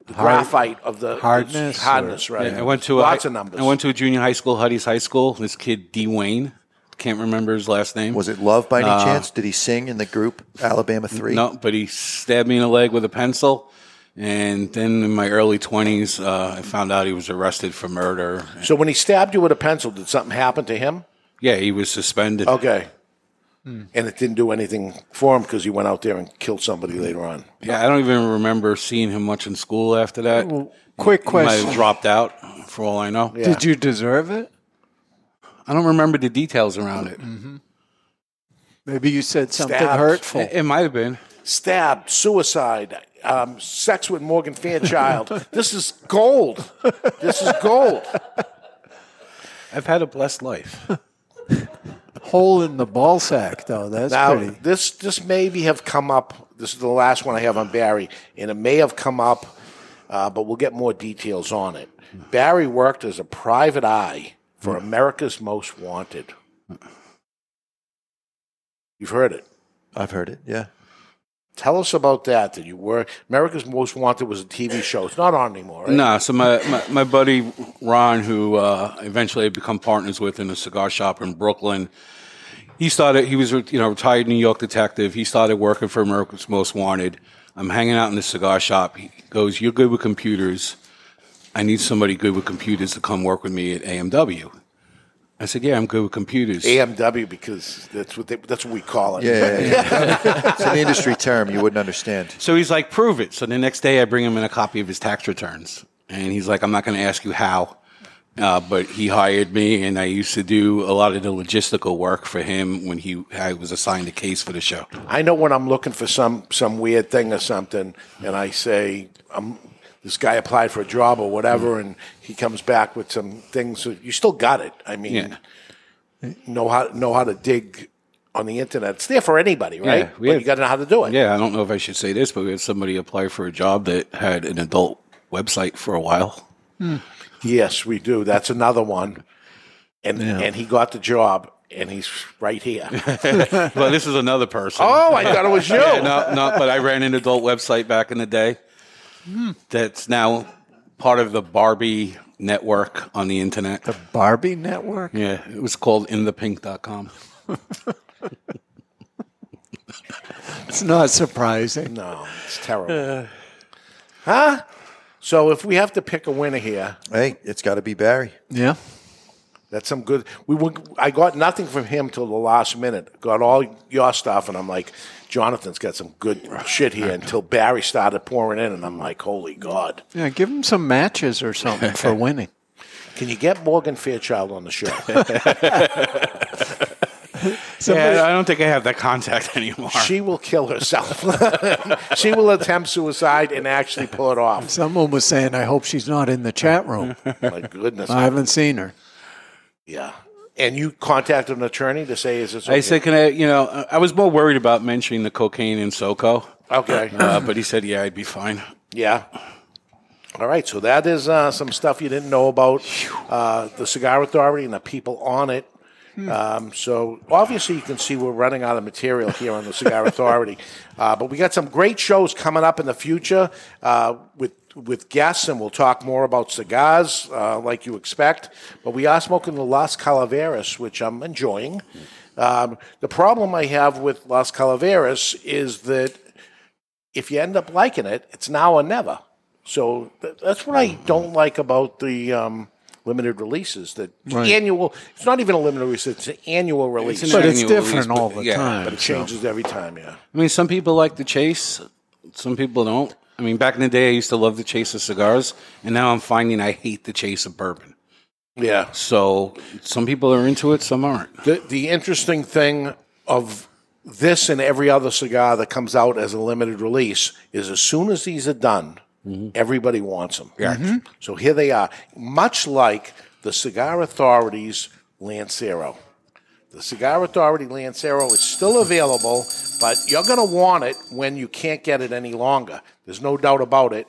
S2: the
S5: Hard-
S2: graphite of the
S5: hardness
S2: it's hardness, right?
S5: I went to
S2: lots
S5: a,
S2: of numbers.
S5: I went to a junior high school, Huddy's High School. This kid, D. Wayne, can't remember his last name.
S3: Was it Love by any
S5: Uh,
S3: chance? Did he sing in the group Alabama Three?
S5: No, but he stabbed me in the leg with a pencil. And then in my early 20s, uh, I found out he was arrested for murder.
S2: so when he stabbed you with a pencil, did something happen to him?
S5: Yeah, he was suspended.
S2: Okay,
S5: Hmm.
S2: and it didn't do anything for him because he went out there and killed somebody
S5: Hmm.
S2: later on.
S5: Yeah, I don't even remember seeing him much in school after that.
S4: quick
S5: He might have
S4: question.
S5: dropped out, for all I know.
S4: Did you deserve it?
S5: I don't remember the details around it.
S4: Maybe you said something
S2: Stabbed.
S4: hurtful.
S2: It-
S5: It might have been.
S2: Stabbed, suicide, um, sex with Morgan Fairchild. this is gold. This is gold.
S5: I've had a blessed life.
S4: Hole in the ball sack, though. That's
S2: now,
S4: pretty.
S2: this this maybe have come up. This is the last one I have on Barry, and it may have come up, uh, but we'll get more details on it. Barry worked as a private eye for
S3: Hmm.
S2: America's Most Wanted. You've heard it.
S3: I've heard it. Yeah.
S2: Tell us about that. That you were America's Most Wanted was a TV show. It's not on anymore. Right?
S5: No, so my, my, my buddy Ron, who uh, eventually I become partners with in a cigar shop in Brooklyn, he started. He was you know retired New York detective. He started working for America's Most Wanted. I'm hanging out in the cigar shop. He goes, "You're good with computers. I need somebody good with computers to come work with me at AMW." I said, "Yeah, I'm good with computers."
S2: AMW because that's what they, that's what we call it.
S3: Yeah, yeah, yeah. it's an industry term you wouldn't understand.
S5: So he's like, prove it. So the next day I bring him in a copy of his tax returns. And he's like, I'm not going to ask you how. Uh, but he hired me, and I used to do a lot of the logistical work for him when he I was assigned a case for the show.
S2: I know when I'm looking for some some weird thing or something, and I say, um this guy applied for a job or
S5: Mm.
S2: whatever," and he comes back with some things. that- You still got it. I mean, know how know how to dig on the internet. It's there for anybody, right?
S5: Yeah, we
S2: but
S5: have-
S2: you got to know how to do it.
S5: Yeah, I don't know if I should say this, but we had somebody apply for a job that had an adult website for a while.
S2: Yes, we do. That's another one. And and he got the job, and he's right here.
S5: well, this is another person.
S2: Oh, I thought it was you.
S5: Yeah, no, no, but I ran an adult website back in the day that's now part of the Barbie network on the internet. The
S4: Barbie Network?
S5: Yeah, it was called inthepink.com.
S4: It's not surprising.
S2: No, it's terrible.
S5: Uh.
S2: huh? So if we have to pick a winner here,
S3: Hey, it's got to be Barry.
S4: Yeah.
S2: That's some good. We were, I got nothing from him till the last minute. Got all your stuff, and I'm like, Jonathan's got some good shit here. Until Barry started pouring in, and I'm like, holy god!
S4: Yeah, give him some matches or something for winning.
S2: Can you get Morgan Fairchild on the show?
S5: yeah, I don't think I have that contact anymore.
S2: she will kill herself. she will attempt suicide and actually pull it off.
S4: Someone was saying, I hope she's not in the chat room.
S2: My goodness.
S4: I haven't seen her.
S2: Yeah. And you contacted an attorney to say, is this?
S5: I said, can I, you know, I- I was more worried about mentioning the cocaine in SoCo.
S2: Okay.
S5: Uh, but he said, yeah, I'd be fine.
S2: Yeah. All right, so that is uh, some stuff you didn't know about uh, the Cigar Authority and the people on it. Um, so obviously, you can see we're running out of material here on the Cigar Authority, uh, but we got some great shows coming up in the future uh, with with guests, and we'll talk more about cigars uh, like you expect. But we are smoking the Las Calaveras, which I'm enjoying. Um, the problem I have with Las Calaveras is that if you end up liking it, it's now or never. So th- that's what I don't like about the um, limited releases. That
S4: Right.
S2: annual, it's not even a limited release; it's an annual release.
S5: an But it's annual different release, but- all the yeah, time,
S2: But it
S5: so.
S2: changes every time. Yeah.
S5: I mean, some people like the chase, some people don't. I mean, back in the day, I used to love the chase of cigars, and now I'm finding I hate the chase of bourbon.
S2: Yeah.
S5: So some people are into it, some aren't.
S2: The the interesting thing of this and every other cigar that comes out as a limited release is as soon as these are done, everybody wants them.
S5: Yeah. Mhm.
S2: So here they are, much like the Cigar Authority's Lancero. The Cigar Authority Lancero is still available, but you're going to want it when you can't get it any longer. There's no doubt about it.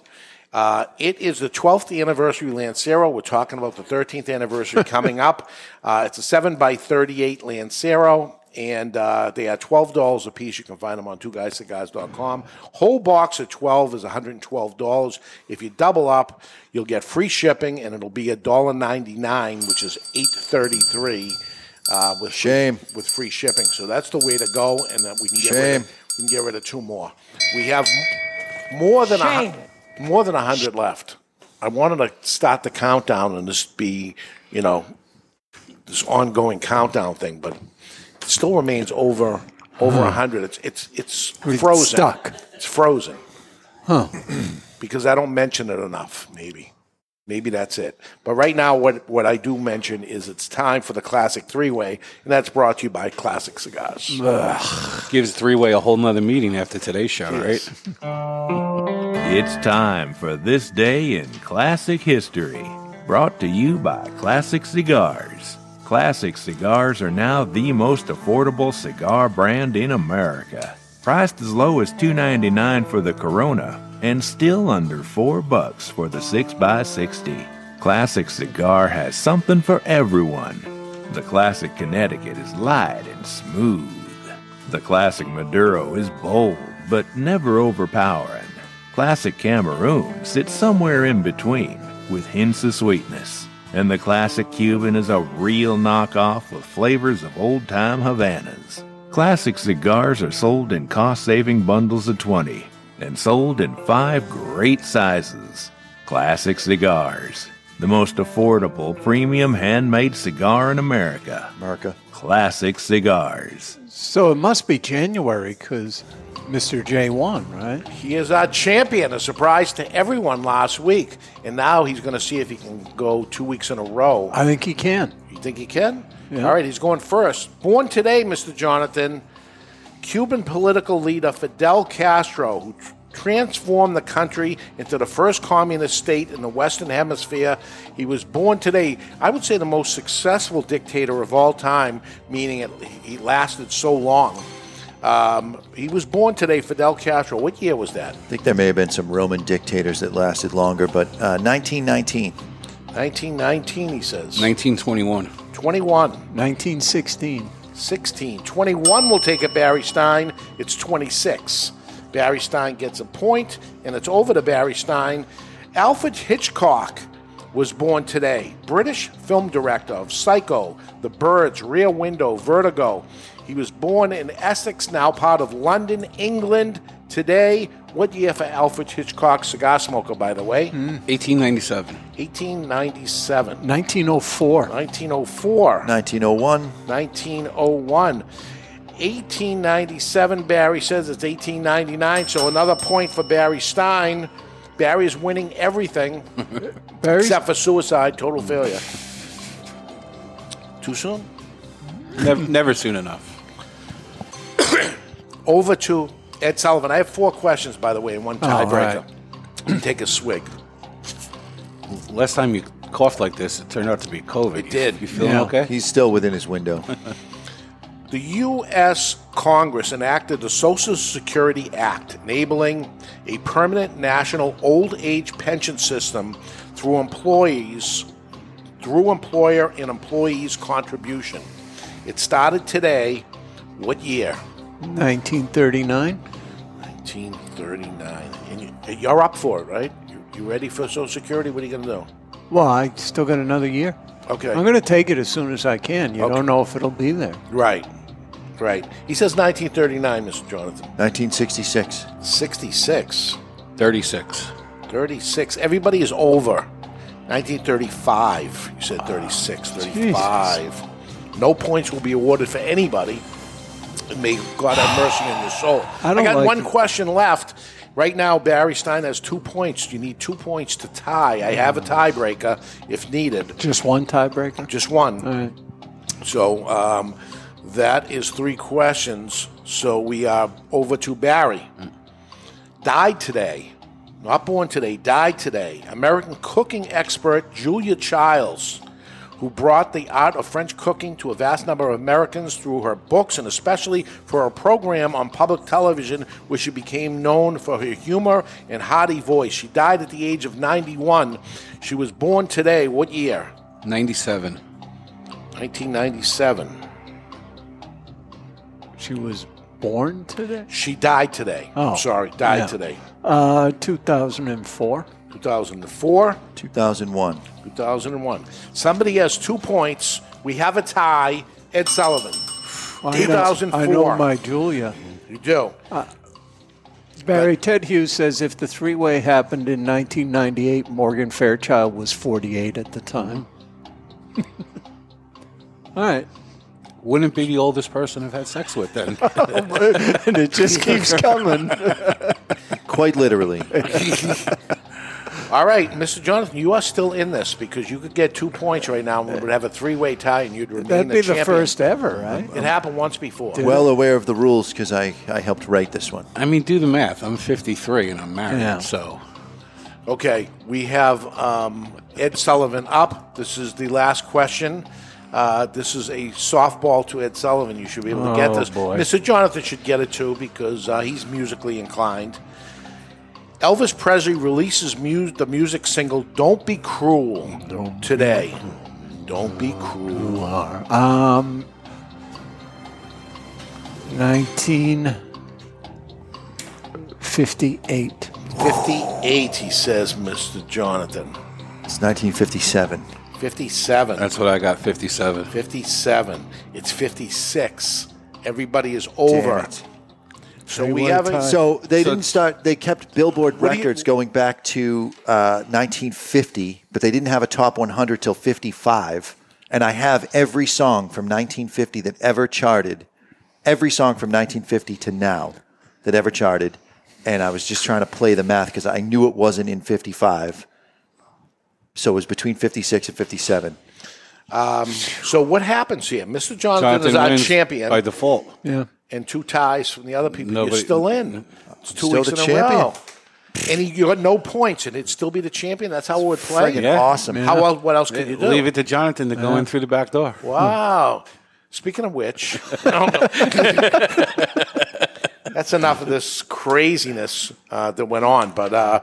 S2: Uh, it is the 12th anniversary Lancero. We're talking about the 13th anniversary coming up. Uh, it's a 7 by 38 Lancero, and uh, they are $12 a piece. You can find them on two twoguyscigars.com. Whole box of 12 is $112. If you double up, you'll get free shipping, and it'll be $1.99, which is 833 uh, with
S3: Shame.
S2: free, with free shipping. So that's the way to go, and that we can get rid
S3: Shame.
S2: of, we can get rid of two more. We have m- more than a hu- more than hundred left. I wanted to start the countdown and just be, you know, this ongoing countdown thing, but it still remains over over a
S4: Huh.
S2: hundred. It's it's it's
S4: It's
S2: frozen.
S4: stuck.
S2: It's frozen
S4: Huh.
S2: because I don't mention it enough. Maybe, maybe that's it. But right now, what what I do mention is it's time for the classic three way, and that's brought to you by Classic Cigars.
S5: Gives three way a whole nother meeting after today's show, right?
S1: It's time for This Day in Classic History, brought to you by Classic Cigars. Classic Cigars are now the most affordable cigar brand in America. Priced as low as $2.99 for the Corona and still under 4 bucks for the 6x60. Classic Cigar has something for everyone. The Classic Connecticut is light and smooth. The classic Maduro is bold, but never overpowering. Classic Cameroon sits somewhere in between, with hints of sweetness. And the classic Cuban is a real knockoff with flavors of old time Havanas. Classic cigars are sold in cost saving bundles of 20 and sold in five great sizes. Classic Cigars, the most affordable premium handmade cigar in America. America. Classic Cigars.
S4: So it must be January because Mr. J won, right?
S2: He is our champion, a surprise to everyone last week, and now he's going to see if he can go two weeks in a row.
S4: I think he can.
S2: You think he can?
S4: Yeah.
S2: All right, he's going first. Born today, Mr. Jonathan, Cuban political leader Fidel Castro, who tr- transformed the country into the first communist state in the Western Hemisphere. He was born today, I would say, the most successful dictator of all time, meaning it, he lasted so long. Um, he was born today, Fidel Castro. What year was that?
S3: I think there may have been some Roman dictators that lasted longer, but uh, 1919.
S2: 1919, he says.
S5: 1921.
S2: 21.
S4: 1916.
S2: 16. 21 will take it, Barry Stein. It's 26. Barry Stein gets a point, and it's over to Barry Stein. Alfred Hitchcock was born today. British film director of Psycho, The Birds, Rear Window, Vertigo. He was born in Essex, now part of London, England. Today, what year for Alfred Hitchcock, cigar smoker, by the way?
S3: Hmm.
S5: 1897.
S2: 1897.
S4: 1904.
S2: 1904.
S3: 1901.
S2: 1901. 1897, Barry says it's 1899, so another point for Barry Stein. Barry is winning everything except for suicide, total failure. Too soon?
S5: never, never soon enough.
S2: Over to Ed Sullivan. I have four questions, by the way, in one
S5: Oh, all
S2: tiebreaker. Take a swig.
S5: Last time you coughed like this, it turned out to be COVID. It did. You feeling okay?
S3: He's still within his window.
S2: The U.S. Congress enacted the Social Security Act, enabling a permanent national old age pension system through employees, through employer and employees contribution. It started today. What year?
S4: 1939.
S2: 1939. And you, you're up for it, right? You, you ready for Social Security? What are you going to do?
S4: Well, I still got another year.
S2: Okay.
S4: I'm going to take it as soon as I can. You
S2: Okay.
S4: don't know if it'll be there.
S2: Right. Right. He says 1939, Mr. Jonathan.
S3: 1966.
S2: 66.
S5: 36.
S2: 36. Everybody is over. 1935. You said 36, 35. No points will be awarded for anybody. And May God have mercy on your soul.
S4: I don't
S2: got
S4: like
S2: one
S4: it.
S2: question left. Right now, Barry Stein has two points. You need two points to tie. I have a tiebreaker if needed.
S4: Just one tiebreaker?
S2: Just one. So um, that is three questions. So we are over to Barry. Died today, not born today, died today. American cooking expert Julia Childs, who brought the art of French cooking to a vast number of Americans through her books and especially for her program on public television, where she became known for her humor and hearty voice. She died at the age of 91. She was born today. What year?
S5: 97.
S2: 1997.
S4: She was born today?
S2: She died today.
S4: Oh.
S2: I'm sorry, died
S4: Yeah.
S2: today.
S4: Uh, 2004.
S2: 2004.
S3: 2001.
S2: 2001. Somebody has two points. We have a tie. Ed Sullivan.
S4: I know, Uh,
S2: 2004.
S4: I know my Julia.
S2: You do.
S4: Barry, Ted Hughes says if the three way happened in 1998, Morgan Fairchild was 48 at the time. All right.
S5: Wouldn't be the oldest person I've had sex with then.
S4: and it just keeps coming.
S3: Quite literally.
S2: All right, Mr. Jonathan, you are still in this because you could get two points right now and we would have a three-way tie and you'd remain
S4: That'd
S2: the
S4: be the
S2: champion.
S4: first ever, right?
S2: It happened once before.
S3: Well aware of the rules because I, I helped write this one.
S5: I mean, do the math. I'm 53 and I'm married,
S3: Yeah.
S5: so.
S2: Okay, we have um, Ed Sullivan up. This is the last question. Uh, this is a softball to Ed Sullivan. You should be able to get
S4: Oh,
S2: this.
S4: boy.
S2: Mr. Jonathan should get it too because uh, he's musically inclined. Elvis Presley releases mu- the music single "Don't Be Cruel" today. Don't be
S4: You
S2: cruel.
S4: are. Um, 1958.
S2: Fifty-eight, he says, Mr. Jonathan.
S3: It's 1957.
S2: Fifty-seven.
S5: That's what I got, 57.
S2: 57. It's 56. Everybody is over.
S3: it.
S2: So we haven't.
S3: So they didn't start. They kept Billboard
S2: What do you-
S3: records going back to uh, 1950, but they didn't have a top 100 till 55. And I have every song from 1950 that ever charted, every song from 1950 to now that ever charted. And I was just trying to play the math because I knew it wasn't in 55. So it was between 56 and 57.
S2: Um, so what happens here? Mr. Jonathan, is
S3: Jonathan
S2: our
S3: wins
S2: champion
S3: by default.
S4: Yeah.
S2: And two ties from the other people.
S5: Nobody-
S2: You're still in. It's two
S3: Still
S2: weeks
S3: the
S2: in a
S3: champion.
S2: row. And he- you got no points, and it'd still be the champion. That's how it would play.
S5: Friggin' Yeah. awesome.
S2: How else? What else could you do?
S5: Leave it to Jonathan to go in through the back door. Hmm.
S2: Wow. Speaking of which, I don't know. that's enough of this craziness uh, that went on. But uh,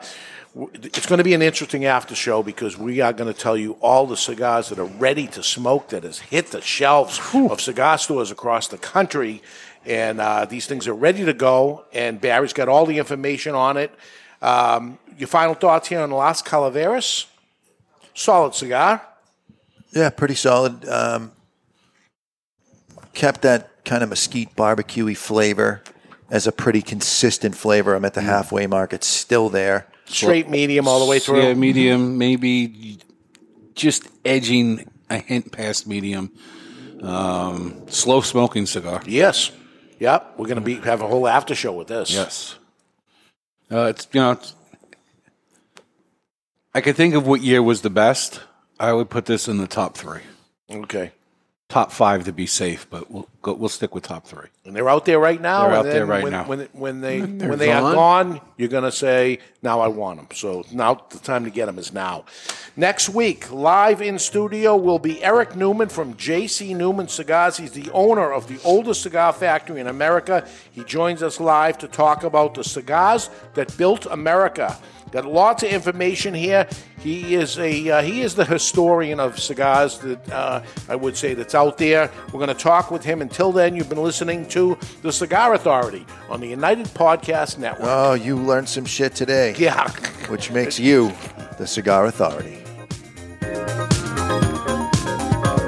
S2: w- it's going to be an interesting after show because we are going to tell you all the cigars that are ready to smoke that has hit the shelves of cigar stores across the country. And uh, these things are ready to go. And Barry's got all the information on it. Um, your final thoughts here on Las Calaveras? Solid cigar.
S3: Yeah, pretty solid. Um, kept that kind of mesquite barbecue flavor as a pretty consistent flavor. I'm at the halfway mark. It's still there.
S2: Straight medium all the way through.
S5: Yeah, medium, maybe just edging a hint past medium. Um, slow smoking cigar.
S2: Yes. Yep. We're going to be have a whole after show with this.
S5: Yes. Uh, it's you know, it's, I could think of what year was the best. I would put this in the top three,
S2: Okay.
S5: top five to be safe, but we'll go, we'll stick with top three.
S2: And they're out there right now.
S5: They're
S2: and
S5: out
S2: then
S5: there right
S2: when,
S5: now.
S2: When, when they
S5: When
S2: when,
S5: they're
S2: they are gone, you're going to say, "Now I want them." So now the time to get them is now. Next week, live in studio will be Eric Newman from J.C. Newman Cigars. He's the owner of the oldest cigar factory in America. He joins us live to talk about the cigars that built America. Got lots of information here. He is a uh, he is the historian of cigars that uh, I would say that's out there. We're going to talk with him. Until then, you've been listening to the Cigar Authority on the United Podcast Network.
S3: Oh, you learned some shit today.
S2: Yeah.
S3: Which makes you the cigar authority.